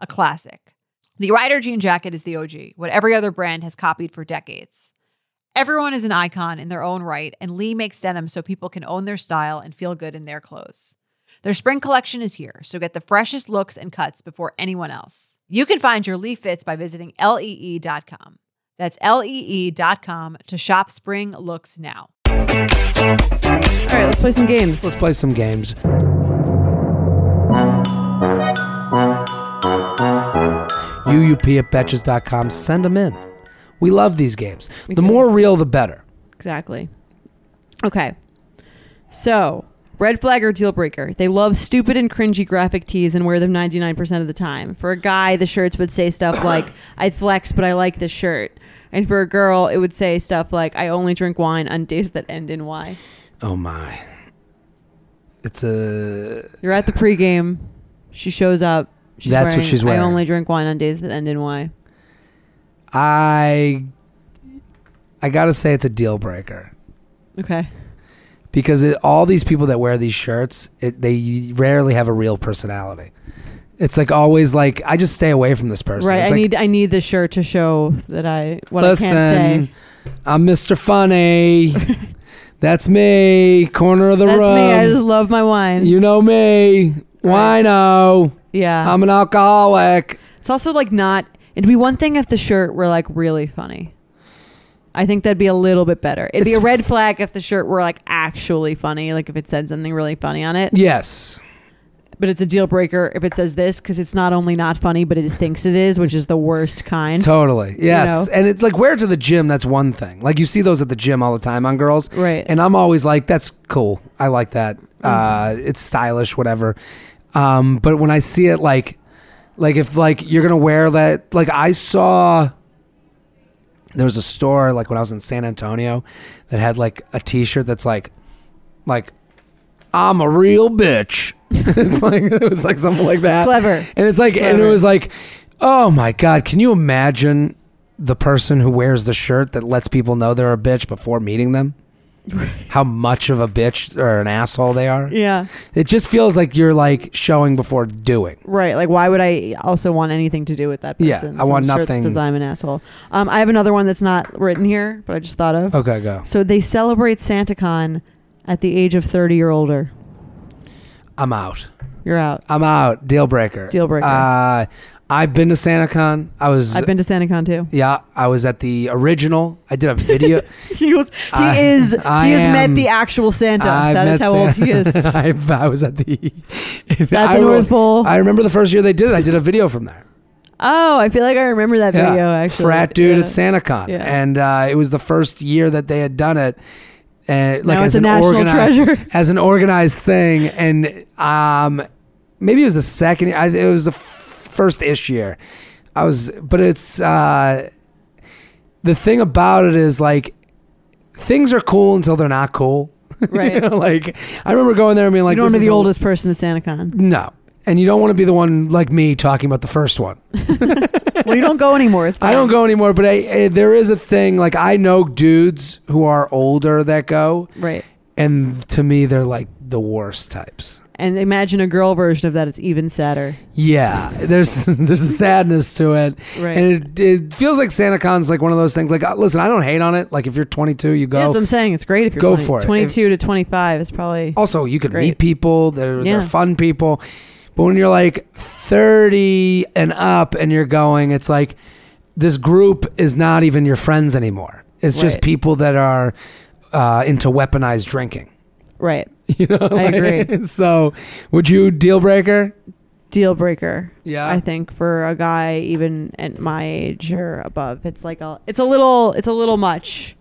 [SPEAKER 1] a classic. The Rider jean jacket is the OG, what every other brand has copied for decades. Everyone is an icon in their own right, and Lee makes denim so people can own their style and feel good in their clothes. Their spring collection is here, so get the freshest looks and cuts before anyone else. You can find your Lee fits by visiting E lee.com. That's E lee.com to shop spring looks now.
[SPEAKER 3] All right, let's play some games.
[SPEAKER 2] Let's play some games. UUP at betches.com. Send them in. We love these games.
[SPEAKER 3] We
[SPEAKER 2] the
[SPEAKER 3] do.
[SPEAKER 2] more real, the better.
[SPEAKER 3] Exactly. Okay. So, red flag or deal breaker. They love stupid and cringy graphic tees and wear them 99% of the time. For a guy, the shirts would
[SPEAKER 2] <coughs>
[SPEAKER 3] say stuff like, I flex, but I like this shirt. And for a girl, it would say stuff like, I only drink wine on days that end in Y.
[SPEAKER 2] Oh, my. It's a.
[SPEAKER 3] You're at the pregame. She shows up. She's
[SPEAKER 2] That's what
[SPEAKER 3] wearing,
[SPEAKER 2] she's wearing.
[SPEAKER 3] I only drink wine on days that end in Y.
[SPEAKER 2] I. I gotta say, it's a deal breaker.
[SPEAKER 3] Okay.
[SPEAKER 2] because it, all these people that wear these shirts, it, they rarely have a real personality. It's like always like I just stay away from this person.
[SPEAKER 3] right. I
[SPEAKER 2] It's like,
[SPEAKER 3] need I need the shirt to show that I what I can't say.
[SPEAKER 2] I'm Mr.
[SPEAKER 3] <laughs>
[SPEAKER 2] Funny. That's me. Corner of the
[SPEAKER 3] That's
[SPEAKER 2] room.
[SPEAKER 3] me. I just love my wine.
[SPEAKER 2] you know me.
[SPEAKER 3] Right.
[SPEAKER 2] Wino.
[SPEAKER 3] yeah.
[SPEAKER 2] I'm an alcoholic.
[SPEAKER 3] It's also like not. It'd be one thing if the shirt were like really funny. I think that'd be a little bit better. It'd be a
[SPEAKER 2] It's-
[SPEAKER 3] red flag if the shirt were like actually funny, like if it said something really funny on it.
[SPEAKER 2] Yes.
[SPEAKER 3] But it's a deal breaker if it says this because it's not only not funny, but it thinks it is, which is the worst kind.
[SPEAKER 2] Totally. Yes.
[SPEAKER 3] know?
[SPEAKER 2] And it's like wear it to the gym, that's one thing. Like you see those at the gym all the time on girls.
[SPEAKER 3] Right. Mm-hmm.
[SPEAKER 2] And I'm always like, that's cool. I like that. Uh, it's stylish, whatever. Um, but when I see it like like if like you're gonna wear that like I saw there was a store like when I was in San Antonio that had like a t shirt that's like like I'm a real bitch. <laughs> it's like it was like something like that. <laughs>
[SPEAKER 3] Clever.
[SPEAKER 2] And it's like, and it
[SPEAKER 3] Clever.
[SPEAKER 2] was like, oh my God, can you imagine the person who wears the shirt that lets people know they're a bitch before meeting them? How much of a bitch or an asshole they are?
[SPEAKER 3] Yeah.
[SPEAKER 2] It just feels like you're like showing before doing.
[SPEAKER 3] Right. Like, why would I also want anything to do with that
[SPEAKER 2] Yeah,
[SPEAKER 3] person?
[SPEAKER 2] I want
[SPEAKER 3] Some shirt that
[SPEAKER 2] nothing.
[SPEAKER 3] Says I'm an asshole. Um, I have another one that's not written here, but I just thought of.
[SPEAKER 2] Okay, go.
[SPEAKER 3] So they celebrate SantaCon at the age of 30 or older.
[SPEAKER 2] I'm out.
[SPEAKER 3] You're out.
[SPEAKER 2] I'm out. Deal breaker.
[SPEAKER 3] Deal breaker.
[SPEAKER 2] Uh, I've been to SantaCon. I was.
[SPEAKER 3] I've been to SantaCon too.
[SPEAKER 2] yeah, I was at the original. I did a video.
[SPEAKER 3] <laughs> He was. He
[SPEAKER 2] I-
[SPEAKER 3] is.
[SPEAKER 2] I
[SPEAKER 3] he has
[SPEAKER 2] am-
[SPEAKER 3] met the actual Santa.
[SPEAKER 2] I've
[SPEAKER 3] uh, that is
[SPEAKER 2] met
[SPEAKER 3] how old
[SPEAKER 2] Santa-
[SPEAKER 3] he is. At
[SPEAKER 2] I, <laughs> I was at the.
[SPEAKER 3] the
[SPEAKER 2] I will-
[SPEAKER 3] North Pole.
[SPEAKER 2] I remember the first year they did it. I did a video from there.
[SPEAKER 3] oh, I feel like I remember that video actually.
[SPEAKER 2] frat dude
[SPEAKER 3] Yeah.
[SPEAKER 2] at SantaCon,
[SPEAKER 3] Yeah.
[SPEAKER 2] and uh, it was the first year that they had done it. And like
[SPEAKER 3] Now
[SPEAKER 2] as
[SPEAKER 3] it's a
[SPEAKER 2] an
[SPEAKER 3] national
[SPEAKER 2] organized,
[SPEAKER 3] treasure.
[SPEAKER 2] as an organized thing, and um, maybe it was the second. I, it was the f- first ish year. I was, but it's uh, the thing about it is like things are cool until they're not cool. <laughs> You
[SPEAKER 3] Right.
[SPEAKER 2] know, like I remember going there and being <laughs> like,
[SPEAKER 3] you don't want
[SPEAKER 2] this
[SPEAKER 3] to be
[SPEAKER 2] is
[SPEAKER 3] the
[SPEAKER 2] a-
[SPEAKER 3] oldest person at SantaCon.
[SPEAKER 2] No, and you don't want to be the one like me talking about the first one.
[SPEAKER 3] well, you don't go anymore. It's
[SPEAKER 2] <laughs> I don't go anymore, but I, I, there is a thing like I know dudes who are older that go,
[SPEAKER 3] Right.
[SPEAKER 2] and to me they're like the worst types.
[SPEAKER 3] And imagine a girl version of that. It's even sadder.
[SPEAKER 2] Yeah, there's <laughs> there's a sadness to it,
[SPEAKER 3] Right.
[SPEAKER 2] and it, it feels like SantaCon's like one of those things. Like, uh, listen, I don't hate on it. Like, if you're 22, you
[SPEAKER 3] Yeah,
[SPEAKER 2] go.
[SPEAKER 3] that's what I'm saying. It's great if you're
[SPEAKER 2] Go
[SPEAKER 3] 20
[SPEAKER 2] for it. Oh.
[SPEAKER 3] 22 to 25 is probably.
[SPEAKER 2] also, you could
[SPEAKER 3] Great.
[SPEAKER 2] meet people. They're,
[SPEAKER 3] Yeah.
[SPEAKER 2] they're fun people, but when you're like 30 and up, and you're going, it's like this group is not even your friends anymore. It's just
[SPEAKER 3] Right.
[SPEAKER 2] people that are uh, into weaponized drinking. <laughs>
[SPEAKER 3] Right.
[SPEAKER 2] You know,
[SPEAKER 3] I
[SPEAKER 2] <laughs>
[SPEAKER 3] agree.
[SPEAKER 2] So, would you deal breaker?
[SPEAKER 3] Deal breaker.
[SPEAKER 2] Yeah.
[SPEAKER 3] I think for a guy even at my age or above, it's like a. It's a little. It's a little much.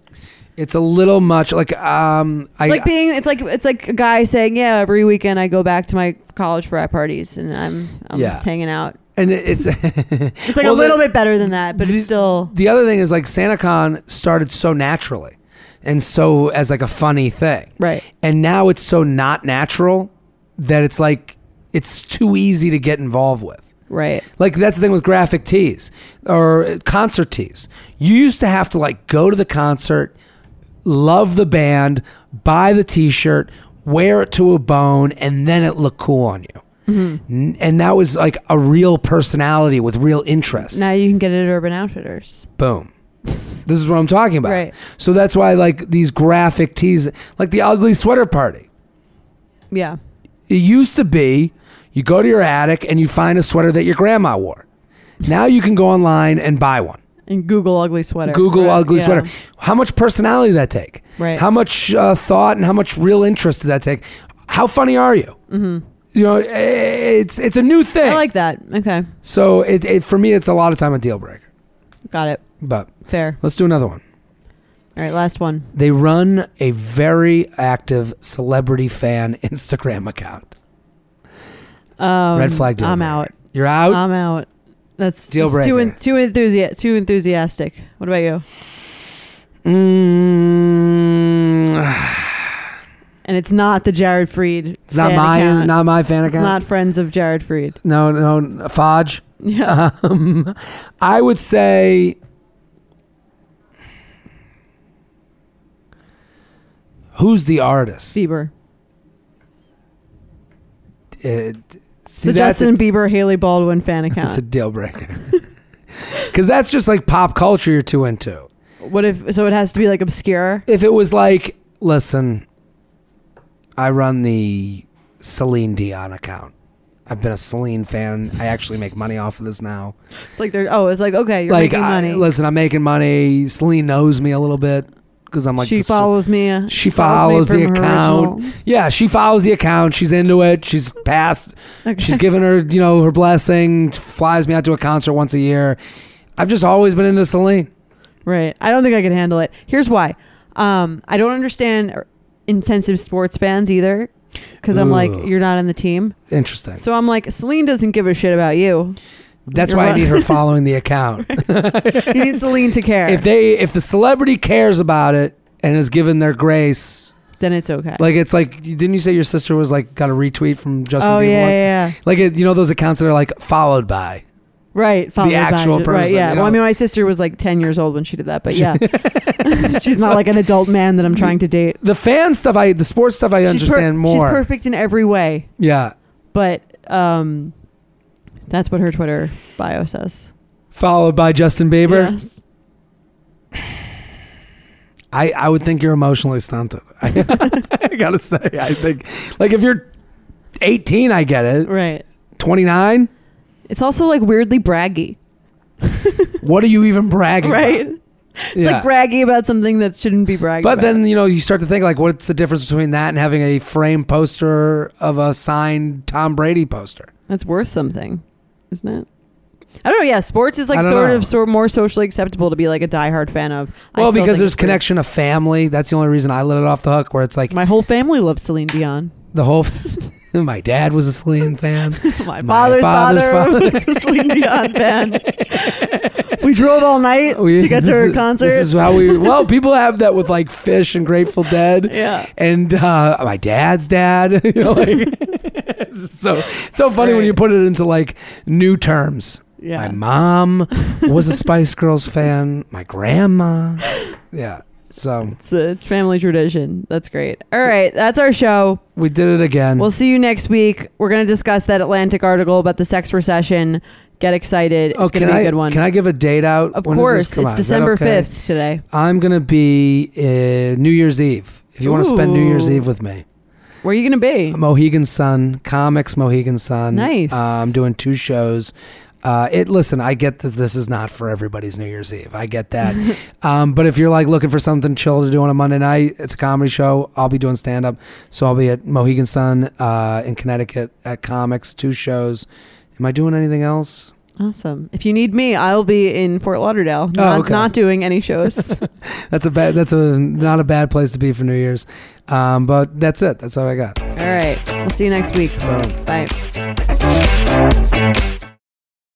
[SPEAKER 2] It's a little much. Like, um, I
[SPEAKER 3] It's like being it's like it's like a guy saying, "Yeah, every weekend I go back to my college frat parties and I'm, I'm
[SPEAKER 2] Yeah.
[SPEAKER 3] hanging out."
[SPEAKER 2] and it- it's <laughs>
[SPEAKER 3] It's like
[SPEAKER 2] Well,
[SPEAKER 3] a
[SPEAKER 2] the-
[SPEAKER 3] little bit better than that, but
[SPEAKER 2] the-
[SPEAKER 3] it's still
[SPEAKER 2] the other thing is like SantaCon started so naturally, and so as like a funny thing,
[SPEAKER 3] right.
[SPEAKER 2] and now it's so not natural that it's like it's too easy to get involved with.
[SPEAKER 3] Right.
[SPEAKER 2] Like that's the thing with graphic tees or concert tees. You used to have to like go to the concert, love the band, buy the t-shirt, wear it to a bone and then it looked cool on you. N- and that was like a real personality with real interest.
[SPEAKER 3] Now you can get it at Urban Outfitters.
[SPEAKER 2] Boom. This is what I'm talking about.
[SPEAKER 3] Right.
[SPEAKER 2] So that's why like these graphic tees, like the ugly sweater party.
[SPEAKER 3] Yeah.
[SPEAKER 2] It used to be you go to your attic and you find a sweater that your grandma wore. Now you can go online and buy one.
[SPEAKER 3] And Google ugly sweater.
[SPEAKER 2] Google
[SPEAKER 3] Right.
[SPEAKER 2] ugly
[SPEAKER 3] Yeah.
[SPEAKER 2] sweater. How much personality did that take?
[SPEAKER 3] Right.
[SPEAKER 2] How much uh, thought and how much real interest did that take? How funny are you? Mm-hmm. You know, it's it's a new thing.
[SPEAKER 3] I like that. Okay.
[SPEAKER 2] so it, it for me, it's a lot of time a deal breaker.
[SPEAKER 3] Got it.
[SPEAKER 2] But
[SPEAKER 3] Fair.
[SPEAKER 2] let's do another one.
[SPEAKER 3] All right, last one.
[SPEAKER 2] They run a very active celebrity fan <laughs> Instagram account.
[SPEAKER 3] Um,
[SPEAKER 2] Red flag deal.
[SPEAKER 3] I'm
[SPEAKER 2] breaker.
[SPEAKER 3] out. Um,
[SPEAKER 2] You're out.
[SPEAKER 3] I'm out. That's
[SPEAKER 2] Deal
[SPEAKER 3] just too en-
[SPEAKER 2] breaker.
[SPEAKER 3] too enthusi- too enthusiastic. What about you?
[SPEAKER 2] mm,
[SPEAKER 3] And it's not the Jared Freed.
[SPEAKER 2] it's not
[SPEAKER 3] fan
[SPEAKER 2] my
[SPEAKER 3] account.
[SPEAKER 2] not my fan
[SPEAKER 3] It's
[SPEAKER 2] account.
[SPEAKER 3] not friends of Jared Freed.
[SPEAKER 2] no, no, no, Fodge.
[SPEAKER 3] Yeah.
[SPEAKER 2] <laughs> Um, I would say. Who's the artist?
[SPEAKER 3] Bieber.
[SPEAKER 2] Uh, see,
[SPEAKER 3] The
[SPEAKER 2] that's,
[SPEAKER 3] Justin
[SPEAKER 2] a,
[SPEAKER 3] Bieber Haley Baldwin fan account.
[SPEAKER 2] that's a deal breaker. <laughs> Because that's just like pop culture you're too into.
[SPEAKER 3] what if? So it has to be like obscure.
[SPEAKER 2] If it was like, listen, I run the Celine Dion account. I've been a Celine fan. I actually make money off of this now.
[SPEAKER 3] It's like they're. Oh, it's like okay, you're
[SPEAKER 2] like,
[SPEAKER 3] making
[SPEAKER 2] I-
[SPEAKER 3] money.
[SPEAKER 2] listen, I'm making money. Celine knows me a little bit because I'm like
[SPEAKER 3] she
[SPEAKER 2] the-
[SPEAKER 3] follows me. uh,
[SPEAKER 2] She
[SPEAKER 3] me
[SPEAKER 2] follows the
[SPEAKER 3] from her
[SPEAKER 2] account.
[SPEAKER 3] original-
[SPEAKER 2] Yeah, she follows the account. She's into it. She's passed.
[SPEAKER 3] <laughs> Okay.
[SPEAKER 2] She's given her, you know, her blessing. Flies me out to a concert once a year. I've just always been into Celine.
[SPEAKER 3] Right. I don't think I could handle it. Here's why. Um, I don't understand er, intensive sports fans either, because I'm like,
[SPEAKER 2] Ooh.
[SPEAKER 3] you're not on the team.
[SPEAKER 2] Interesting.
[SPEAKER 3] So I'm like, Celine doesn't give a shit about you.
[SPEAKER 2] That's
[SPEAKER 3] you're
[SPEAKER 2] why I
[SPEAKER 3] right.
[SPEAKER 2] need
[SPEAKER 3] <laughs>
[SPEAKER 2] her following the account.
[SPEAKER 3] You need Celine to care.
[SPEAKER 2] <laughs> if they, if the celebrity cares about it and is given their grace,
[SPEAKER 3] then it's okay.
[SPEAKER 2] like it's like, didn't you say your sister was like got a retweet from Justin
[SPEAKER 3] oh
[SPEAKER 2] Bieber
[SPEAKER 3] yeah,
[SPEAKER 2] once?
[SPEAKER 3] yeah, yeah.
[SPEAKER 2] Like it, you know those accounts that are like followed by.
[SPEAKER 3] Right. Followed by
[SPEAKER 2] actual
[SPEAKER 3] ju- Right.
[SPEAKER 2] person,
[SPEAKER 3] Yeah.
[SPEAKER 2] you
[SPEAKER 3] Well, I
[SPEAKER 2] know?
[SPEAKER 3] mean, my sister was like 10 years old when she did that, but yeah,
[SPEAKER 2] <laughs>
[SPEAKER 3] <laughs> she's not like an adult man that I'm trying to date.
[SPEAKER 2] The fan stuff, I the sports stuff, I
[SPEAKER 3] She's per-
[SPEAKER 2] understand more.
[SPEAKER 3] She's perfect in every way,
[SPEAKER 2] Yeah,
[SPEAKER 3] but um, that's what her Twitter bio says.
[SPEAKER 2] followed by Justin Bieber.
[SPEAKER 3] Yes.
[SPEAKER 2] I, I would think you're emotionally stunted. <laughs> I, gotta say, I think like if you're 18, I get it.
[SPEAKER 3] Right.
[SPEAKER 2] 29,
[SPEAKER 3] It's also like weirdly braggy,
[SPEAKER 2] what are you even bragging? about?
[SPEAKER 3] right? It's
[SPEAKER 2] Yeah.
[SPEAKER 3] like braggy about something that shouldn't be braggy.
[SPEAKER 2] but then you know you start to think like, what's the difference between that and having a framed poster of a signed Tom Brady poster?
[SPEAKER 3] that's worth something, isn't it? I don't know. Yeah, sports is
[SPEAKER 2] I
[SPEAKER 3] like
[SPEAKER 2] don't
[SPEAKER 3] sort
[SPEAKER 2] know.
[SPEAKER 3] of sort more socially acceptable to be like a diehard fan of. I
[SPEAKER 2] Well,
[SPEAKER 3] still
[SPEAKER 2] because
[SPEAKER 3] think
[SPEAKER 2] there's
[SPEAKER 3] it's weird.
[SPEAKER 2] connection of family. That's the only reason I let it off the hook. Where it's like
[SPEAKER 3] My whole family loves Celine Dion.
[SPEAKER 2] the whole. <laughs> my dad was a Celine fan. My
[SPEAKER 3] My father's,
[SPEAKER 2] father's
[SPEAKER 3] father, was a Celine Dion fan.
[SPEAKER 2] <laughs>
[SPEAKER 3] we drove all night
[SPEAKER 2] We-
[SPEAKER 3] <laughs> to get
[SPEAKER 2] <laughs>
[SPEAKER 3] to
[SPEAKER 2] this
[SPEAKER 3] her
[SPEAKER 2] is-
[SPEAKER 3] concert.
[SPEAKER 2] This is how
[SPEAKER 3] <laughs>
[SPEAKER 2] we. Well, people have that with like Fish and Grateful Dead.
[SPEAKER 3] yeah.
[SPEAKER 2] and uh, my dad's dad. <laughs> you know, like, it's so it's so funny when
[SPEAKER 3] Right.
[SPEAKER 2] you put it into like new terms.
[SPEAKER 3] Yeah.
[SPEAKER 2] My mom was
[SPEAKER 3] <laughs>
[SPEAKER 2] a Spice Girls fan. My grandma. Yeah. So
[SPEAKER 3] it's a family tradition. That's great. All right, that's our show.
[SPEAKER 2] we did it again.
[SPEAKER 3] We'll see you next week. We're going to discuss that Atlantic article about the sex recession. Get excited. It's going to be
[SPEAKER 2] I,
[SPEAKER 3] a good one.
[SPEAKER 2] Oh, Can I give a date out?
[SPEAKER 3] of
[SPEAKER 2] When does this
[SPEAKER 3] course,
[SPEAKER 2] come
[SPEAKER 3] it's
[SPEAKER 2] out? Is that
[SPEAKER 3] December
[SPEAKER 2] okay?
[SPEAKER 3] 5th today.
[SPEAKER 2] I'm gonna be uh, New Year's Eve. If you want to spend New Year's
[SPEAKER 3] Ooh.
[SPEAKER 2] Eve with me,
[SPEAKER 3] Where are you going to be?
[SPEAKER 2] Mohegan Sun Comics, Mohegan Sun.
[SPEAKER 3] Nice.
[SPEAKER 2] Uh, I'm doing two shows. Uh, it listen, I get this. This is not for everybody's New Year's Eve. I get that. um, but if you're like looking for something chill to do on a Monday night, it's a comedy show. I'll be doing stand up, so I'll be at Mohegan Sun uh, in Connecticut at Comics. Two shows. Am I doing anything else?
[SPEAKER 3] Awesome. If you need me, I'll be in Fort Lauderdale. Not,
[SPEAKER 2] Oh, okay.
[SPEAKER 3] not doing
[SPEAKER 2] <laughs>
[SPEAKER 3] any shows.
[SPEAKER 2] That's a bad. That's a not a bad place to be for New Year's. Um, but that's it. That's all I got.
[SPEAKER 3] All right. We'll see you next week.
[SPEAKER 2] Boom.
[SPEAKER 3] Bye.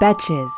[SPEAKER 4] Betches.